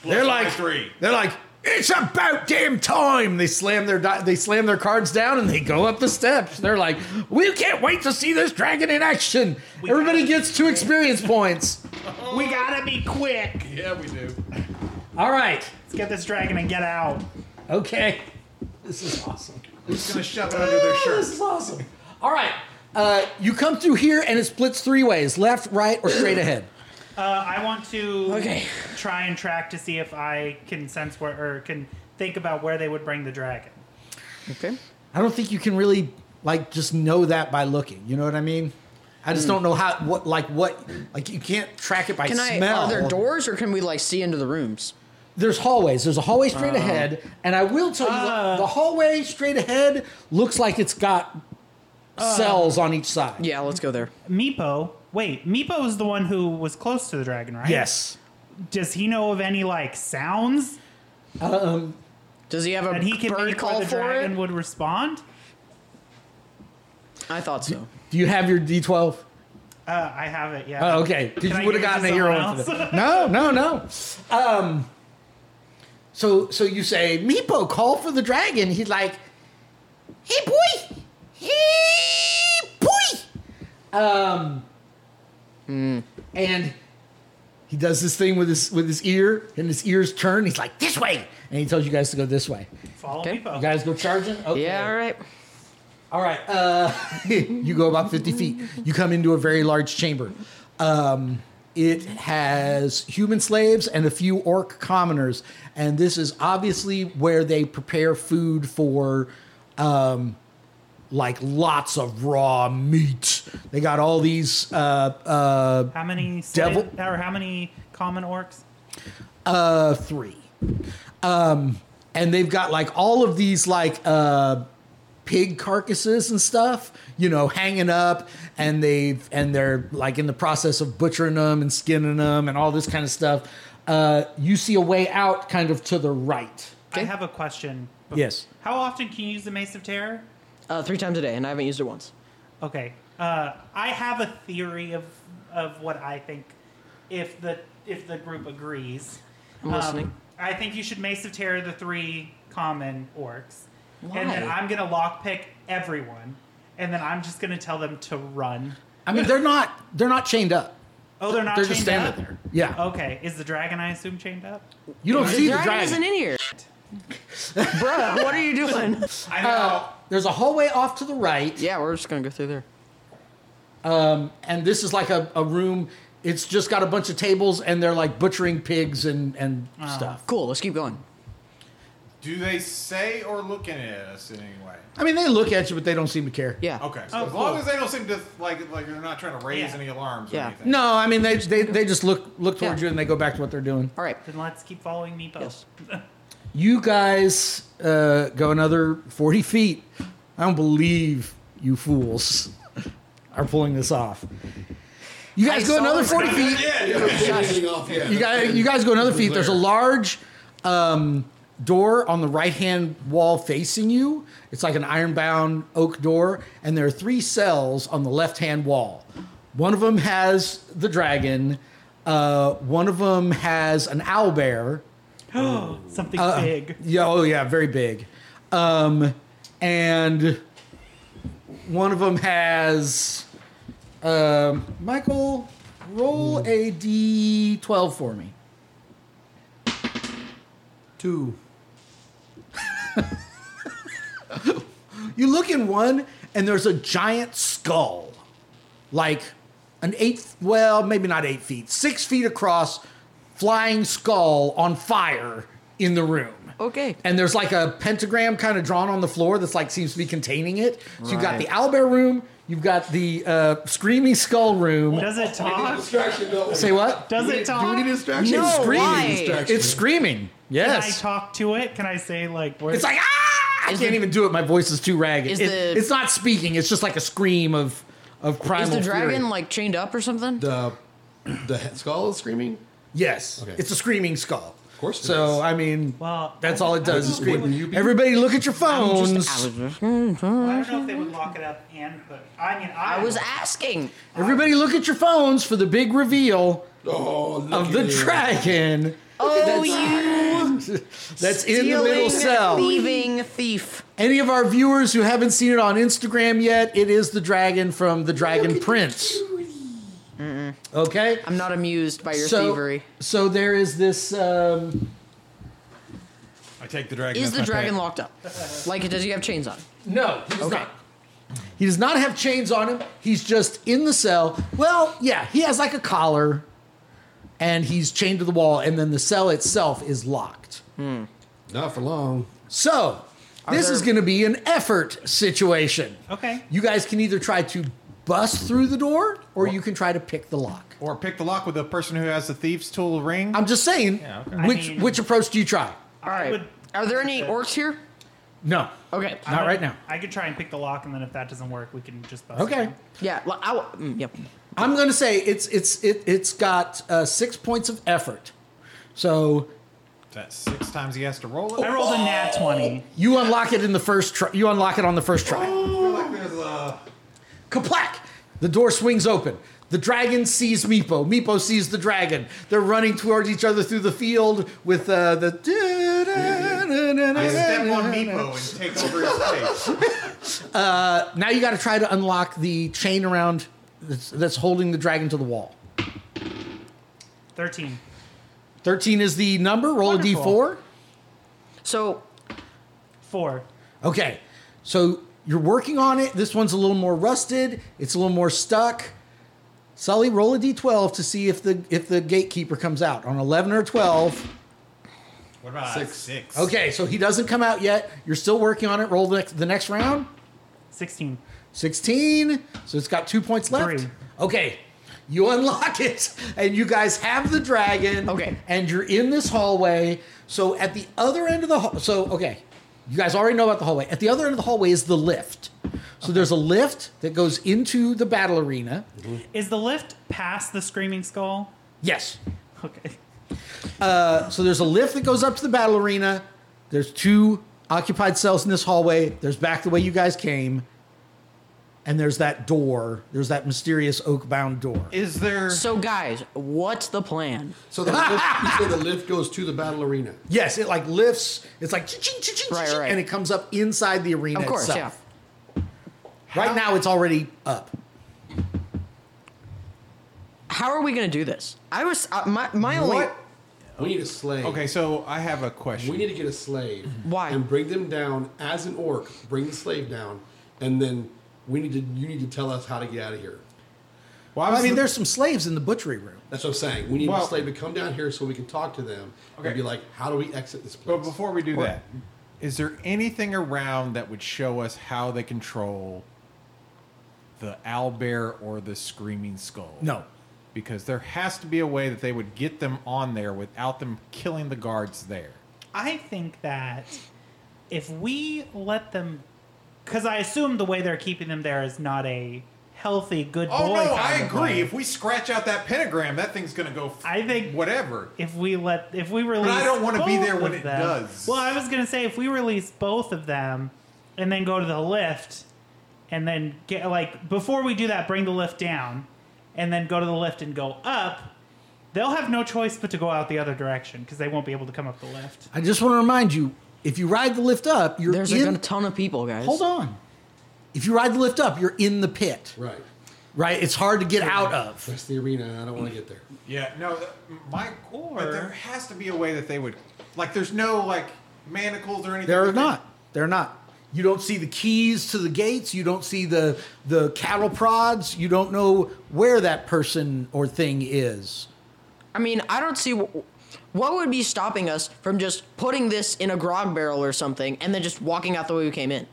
Speaker 6: Plus
Speaker 1: They're
Speaker 6: my
Speaker 1: like
Speaker 6: three.
Speaker 1: They're like it's about damn time. They slam their di- they slam their cards down and they go up the steps. They're like, we can't wait to see this dragon in action. Everybody gets two experience points.
Speaker 4: We gotta be quick.
Speaker 6: Yeah, we do.
Speaker 1: All right.
Speaker 4: get this dragon and get out.
Speaker 1: Okay. This is awesome.
Speaker 6: Just gonna shove it under their shirt.
Speaker 1: This is awesome. All right. Uh, you come through here and it splits three ways left, right, or straight ahead.
Speaker 4: Uh, I want to
Speaker 5: Okay.
Speaker 4: try and track to see if I can sense where or can think about where they would bring the dragon.
Speaker 5: Okay.
Speaker 1: I don't think you can really like just know that by looking. You know what I mean? I
Speaker 4: Hmm.
Speaker 1: just don't know how what like what like you can't track it by
Speaker 5: Can I?
Speaker 1: smell.
Speaker 5: Are there doors, or can we like see into the rooms?
Speaker 1: There's hallways. There's a hallway straight
Speaker 4: Uh-huh.
Speaker 1: ahead, and I will tell you
Speaker 4: Ah.
Speaker 1: what, the hallway straight ahead looks like it's got
Speaker 4: Ah.
Speaker 1: cells on each side.
Speaker 5: Yeah, let's go there.
Speaker 4: Meepo, wait, Meepo is the one who was close to the dragon, right?
Speaker 1: Yes.
Speaker 4: Does he know of any like sounds
Speaker 5: Does he have a
Speaker 4: that he can
Speaker 5: bird
Speaker 4: make where
Speaker 5: call
Speaker 4: the
Speaker 5: for
Speaker 4: dragon
Speaker 5: it?
Speaker 4: would respond?
Speaker 5: I thought so.
Speaker 1: Do you have your D12?
Speaker 4: Uh, I have it. Yeah.
Speaker 1: Oh, okay. Because
Speaker 4: Can
Speaker 1: you
Speaker 4: I
Speaker 1: would have
Speaker 4: give it to
Speaker 1: gotten a
Speaker 4: someone
Speaker 1: hero for
Speaker 4: else? (laughs)
Speaker 1: that. (laughs) No, no, no. Um, so so you say, Meepo, call for the dragon. He's like, hey boy, hey boy. Um, and he does this thing with his with his ear, and his ears turn. He's like, this way, and he tells you guys to go this way.
Speaker 4: Follow
Speaker 5: Okay.
Speaker 1: You
Speaker 4: Meepo.
Speaker 1: guys go charging. Okay.
Speaker 5: Yeah. All right.
Speaker 1: All right. Uh, (laughs) you go about 50 feet. You come into a very large chamber. Um, it has human slaves and a few orc commoners. And this is obviously where they prepare food for um, like lots of raw meat. They got all these. Uh, uh,
Speaker 4: How many
Speaker 1: Devil-
Speaker 4: slave- or how many common orcs?
Speaker 1: uh three um and they've got like all of these like uh pig carcasses and stuff you know hanging up and they've and they're like in the process of butchering them and skinning them and all this kind of stuff uh you see a way out kind of to the right
Speaker 4: I have a question.
Speaker 1: yes
Speaker 4: How often can you use the Mace of Terror?
Speaker 5: Uh, three times a day, and I haven't used it once.
Speaker 4: Okay. Uh, I have a theory of of what I think if the if the group agrees.
Speaker 5: I'm
Speaker 4: Um,
Speaker 5: listening.
Speaker 4: I think you should Mace of Terror the three common orcs. And then
Speaker 5: Why?
Speaker 4: I'm gonna lockpick everyone. And then I'm just gonna tell them to run.
Speaker 1: i mean they're not they're not chained up
Speaker 4: Oh, they're not
Speaker 1: they're
Speaker 4: chained
Speaker 1: just standing
Speaker 4: up? Oh.
Speaker 1: there yeah
Speaker 4: Okay. Is the dragon I assume chained up?
Speaker 1: you don't see the
Speaker 5: Dragon isn't
Speaker 1: dragon
Speaker 5: in
Speaker 1: (laughs)
Speaker 5: here. Bruh, what are you doing?
Speaker 6: I know.
Speaker 1: there's a hallway off to the right
Speaker 5: yeah, we're just gonna go through there.
Speaker 1: and this is like a, a room it's just got a bunch of tables and they're like butchering pigs and and stuff
Speaker 5: Cool. Let's keep going.
Speaker 6: Do they say or look at us in any way?
Speaker 1: I mean, they look at you, but they don't seem to care.
Speaker 5: Yeah.
Speaker 6: Okay, so
Speaker 4: Oh,
Speaker 6: as long
Speaker 4: cool.
Speaker 6: as they don't seem to like like they're not trying to raise
Speaker 4: Yeah.
Speaker 6: any alarms
Speaker 5: Yeah.
Speaker 6: or anything.
Speaker 1: No, I mean they they, they just look look towards
Speaker 5: Yeah.
Speaker 1: you and they go back to what they're doing.
Speaker 5: All right.
Speaker 4: Then let's keep following Meepo.
Speaker 5: Yes.
Speaker 1: You guys uh, go another forty feet. I don't believe you fools are pulling this off. You guys
Speaker 5: I
Speaker 1: go
Speaker 5: saw
Speaker 1: another
Speaker 5: this
Speaker 1: forty
Speaker 5: guy.
Speaker 1: feet. You
Speaker 2: You
Speaker 1: guys you guys go another feet. There's a large um, door on the right hand wall facing you. It's like an ironbound oak door, and there are three cells on the left hand wall. One of them has the dragon. Uh, one of them has an owl bear.
Speaker 4: (gasps) Something
Speaker 2: Uh,
Speaker 4: big.
Speaker 1: Yeah, oh yeah, very big. Um, and one of them has um, Michael. Roll a d12 for me. Two. (laughs) you look in one, and there's a giant skull, like an eight. Well, maybe not eight feet, six feet across, flying skull on fire in the room.
Speaker 5: Okay.
Speaker 1: And there's like a pentagram kind of drawn on the floor that's like seems to be containing it. So you've got
Speaker 5: Right.
Speaker 1: the owlbear room, you've got the uh, screaming skull room.
Speaker 2: (laughs)
Speaker 4: Does it talk?
Speaker 2: Distraction, though.
Speaker 1: Say what?
Speaker 4: Does it
Speaker 2: Do uh, we
Speaker 4: talk?
Speaker 2: need distraction?
Speaker 5: No,
Speaker 1: it's screaming.
Speaker 5: why?
Speaker 2: Distraction.
Speaker 1: It's screaming.
Speaker 4: Can I
Speaker 1: Yes.
Speaker 4: talk to it? Can I say like where?
Speaker 1: It's like ah! I
Speaker 5: Is
Speaker 1: can't
Speaker 5: the-
Speaker 1: even do it. My voice is too ragged.
Speaker 5: Is
Speaker 1: It-
Speaker 5: the-
Speaker 1: it's not speaking. It's just like a scream of of primal.
Speaker 5: Is the dragon
Speaker 1: fury.
Speaker 5: like chained up or something?
Speaker 2: the the he- skull is screaming.
Speaker 1: Yes.
Speaker 2: Okay.
Speaker 1: It's a screaming skull. Of
Speaker 2: course it
Speaker 1: so
Speaker 2: is.
Speaker 1: I mean,
Speaker 4: Well,
Speaker 1: that's all it does is
Speaker 2: Wouldn't
Speaker 1: scream.
Speaker 2: you be-
Speaker 1: Everybody, look at your phones.
Speaker 4: Well, I don't know if they would lock it up and put. I mean, I,
Speaker 5: I was asking.
Speaker 1: Everybody, look at your phones for the big reveal
Speaker 2: Oh, look
Speaker 1: of the (laughs)
Speaker 2: at it.
Speaker 1: dragon.
Speaker 5: Oh, you
Speaker 1: (laughs) That's in the middle cell.
Speaker 5: thieving thief.
Speaker 1: Any of our viewers who haven't seen it on Instagram yet, it is the dragon from the Dragon Prince. Okay,
Speaker 5: I'm not amused by your
Speaker 1: so
Speaker 5: thievery.
Speaker 1: so there is this um,
Speaker 6: I take the dragon.
Speaker 5: Is
Speaker 6: as
Speaker 5: the
Speaker 6: my
Speaker 5: dragon
Speaker 6: pet.
Speaker 5: locked up? Like, does he have chains on?
Speaker 1: No, he does not. He does not have chains on him. He's just in the cell. Well, yeah, he has like a collar and he's chained to the wall, and then the cell itself is locked.
Speaker 2: Not for long.
Speaker 1: So, this is going to be an effort situation.
Speaker 4: Okay.
Speaker 1: You guys can either try to bust through the door or you can try to pick the lock.
Speaker 6: Or pick the lock with the person who has the thieves' tool ring.
Speaker 1: I'm just saying,
Speaker 6: Yeah, okay.
Speaker 4: I
Speaker 1: which
Speaker 4: mean-
Speaker 1: which approach do you try?
Speaker 5: All right.
Speaker 4: would-
Speaker 5: Are there any orcs here?
Speaker 1: No.
Speaker 5: Okay.
Speaker 4: I would-
Speaker 1: right now.
Speaker 4: I could try and pick the lock, and then if that doesn't work, we can just bust. it
Speaker 1: Okay.
Speaker 4: down.
Speaker 5: Yeah. well, I w- mm, yep.
Speaker 1: I'm going to say it's it's it, it's got uh, 6 points of effort. So,
Speaker 6: That's six times he has to roll it.
Speaker 4: I rolled a nat twenty.
Speaker 1: You unlock it in the first try. You unlock it on the first try. Kaplack! The door swings open. The dragon sees Meepo. Meepo sees the dragon. They're running towards each other through the field with uh, the.
Speaker 6: I step on Meepo and take over his face.
Speaker 1: Now you got to try to unlock the chain around that's, that's holding the dragon to the wall.
Speaker 4: Thirteen.
Speaker 1: Thirteen is the number. Roll a d4.
Speaker 4: Wonderful.
Speaker 5: So
Speaker 4: Four.
Speaker 1: Okay, so you're working on it. This one's a little more rusted. It's a little more stuck. Sully, roll a d12 to see if the if the gatekeeper comes out on 11 or 12.
Speaker 6: What about
Speaker 2: Six.
Speaker 6: Six.
Speaker 1: Okay, so he doesn't come out yet. You're still working on it. Roll the next, the next round.
Speaker 4: Sixteen.
Speaker 1: 16. So it's got two points left.
Speaker 4: Three.
Speaker 1: Okay. You unlock it, and you guys have the dragon.
Speaker 5: Okay.
Speaker 1: And you're in this hallway. So at the other end of the hall, so okay, you guys already know about the hallway. At the other end of the hallway is the lift. So there's a lift that goes into the battle arena.
Speaker 4: Is the lift past the screaming skull?
Speaker 1: Yes.
Speaker 4: Okay.
Speaker 1: So there's a lift that goes up to the battle arena. There's two occupied cells in this hallway. There's back the way you guys came. And there's that door. There's that mysterious oak bound door.
Speaker 6: Is there?
Speaker 5: so guys, what's the plan?
Speaker 2: So the lift, you say the lift goes to the battle arena.
Speaker 1: Yes, it like lifts. It's like ching, ching, ching,
Speaker 5: Right,
Speaker 1: ching,
Speaker 5: right.
Speaker 1: and it comes up inside the arena.
Speaker 5: Of course,
Speaker 1: itself. Right now, it's already up.
Speaker 5: yeah. How are we gonna do this? I was uh, my my only.
Speaker 2: What? We need a slave.
Speaker 6: Okay, so I have a
Speaker 2: We
Speaker 6: question.
Speaker 2: need to get a slave.
Speaker 5: Why?
Speaker 2: And bring them down as an orc. Bring the slave down, and then we need to. You need to tell us how to get out of here.
Speaker 6: Well,
Speaker 1: I
Speaker 6: was-
Speaker 1: mean, there's some slaves in the butchery room.
Speaker 2: That's what I'm saying. We need
Speaker 6: Well-
Speaker 2: a slave to come down here so we can talk to them
Speaker 6: Okay.
Speaker 2: and be like, "How do we exit this place?"
Speaker 6: But before we do that, is there anything around that would show us how they control the owlbear or the screaming skull?
Speaker 1: No.
Speaker 6: Because there has to be a way that they would get them on there without them killing the guards there.
Speaker 4: I think that if we let them, because I assume the way they're keeping them there is not a healthy, good
Speaker 6: Oh,
Speaker 4: boy. kind of way.
Speaker 6: we scratch out that pentagram, that thing's going to go.
Speaker 4: I think-
Speaker 6: whatever.
Speaker 4: if we let if we release
Speaker 6: I don't wanna be
Speaker 4: both
Speaker 6: there when
Speaker 4: of
Speaker 6: it
Speaker 4: them-
Speaker 6: does.
Speaker 4: well i was gonna say if we release both of them and then go to the lift and then get like before we do that bring the lift down and then go to the lift and go up they'll have no choice but to go out the other direction because they won't be able to come up the lift
Speaker 1: I just want to remind you: if you ride the lift up, you're
Speaker 5: Uh, There's
Speaker 1: in.
Speaker 5: a ton of people, guys.
Speaker 1: hold on. If you ride the lift up, you're in the pit.
Speaker 2: right,
Speaker 1: Right? It's hard to get out of.
Speaker 2: that's the arena. and I don't want to get there.
Speaker 6: Yeah, no, th- my
Speaker 4: Or-
Speaker 6: but there has to be a way that they would like. There's no like manacles or anything.
Speaker 1: They're
Speaker 6: that they-
Speaker 1: not. They're not. You don't see the keys to the gates. You don't see the the cattle prods. You don't know where that person or thing is.
Speaker 5: I mean, I don't see wh- what would be stopping us from just putting this in a grog barrel or something, and then just walking out the way we came in.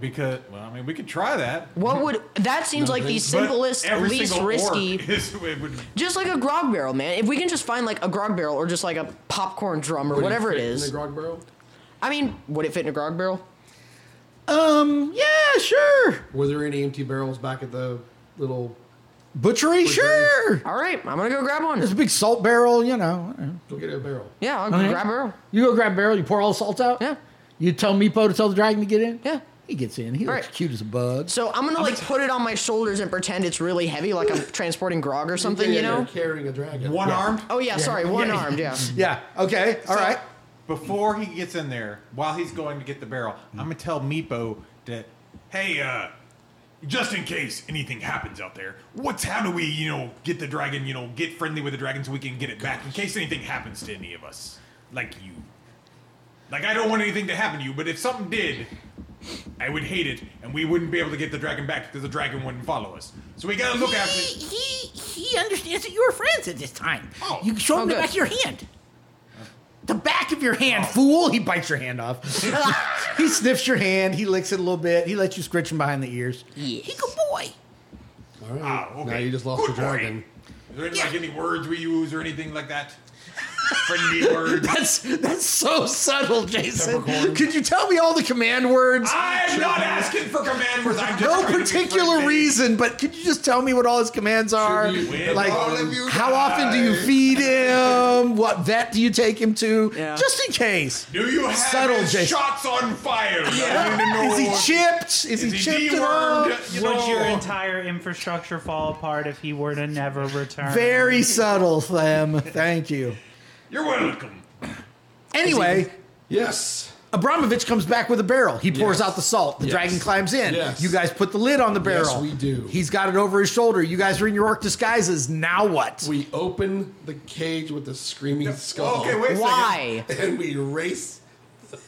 Speaker 6: Because well, I mean, we could try that.
Speaker 5: (laughs) What would that seems like the
Speaker 6: But
Speaker 5: simplest,
Speaker 6: every
Speaker 5: least
Speaker 6: single orc
Speaker 5: risky.
Speaker 6: (laughs) is- it would-
Speaker 5: Just like a grog barrel, man. If we can just find like a grog barrel or just like a popcorn drum or
Speaker 2: Would
Speaker 5: whatever it
Speaker 2: fit In
Speaker 5: is.
Speaker 2: the grog barrel.
Speaker 5: I mean, would it fit in a grog barrel?
Speaker 1: Um. Yeah. Sure.
Speaker 2: Were there any empty barrels back at the little?
Speaker 1: Butchery. Sure.
Speaker 5: All right, I'm gonna go grab
Speaker 1: There's a
Speaker 5: one.
Speaker 1: big salt barrel. You know.
Speaker 2: Go get a barrel.
Speaker 5: Yeah, I'll go
Speaker 2: Oh,
Speaker 1: Okay.
Speaker 5: grab a barrel.
Speaker 1: You go grab a barrel. You pour all the salt out.
Speaker 5: Yeah.
Speaker 1: You tell Meepo to tell the dragon to get in.
Speaker 5: Yeah.
Speaker 1: He gets in. He looks
Speaker 5: Right.
Speaker 1: cute as a bug.
Speaker 5: So I'm gonna like put it on my shoulders and pretend it's really heavy, like I'm transporting grog or something,
Speaker 2: Yeah,
Speaker 5: you know?
Speaker 2: you're carrying a dragon.
Speaker 6: One armed.
Speaker 5: Oh yeah, sorry, one
Speaker 2: (laughs)
Speaker 5: armed, yeah.
Speaker 1: Yeah. Okay. All right.
Speaker 6: Before he gets in there, while he's going to get the barrel, I'm gonna tell Meepo that, hey, uh, just in case anything happens out there, what's how do we, you know, get the dragon, you know, get friendly with the dragon so we can get it back in case anything happens to any of us, like you. Like I don't want anything to happen to you, but if something did, I would hate it, and we wouldn't be able to get the dragon back because the dragon wouldn't follow us. So we gotta look after.
Speaker 8: He, he, he understands that you are friends at this time.
Speaker 6: Oh.
Speaker 8: You show him
Speaker 5: Oh,
Speaker 8: the
Speaker 5: good.
Speaker 8: back of your hand. The back of your hand,
Speaker 6: Oh.
Speaker 8: fool. He bites your
Speaker 6: (laughs)
Speaker 8: hand off. (laughs)
Speaker 1: He sniffs your hand. He licks it a little bit. He lets you scratch him behind the ears.
Speaker 8: He good boy.
Speaker 2: All right.
Speaker 6: Oh, okay.
Speaker 2: Now you just lost
Speaker 6: Good
Speaker 2: the dragon.
Speaker 6: Is there any, like any words we use or anything like that?
Speaker 1: (laughs)
Speaker 6: Friendly words.
Speaker 1: That's that's so subtle, Jason.
Speaker 2: (laughs) Peppercorn.
Speaker 1: Could you tell me all the command words?
Speaker 6: I'm not asking for command words. I'm just
Speaker 1: no
Speaker 6: trying to be
Speaker 1: particular
Speaker 6: friendly.
Speaker 1: reason, but could you just tell me what all his commands are?
Speaker 2: Should
Speaker 6: we-
Speaker 1: Like,
Speaker 6: All
Speaker 2: of you
Speaker 1: how often do you
Speaker 2: guys.
Speaker 1: feed him? What vet do you take him to?
Speaker 5: Yeah.
Speaker 1: Just in case.
Speaker 6: Do you have
Speaker 1: Subtle,
Speaker 6: his
Speaker 1: Jason.
Speaker 6: shots on fire? I need to know.
Speaker 1: Is he chipped? Is, he,
Speaker 6: Is he
Speaker 1: chipped at all?
Speaker 6: dewormed? You
Speaker 4: Would your
Speaker 6: know.
Speaker 4: entire infrastructure fall apart if he were to never return?
Speaker 1: Very subtle, Them. Thank you.
Speaker 6: You're welcome.
Speaker 1: Anyway,
Speaker 2: Yes.
Speaker 1: Abramovich comes back with a barrel. He pours
Speaker 2: Yes.
Speaker 1: out the salt. The
Speaker 2: Yes.
Speaker 1: dragon climbs in.
Speaker 2: Yes.
Speaker 1: You guys put the lid on the barrel.
Speaker 2: we do.
Speaker 1: He's got it over his shoulder. You guys are in your orc disguises. Now what?
Speaker 2: We open the cage with the screaming skull.
Speaker 6: Okay, wait a
Speaker 5: Why?
Speaker 2: And we race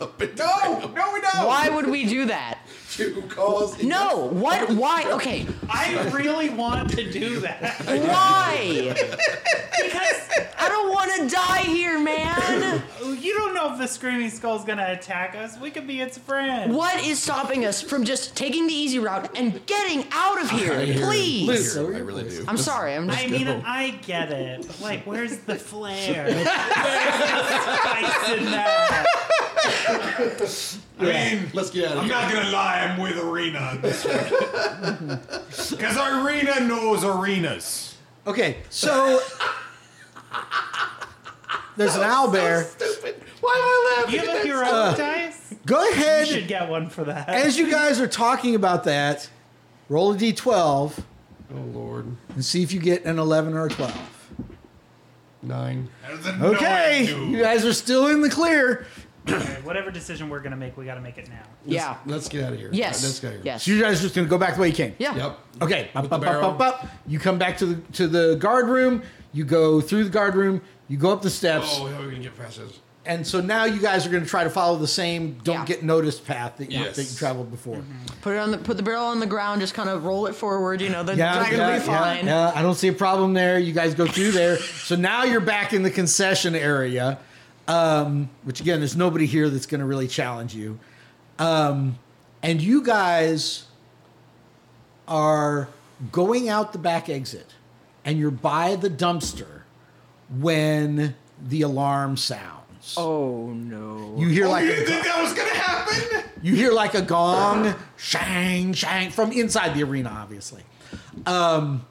Speaker 2: up and
Speaker 6: second. No, no, we don't.
Speaker 5: Why would we do that?
Speaker 2: to cause
Speaker 5: No. What? Why? Okay.
Speaker 4: I really want to do that (laughs)
Speaker 5: Why?
Speaker 4: because
Speaker 5: I don't want to die here, man.
Speaker 4: you don't know if the screaming skull's gonna attack us. We could be its friend.
Speaker 5: What is stopping us from just taking the easy route and getting out of here?
Speaker 2: I hear you.
Speaker 5: Please.
Speaker 2: I really do.
Speaker 5: I'm sorry. I'm just.
Speaker 4: I mean, I get it. But like, where's the flair? Where's the spice in that?
Speaker 6: I mean,
Speaker 2: Let's get out of
Speaker 6: I'm
Speaker 2: here.
Speaker 6: not gonna lie. I'm with Arena this
Speaker 1: (laughs)
Speaker 6: week because Arena knows arenas.
Speaker 1: Okay, so there's an owl bear.
Speaker 4: You have a hero dice?
Speaker 1: Go
Speaker 4: You should
Speaker 1: ahead.
Speaker 4: get one for that.
Speaker 1: As you guys are talking about that, roll a d12
Speaker 2: Oh Lord,
Speaker 1: and see if you get an 11 or a 12.
Speaker 2: nine.
Speaker 6: There's a
Speaker 1: Okay,
Speaker 6: no I do.
Speaker 1: you guys are still in the clear.
Speaker 4: Okay, Whatever decision we're gonna make, we gotta make it now.
Speaker 5: Yeah.
Speaker 2: Let's get out of here.
Speaker 5: Yes.
Speaker 2: Let's get out of here.
Speaker 5: Yes.
Speaker 1: So you guys are just gonna go back the way you came.
Speaker 5: Yeah.
Speaker 2: Yep.
Speaker 1: Okay. Up,
Speaker 2: With the
Speaker 1: up, up,
Speaker 2: barrel.
Speaker 1: up, up. You come back to the to the guard room. You go through the guard room. You go up the steps,
Speaker 2: Oh, how are we gonna get past this?
Speaker 1: and so now you guys are going to try to follow the same don't
Speaker 5: Yeah.
Speaker 1: get noticed path that you,
Speaker 2: Yes.
Speaker 1: that you traveled before.
Speaker 5: Put it on the put the barrel on the ground. Just kind of roll it forward. You know, the dragon will be fine.
Speaker 1: yeah. I don't see a problem there. You guys go through there. So now you're back in the concession area, um, which again, there's nobody here that's going to really challenge you. Um, and you guys are going out the back exit and you're by the dumpster when the alarm sounds.
Speaker 5: Oh no.
Speaker 1: You hear
Speaker 6: Oh,
Speaker 1: like
Speaker 6: you
Speaker 1: a
Speaker 6: didn't think that was gonna happen?
Speaker 1: You hear like a gong, shang, shang, from inside the arena, obviously. Um,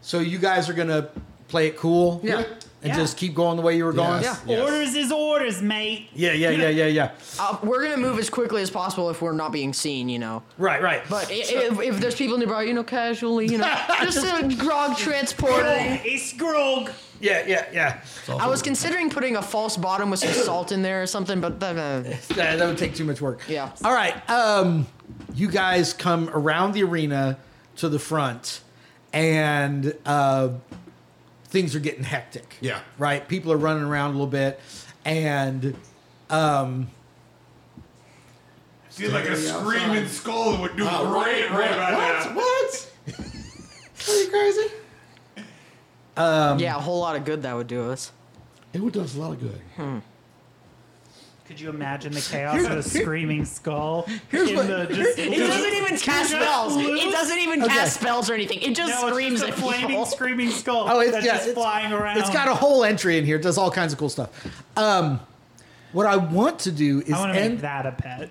Speaker 1: so you guys are gonna play it cool,
Speaker 5: Yeah.
Speaker 1: and
Speaker 4: Yeah.
Speaker 1: just keep going the way you were going.
Speaker 2: Yes,
Speaker 5: Yeah.
Speaker 2: yes.
Speaker 4: Orders is orders, mate.
Speaker 1: Yeah, yeah, yeah, yeah, yeah.
Speaker 5: Uh, we're gonna move as quickly as possible if we're not being seen. You know.
Speaker 1: Right, right.
Speaker 5: But i if, if there's people nearby, you know, casually, you know, just a grog transporter.
Speaker 4: It's Grog.
Speaker 1: yeah, yeah, yeah.
Speaker 5: I was considering putting a false bottom with some salt in there or something, but then, uh,
Speaker 1: That, that would take too much work.
Speaker 5: Yeah.
Speaker 1: All right. Um, you guys come around the arena to the front, and uh, things are getting hectic.
Speaker 2: Yeah.
Speaker 1: Right. People are running around a little bit, and
Speaker 6: See, like a screaming skull would do
Speaker 2: Uh,
Speaker 6: great Oh, right about now.
Speaker 2: What? Are you crazy?
Speaker 5: yeah, a whole lot of good that would do us.
Speaker 2: It would do us a lot of good.
Speaker 5: Hmm.
Speaker 4: Could you imagine the chaos of a screaming skull?
Speaker 1: Here's
Speaker 4: in
Speaker 1: what-
Speaker 4: the, just,
Speaker 5: It doesn't even cast spells. It doesn't even cast spells or anything. It just
Speaker 4: no,
Speaker 5: screams
Speaker 4: it's just a
Speaker 5: at
Speaker 4: flaming
Speaker 5: people.
Speaker 4: screaming skull
Speaker 1: Oh, it's
Speaker 4: that's
Speaker 1: yeah,
Speaker 4: just
Speaker 1: it's-
Speaker 4: flying around.
Speaker 1: It's got a whole entry in here. It does all kinds of cool stuff. Um, what I want to do is
Speaker 4: I want to
Speaker 1: end.
Speaker 4: make that a pet.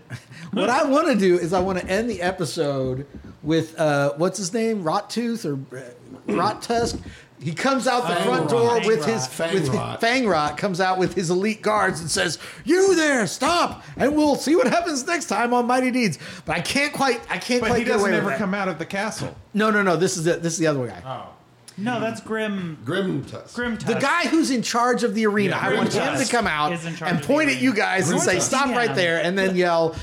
Speaker 1: What I want to do is I want to end the episode with uh, what's his name, Rot Tooth or uh, Rot Tusk. He comes out the
Speaker 2: Fang
Speaker 1: front
Speaker 2: Rot.
Speaker 1: door
Speaker 4: Fang
Speaker 1: with
Speaker 4: Rot.
Speaker 1: his
Speaker 2: Fang
Speaker 1: with
Speaker 2: Rot.
Speaker 1: Fang Rot comes out with his elite guards and says, "You there, stop, and we'll see what happens next time on Mighty Deeds." But I can't quite, I can't
Speaker 6: But
Speaker 1: quite
Speaker 6: he
Speaker 1: get
Speaker 6: doesn't
Speaker 1: away
Speaker 6: ever
Speaker 1: with
Speaker 6: come out of the castle.
Speaker 1: that. No, no, no. This is it. This is the other guy.
Speaker 6: Oh.
Speaker 4: No, that's Grim.
Speaker 2: Grim Tusk.
Speaker 4: Grim.
Speaker 1: The guy who's in charge of the arena,
Speaker 6: Yeah,
Speaker 1: I want
Speaker 6: Grimtusk
Speaker 1: him to come out
Speaker 4: is in charge
Speaker 1: and
Speaker 4: of the
Speaker 1: point at
Speaker 4: arena.
Speaker 1: you guys and say,
Speaker 4: Grimtusk.
Speaker 1: stop right
Speaker 4: Yeah.
Speaker 1: there, and then yell,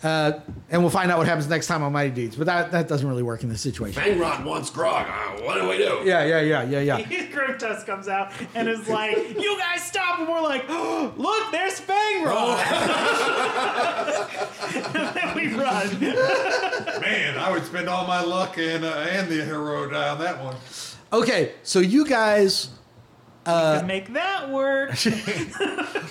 Speaker 1: Uh, and we'll find out what happens next time on Mighty Deeds. But that, that doesn't really work in this situation.
Speaker 2: Bangrod wants grog. Uh, what do we do?
Speaker 1: Yeah, yeah, yeah, yeah, yeah.
Speaker 4: Grim Tusk comes out and is like, "You guys stop!" And we're like, (gasps) oh, "Look, there's Fang Rock!" and then we run.
Speaker 11: Man, I would spend all my luck and uh, and the hero die on that one.
Speaker 1: Okay, so you guys, Uh,
Speaker 4: to make that work.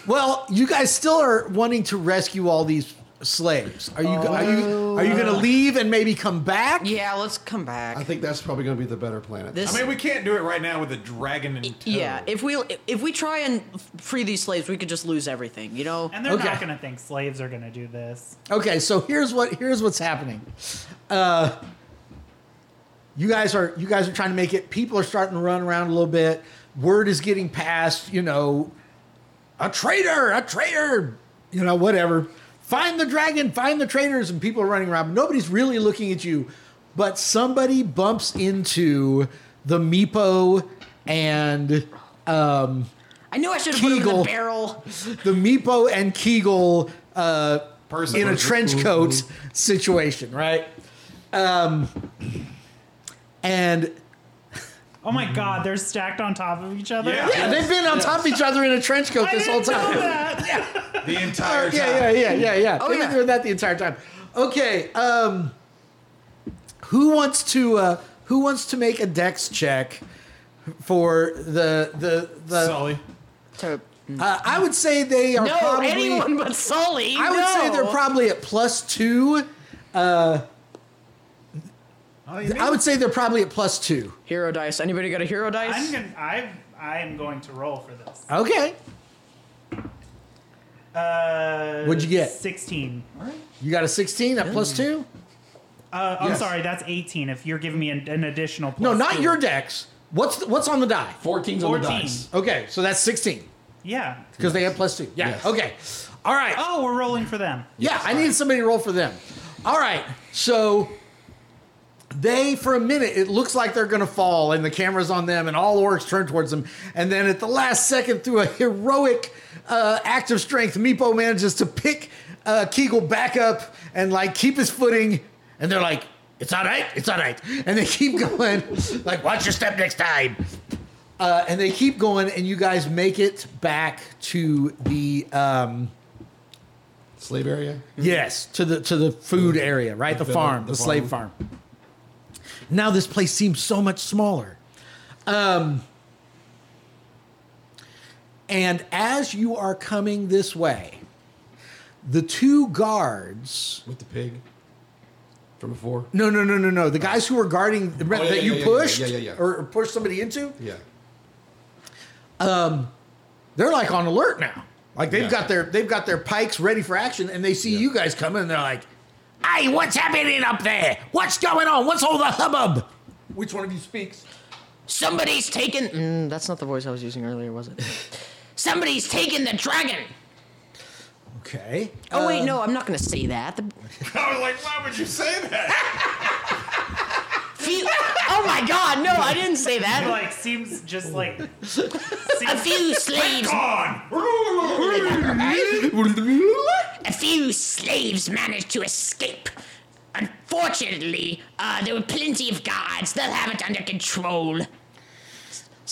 Speaker 1: well, you guys still are wanting to rescue all these slaves. Are you are you are you going to leave and maybe come back?
Speaker 5: Yeah, let's come back.
Speaker 2: I think that's probably going to be the better planet.
Speaker 5: This,
Speaker 6: I mean, we can't do it right now with a dragon in tow.
Speaker 5: yeah. If we if we try and f- free these slaves, we could just lose everything. You know.
Speaker 4: And they're
Speaker 1: Okay.
Speaker 4: not gonna think slaves are gonna do this.
Speaker 1: Okay, so here's what here's what's happening. Uh, you guys are you guys are trying to make it. People are starting to run around a little bit. Word is getting passed. You know, a traitor, a traitor. You know, whatever. Find the dragon, find the traitors, and people are running around. Nobody's really looking at you, but somebody bumps into the Meepo and um,
Speaker 5: I knew I should have put him in
Speaker 1: Kegel.
Speaker 5: the barrel.
Speaker 1: the Meepo and Kegel uh,
Speaker 2: Person.
Speaker 6: (laughs)
Speaker 1: in a trench coat situation, right? Um, and
Speaker 4: Oh
Speaker 1: Mm.
Speaker 4: my god, they're stacked on top of each other.
Speaker 6: Yeah.
Speaker 1: yeah, they've been on top of each other in a trench coat
Speaker 4: I
Speaker 1: this whole
Speaker 4: didn't know
Speaker 1: time.
Speaker 4: that.
Speaker 6: The entire time.
Speaker 1: Yeah, yeah, yeah, yeah, yeah.
Speaker 5: Oh,
Speaker 1: they've
Speaker 5: yeah.
Speaker 1: been doing that the entire time. Okay, um, who wants to uh, who wants to make a dex check for the the the?
Speaker 6: Sully.
Speaker 5: To-
Speaker 1: Uh, I would say they are
Speaker 5: no,
Speaker 1: probably
Speaker 5: anyone but Sully.
Speaker 1: I would say
Speaker 5: no.
Speaker 1: they're probably at plus two. uh,
Speaker 6: Oh, you
Speaker 1: I would say they're probably at plus two.
Speaker 5: hero dice. Anybody got a hero dice?
Speaker 4: I'm gonna, I I am going to roll for this.
Speaker 1: Okay.
Speaker 4: Uh,
Speaker 1: What'd you get?
Speaker 4: Sixteen.
Speaker 1: You got a 16 at plus two?
Speaker 4: Uh, I'm
Speaker 2: Yes.
Speaker 4: sorry, that's eighteen. If you're giving me an, an additional, plus
Speaker 1: No, not
Speaker 4: two.
Speaker 1: your dex. What's the, what's on the die?
Speaker 2: 14's on the
Speaker 4: 14.
Speaker 2: dice.
Speaker 1: Okay, so that's 16
Speaker 4: Yeah.
Speaker 1: because they have plus two. Yeah.
Speaker 2: Yes.
Speaker 1: Okay. All right.
Speaker 4: Oh, we're rolling for them.
Speaker 1: yeah, I needed somebody to roll for them. All right. So they, for a minute, it looks like they're going to fall, and the camera's on them, and all orcs turn towards them. And then at the last second, through a heroic uh, act of strength, Meepo manages to pick uh, Kegel back up and like keep his footing.
Speaker 8: And they're like, it's all right, it's all right.
Speaker 1: And they keep (laughs) going, like
Speaker 8: Like, watch your step next time.
Speaker 1: Uh, and they keep going, and you guys make it back to the um,
Speaker 2: Slave area.
Speaker 1: yes to the to the food area, right? Mm-hmm. The,
Speaker 2: The-
Speaker 1: farm, the,
Speaker 2: the
Speaker 1: slave farm.
Speaker 2: farm.
Speaker 1: Now this place seems so much smaller. Um, and as you are coming this way, the two guards.
Speaker 2: With the pig. From before.
Speaker 1: No, no, no, no, no. The guys who were guarding the
Speaker 2: yeah,
Speaker 1: that
Speaker 2: yeah,
Speaker 1: you
Speaker 2: yeah, yeah,
Speaker 1: pushed
Speaker 2: yeah, yeah, yeah.
Speaker 1: or pushed somebody into.
Speaker 2: Yeah.
Speaker 1: they're like on alert now. Like they've
Speaker 2: Yeah.
Speaker 1: got their they've got their pikes ready for action, and they see you guys coming, and they're like,
Speaker 8: Hey, what's happening up there? What's going on? What's all the hubbub?
Speaker 1: "Which one of you speaks?"
Speaker 7: Somebody's taken.
Speaker 5: Mm, that's not the voice I was using earlier, was it?
Speaker 7: Somebody's taken the dragon.
Speaker 1: Okay.
Speaker 5: (laughs) oh wait, no, I'm not gonna say that. The-
Speaker 11: (laughs) I was like, why would you say that?
Speaker 5: few- oh my God, no, I didn't say that.
Speaker 4: (laughs) Like seems just like
Speaker 7: A (laughs) few slaves. A few slaves managed to escape. Unfortunately, uh, there were plenty of guards. They'll have it under control.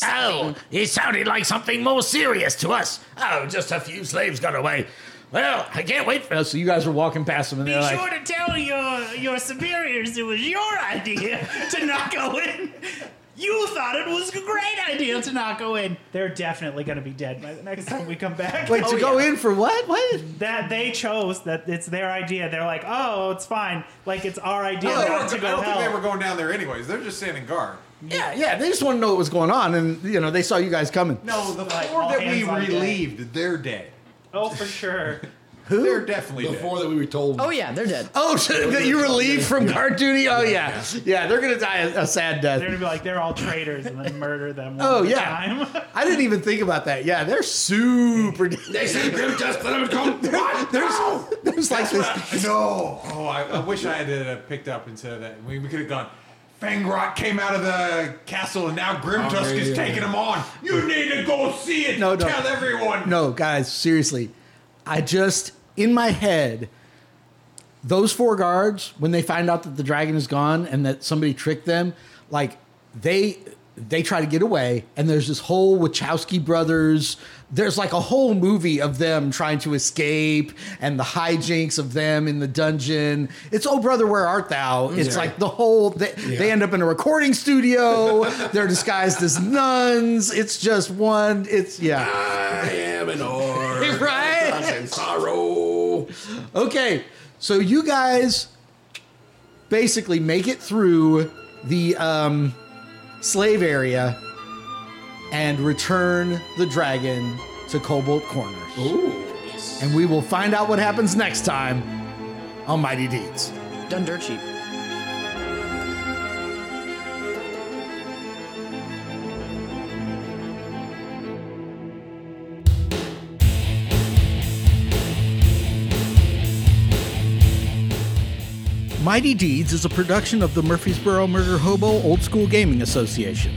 Speaker 8: Oh, it sounded like something more serious to us. Oh, just a few slaves got away. Well, I can't wait for
Speaker 1: Uh, so you guys are walking past them, and they're like,
Speaker 4: to tell your your superiors it was your idea to not go in. You thought it was a great idea to not go in. They're definitely going to be dead by the next time we come back.
Speaker 1: "Wait,
Speaker 6: Oh,
Speaker 1: to go in for what? What?"
Speaker 4: that they chose that it's their idea. They're like, oh, it's fine. Like it's our idea
Speaker 6: Oh, They were-
Speaker 4: not to
Speaker 6: I
Speaker 4: go
Speaker 6: don't think they were
Speaker 4: hell.
Speaker 6: going down there anyways. They're just standing guard.
Speaker 1: Yeah, yeah. They just want to know what was going on, and you know they saw you guys coming.
Speaker 6: No, the
Speaker 4: Like,
Speaker 6: four
Speaker 4: all
Speaker 6: that we
Speaker 4: hands on deck.
Speaker 6: relieved, they're dead.
Speaker 4: Oh, for sure.
Speaker 6: They're definitely
Speaker 2: The four
Speaker 6: dead.
Speaker 2: that we were told.
Speaker 5: Oh yeah, they're dead.
Speaker 1: Oh, (laughs) so that you relieved from guard duty? Oh yeah, yeah. They're gonna die a, a sad
Speaker 4: They're
Speaker 1: death.
Speaker 4: gonna be like they're all traitors and then murder them. one
Speaker 1: Oh
Speaker 4: at a
Speaker 1: yeah.
Speaker 4: time. (laughs)
Speaker 1: I didn't even think about that. Yeah, they're super.
Speaker 2: They said Grim Tusk, let him come.
Speaker 1: (laughs)
Speaker 2: What?
Speaker 1: There's there's like this.
Speaker 6: No. Oh, I, I wish I had uh, picked up instead of that. We, we could have gone. Fangrot came out of the castle, and now Grimtusk
Speaker 2: yeah,
Speaker 6: is
Speaker 2: yeah,
Speaker 6: taking
Speaker 2: yeah.
Speaker 6: him on. You need to go see it.
Speaker 1: No, no.
Speaker 6: Tell everyone.
Speaker 1: No, guys, seriously. I just, in my head, those four guards, when they find out that the dragon is gone and that somebody tricked them, like they they try to get away, and there's this whole Wachowski brothers. There's like a whole movie of them trying to escape and the hijinks of them in the dungeon. It's oh brother, where art thou? It's
Speaker 10: Yeah.
Speaker 1: like the whole they, they end up in a recording studio. They're disguised as nuns. It's just one. It's yeah.
Speaker 2: I am
Speaker 5: (laughs)
Speaker 2: an orc.
Speaker 1: Right?
Speaker 2: lost in sorrow.
Speaker 1: Okay, so you guys basically make it through the um, slave area and return the dragon to Cobalt Corners.
Speaker 2: Ooh.
Speaker 1: And we will find out what happens next time on Mighty Deeds.
Speaker 5: Done dirt cheap.
Speaker 1: Mighty Deeds is a production of the Murfreesboro Murder Hobo Old School Gaming Association.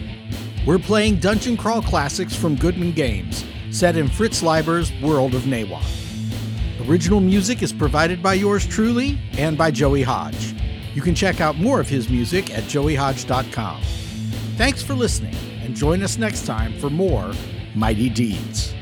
Speaker 1: We're playing Dungeon Crawl classics from Goodman Games, set in Fritz Leiber's World of Nawa. Original music is provided by yours truly and by Joey Hodge. You can check out more of his music at joeyhodge.com. Thanks for listening and join us next time for more Mighty Deeds.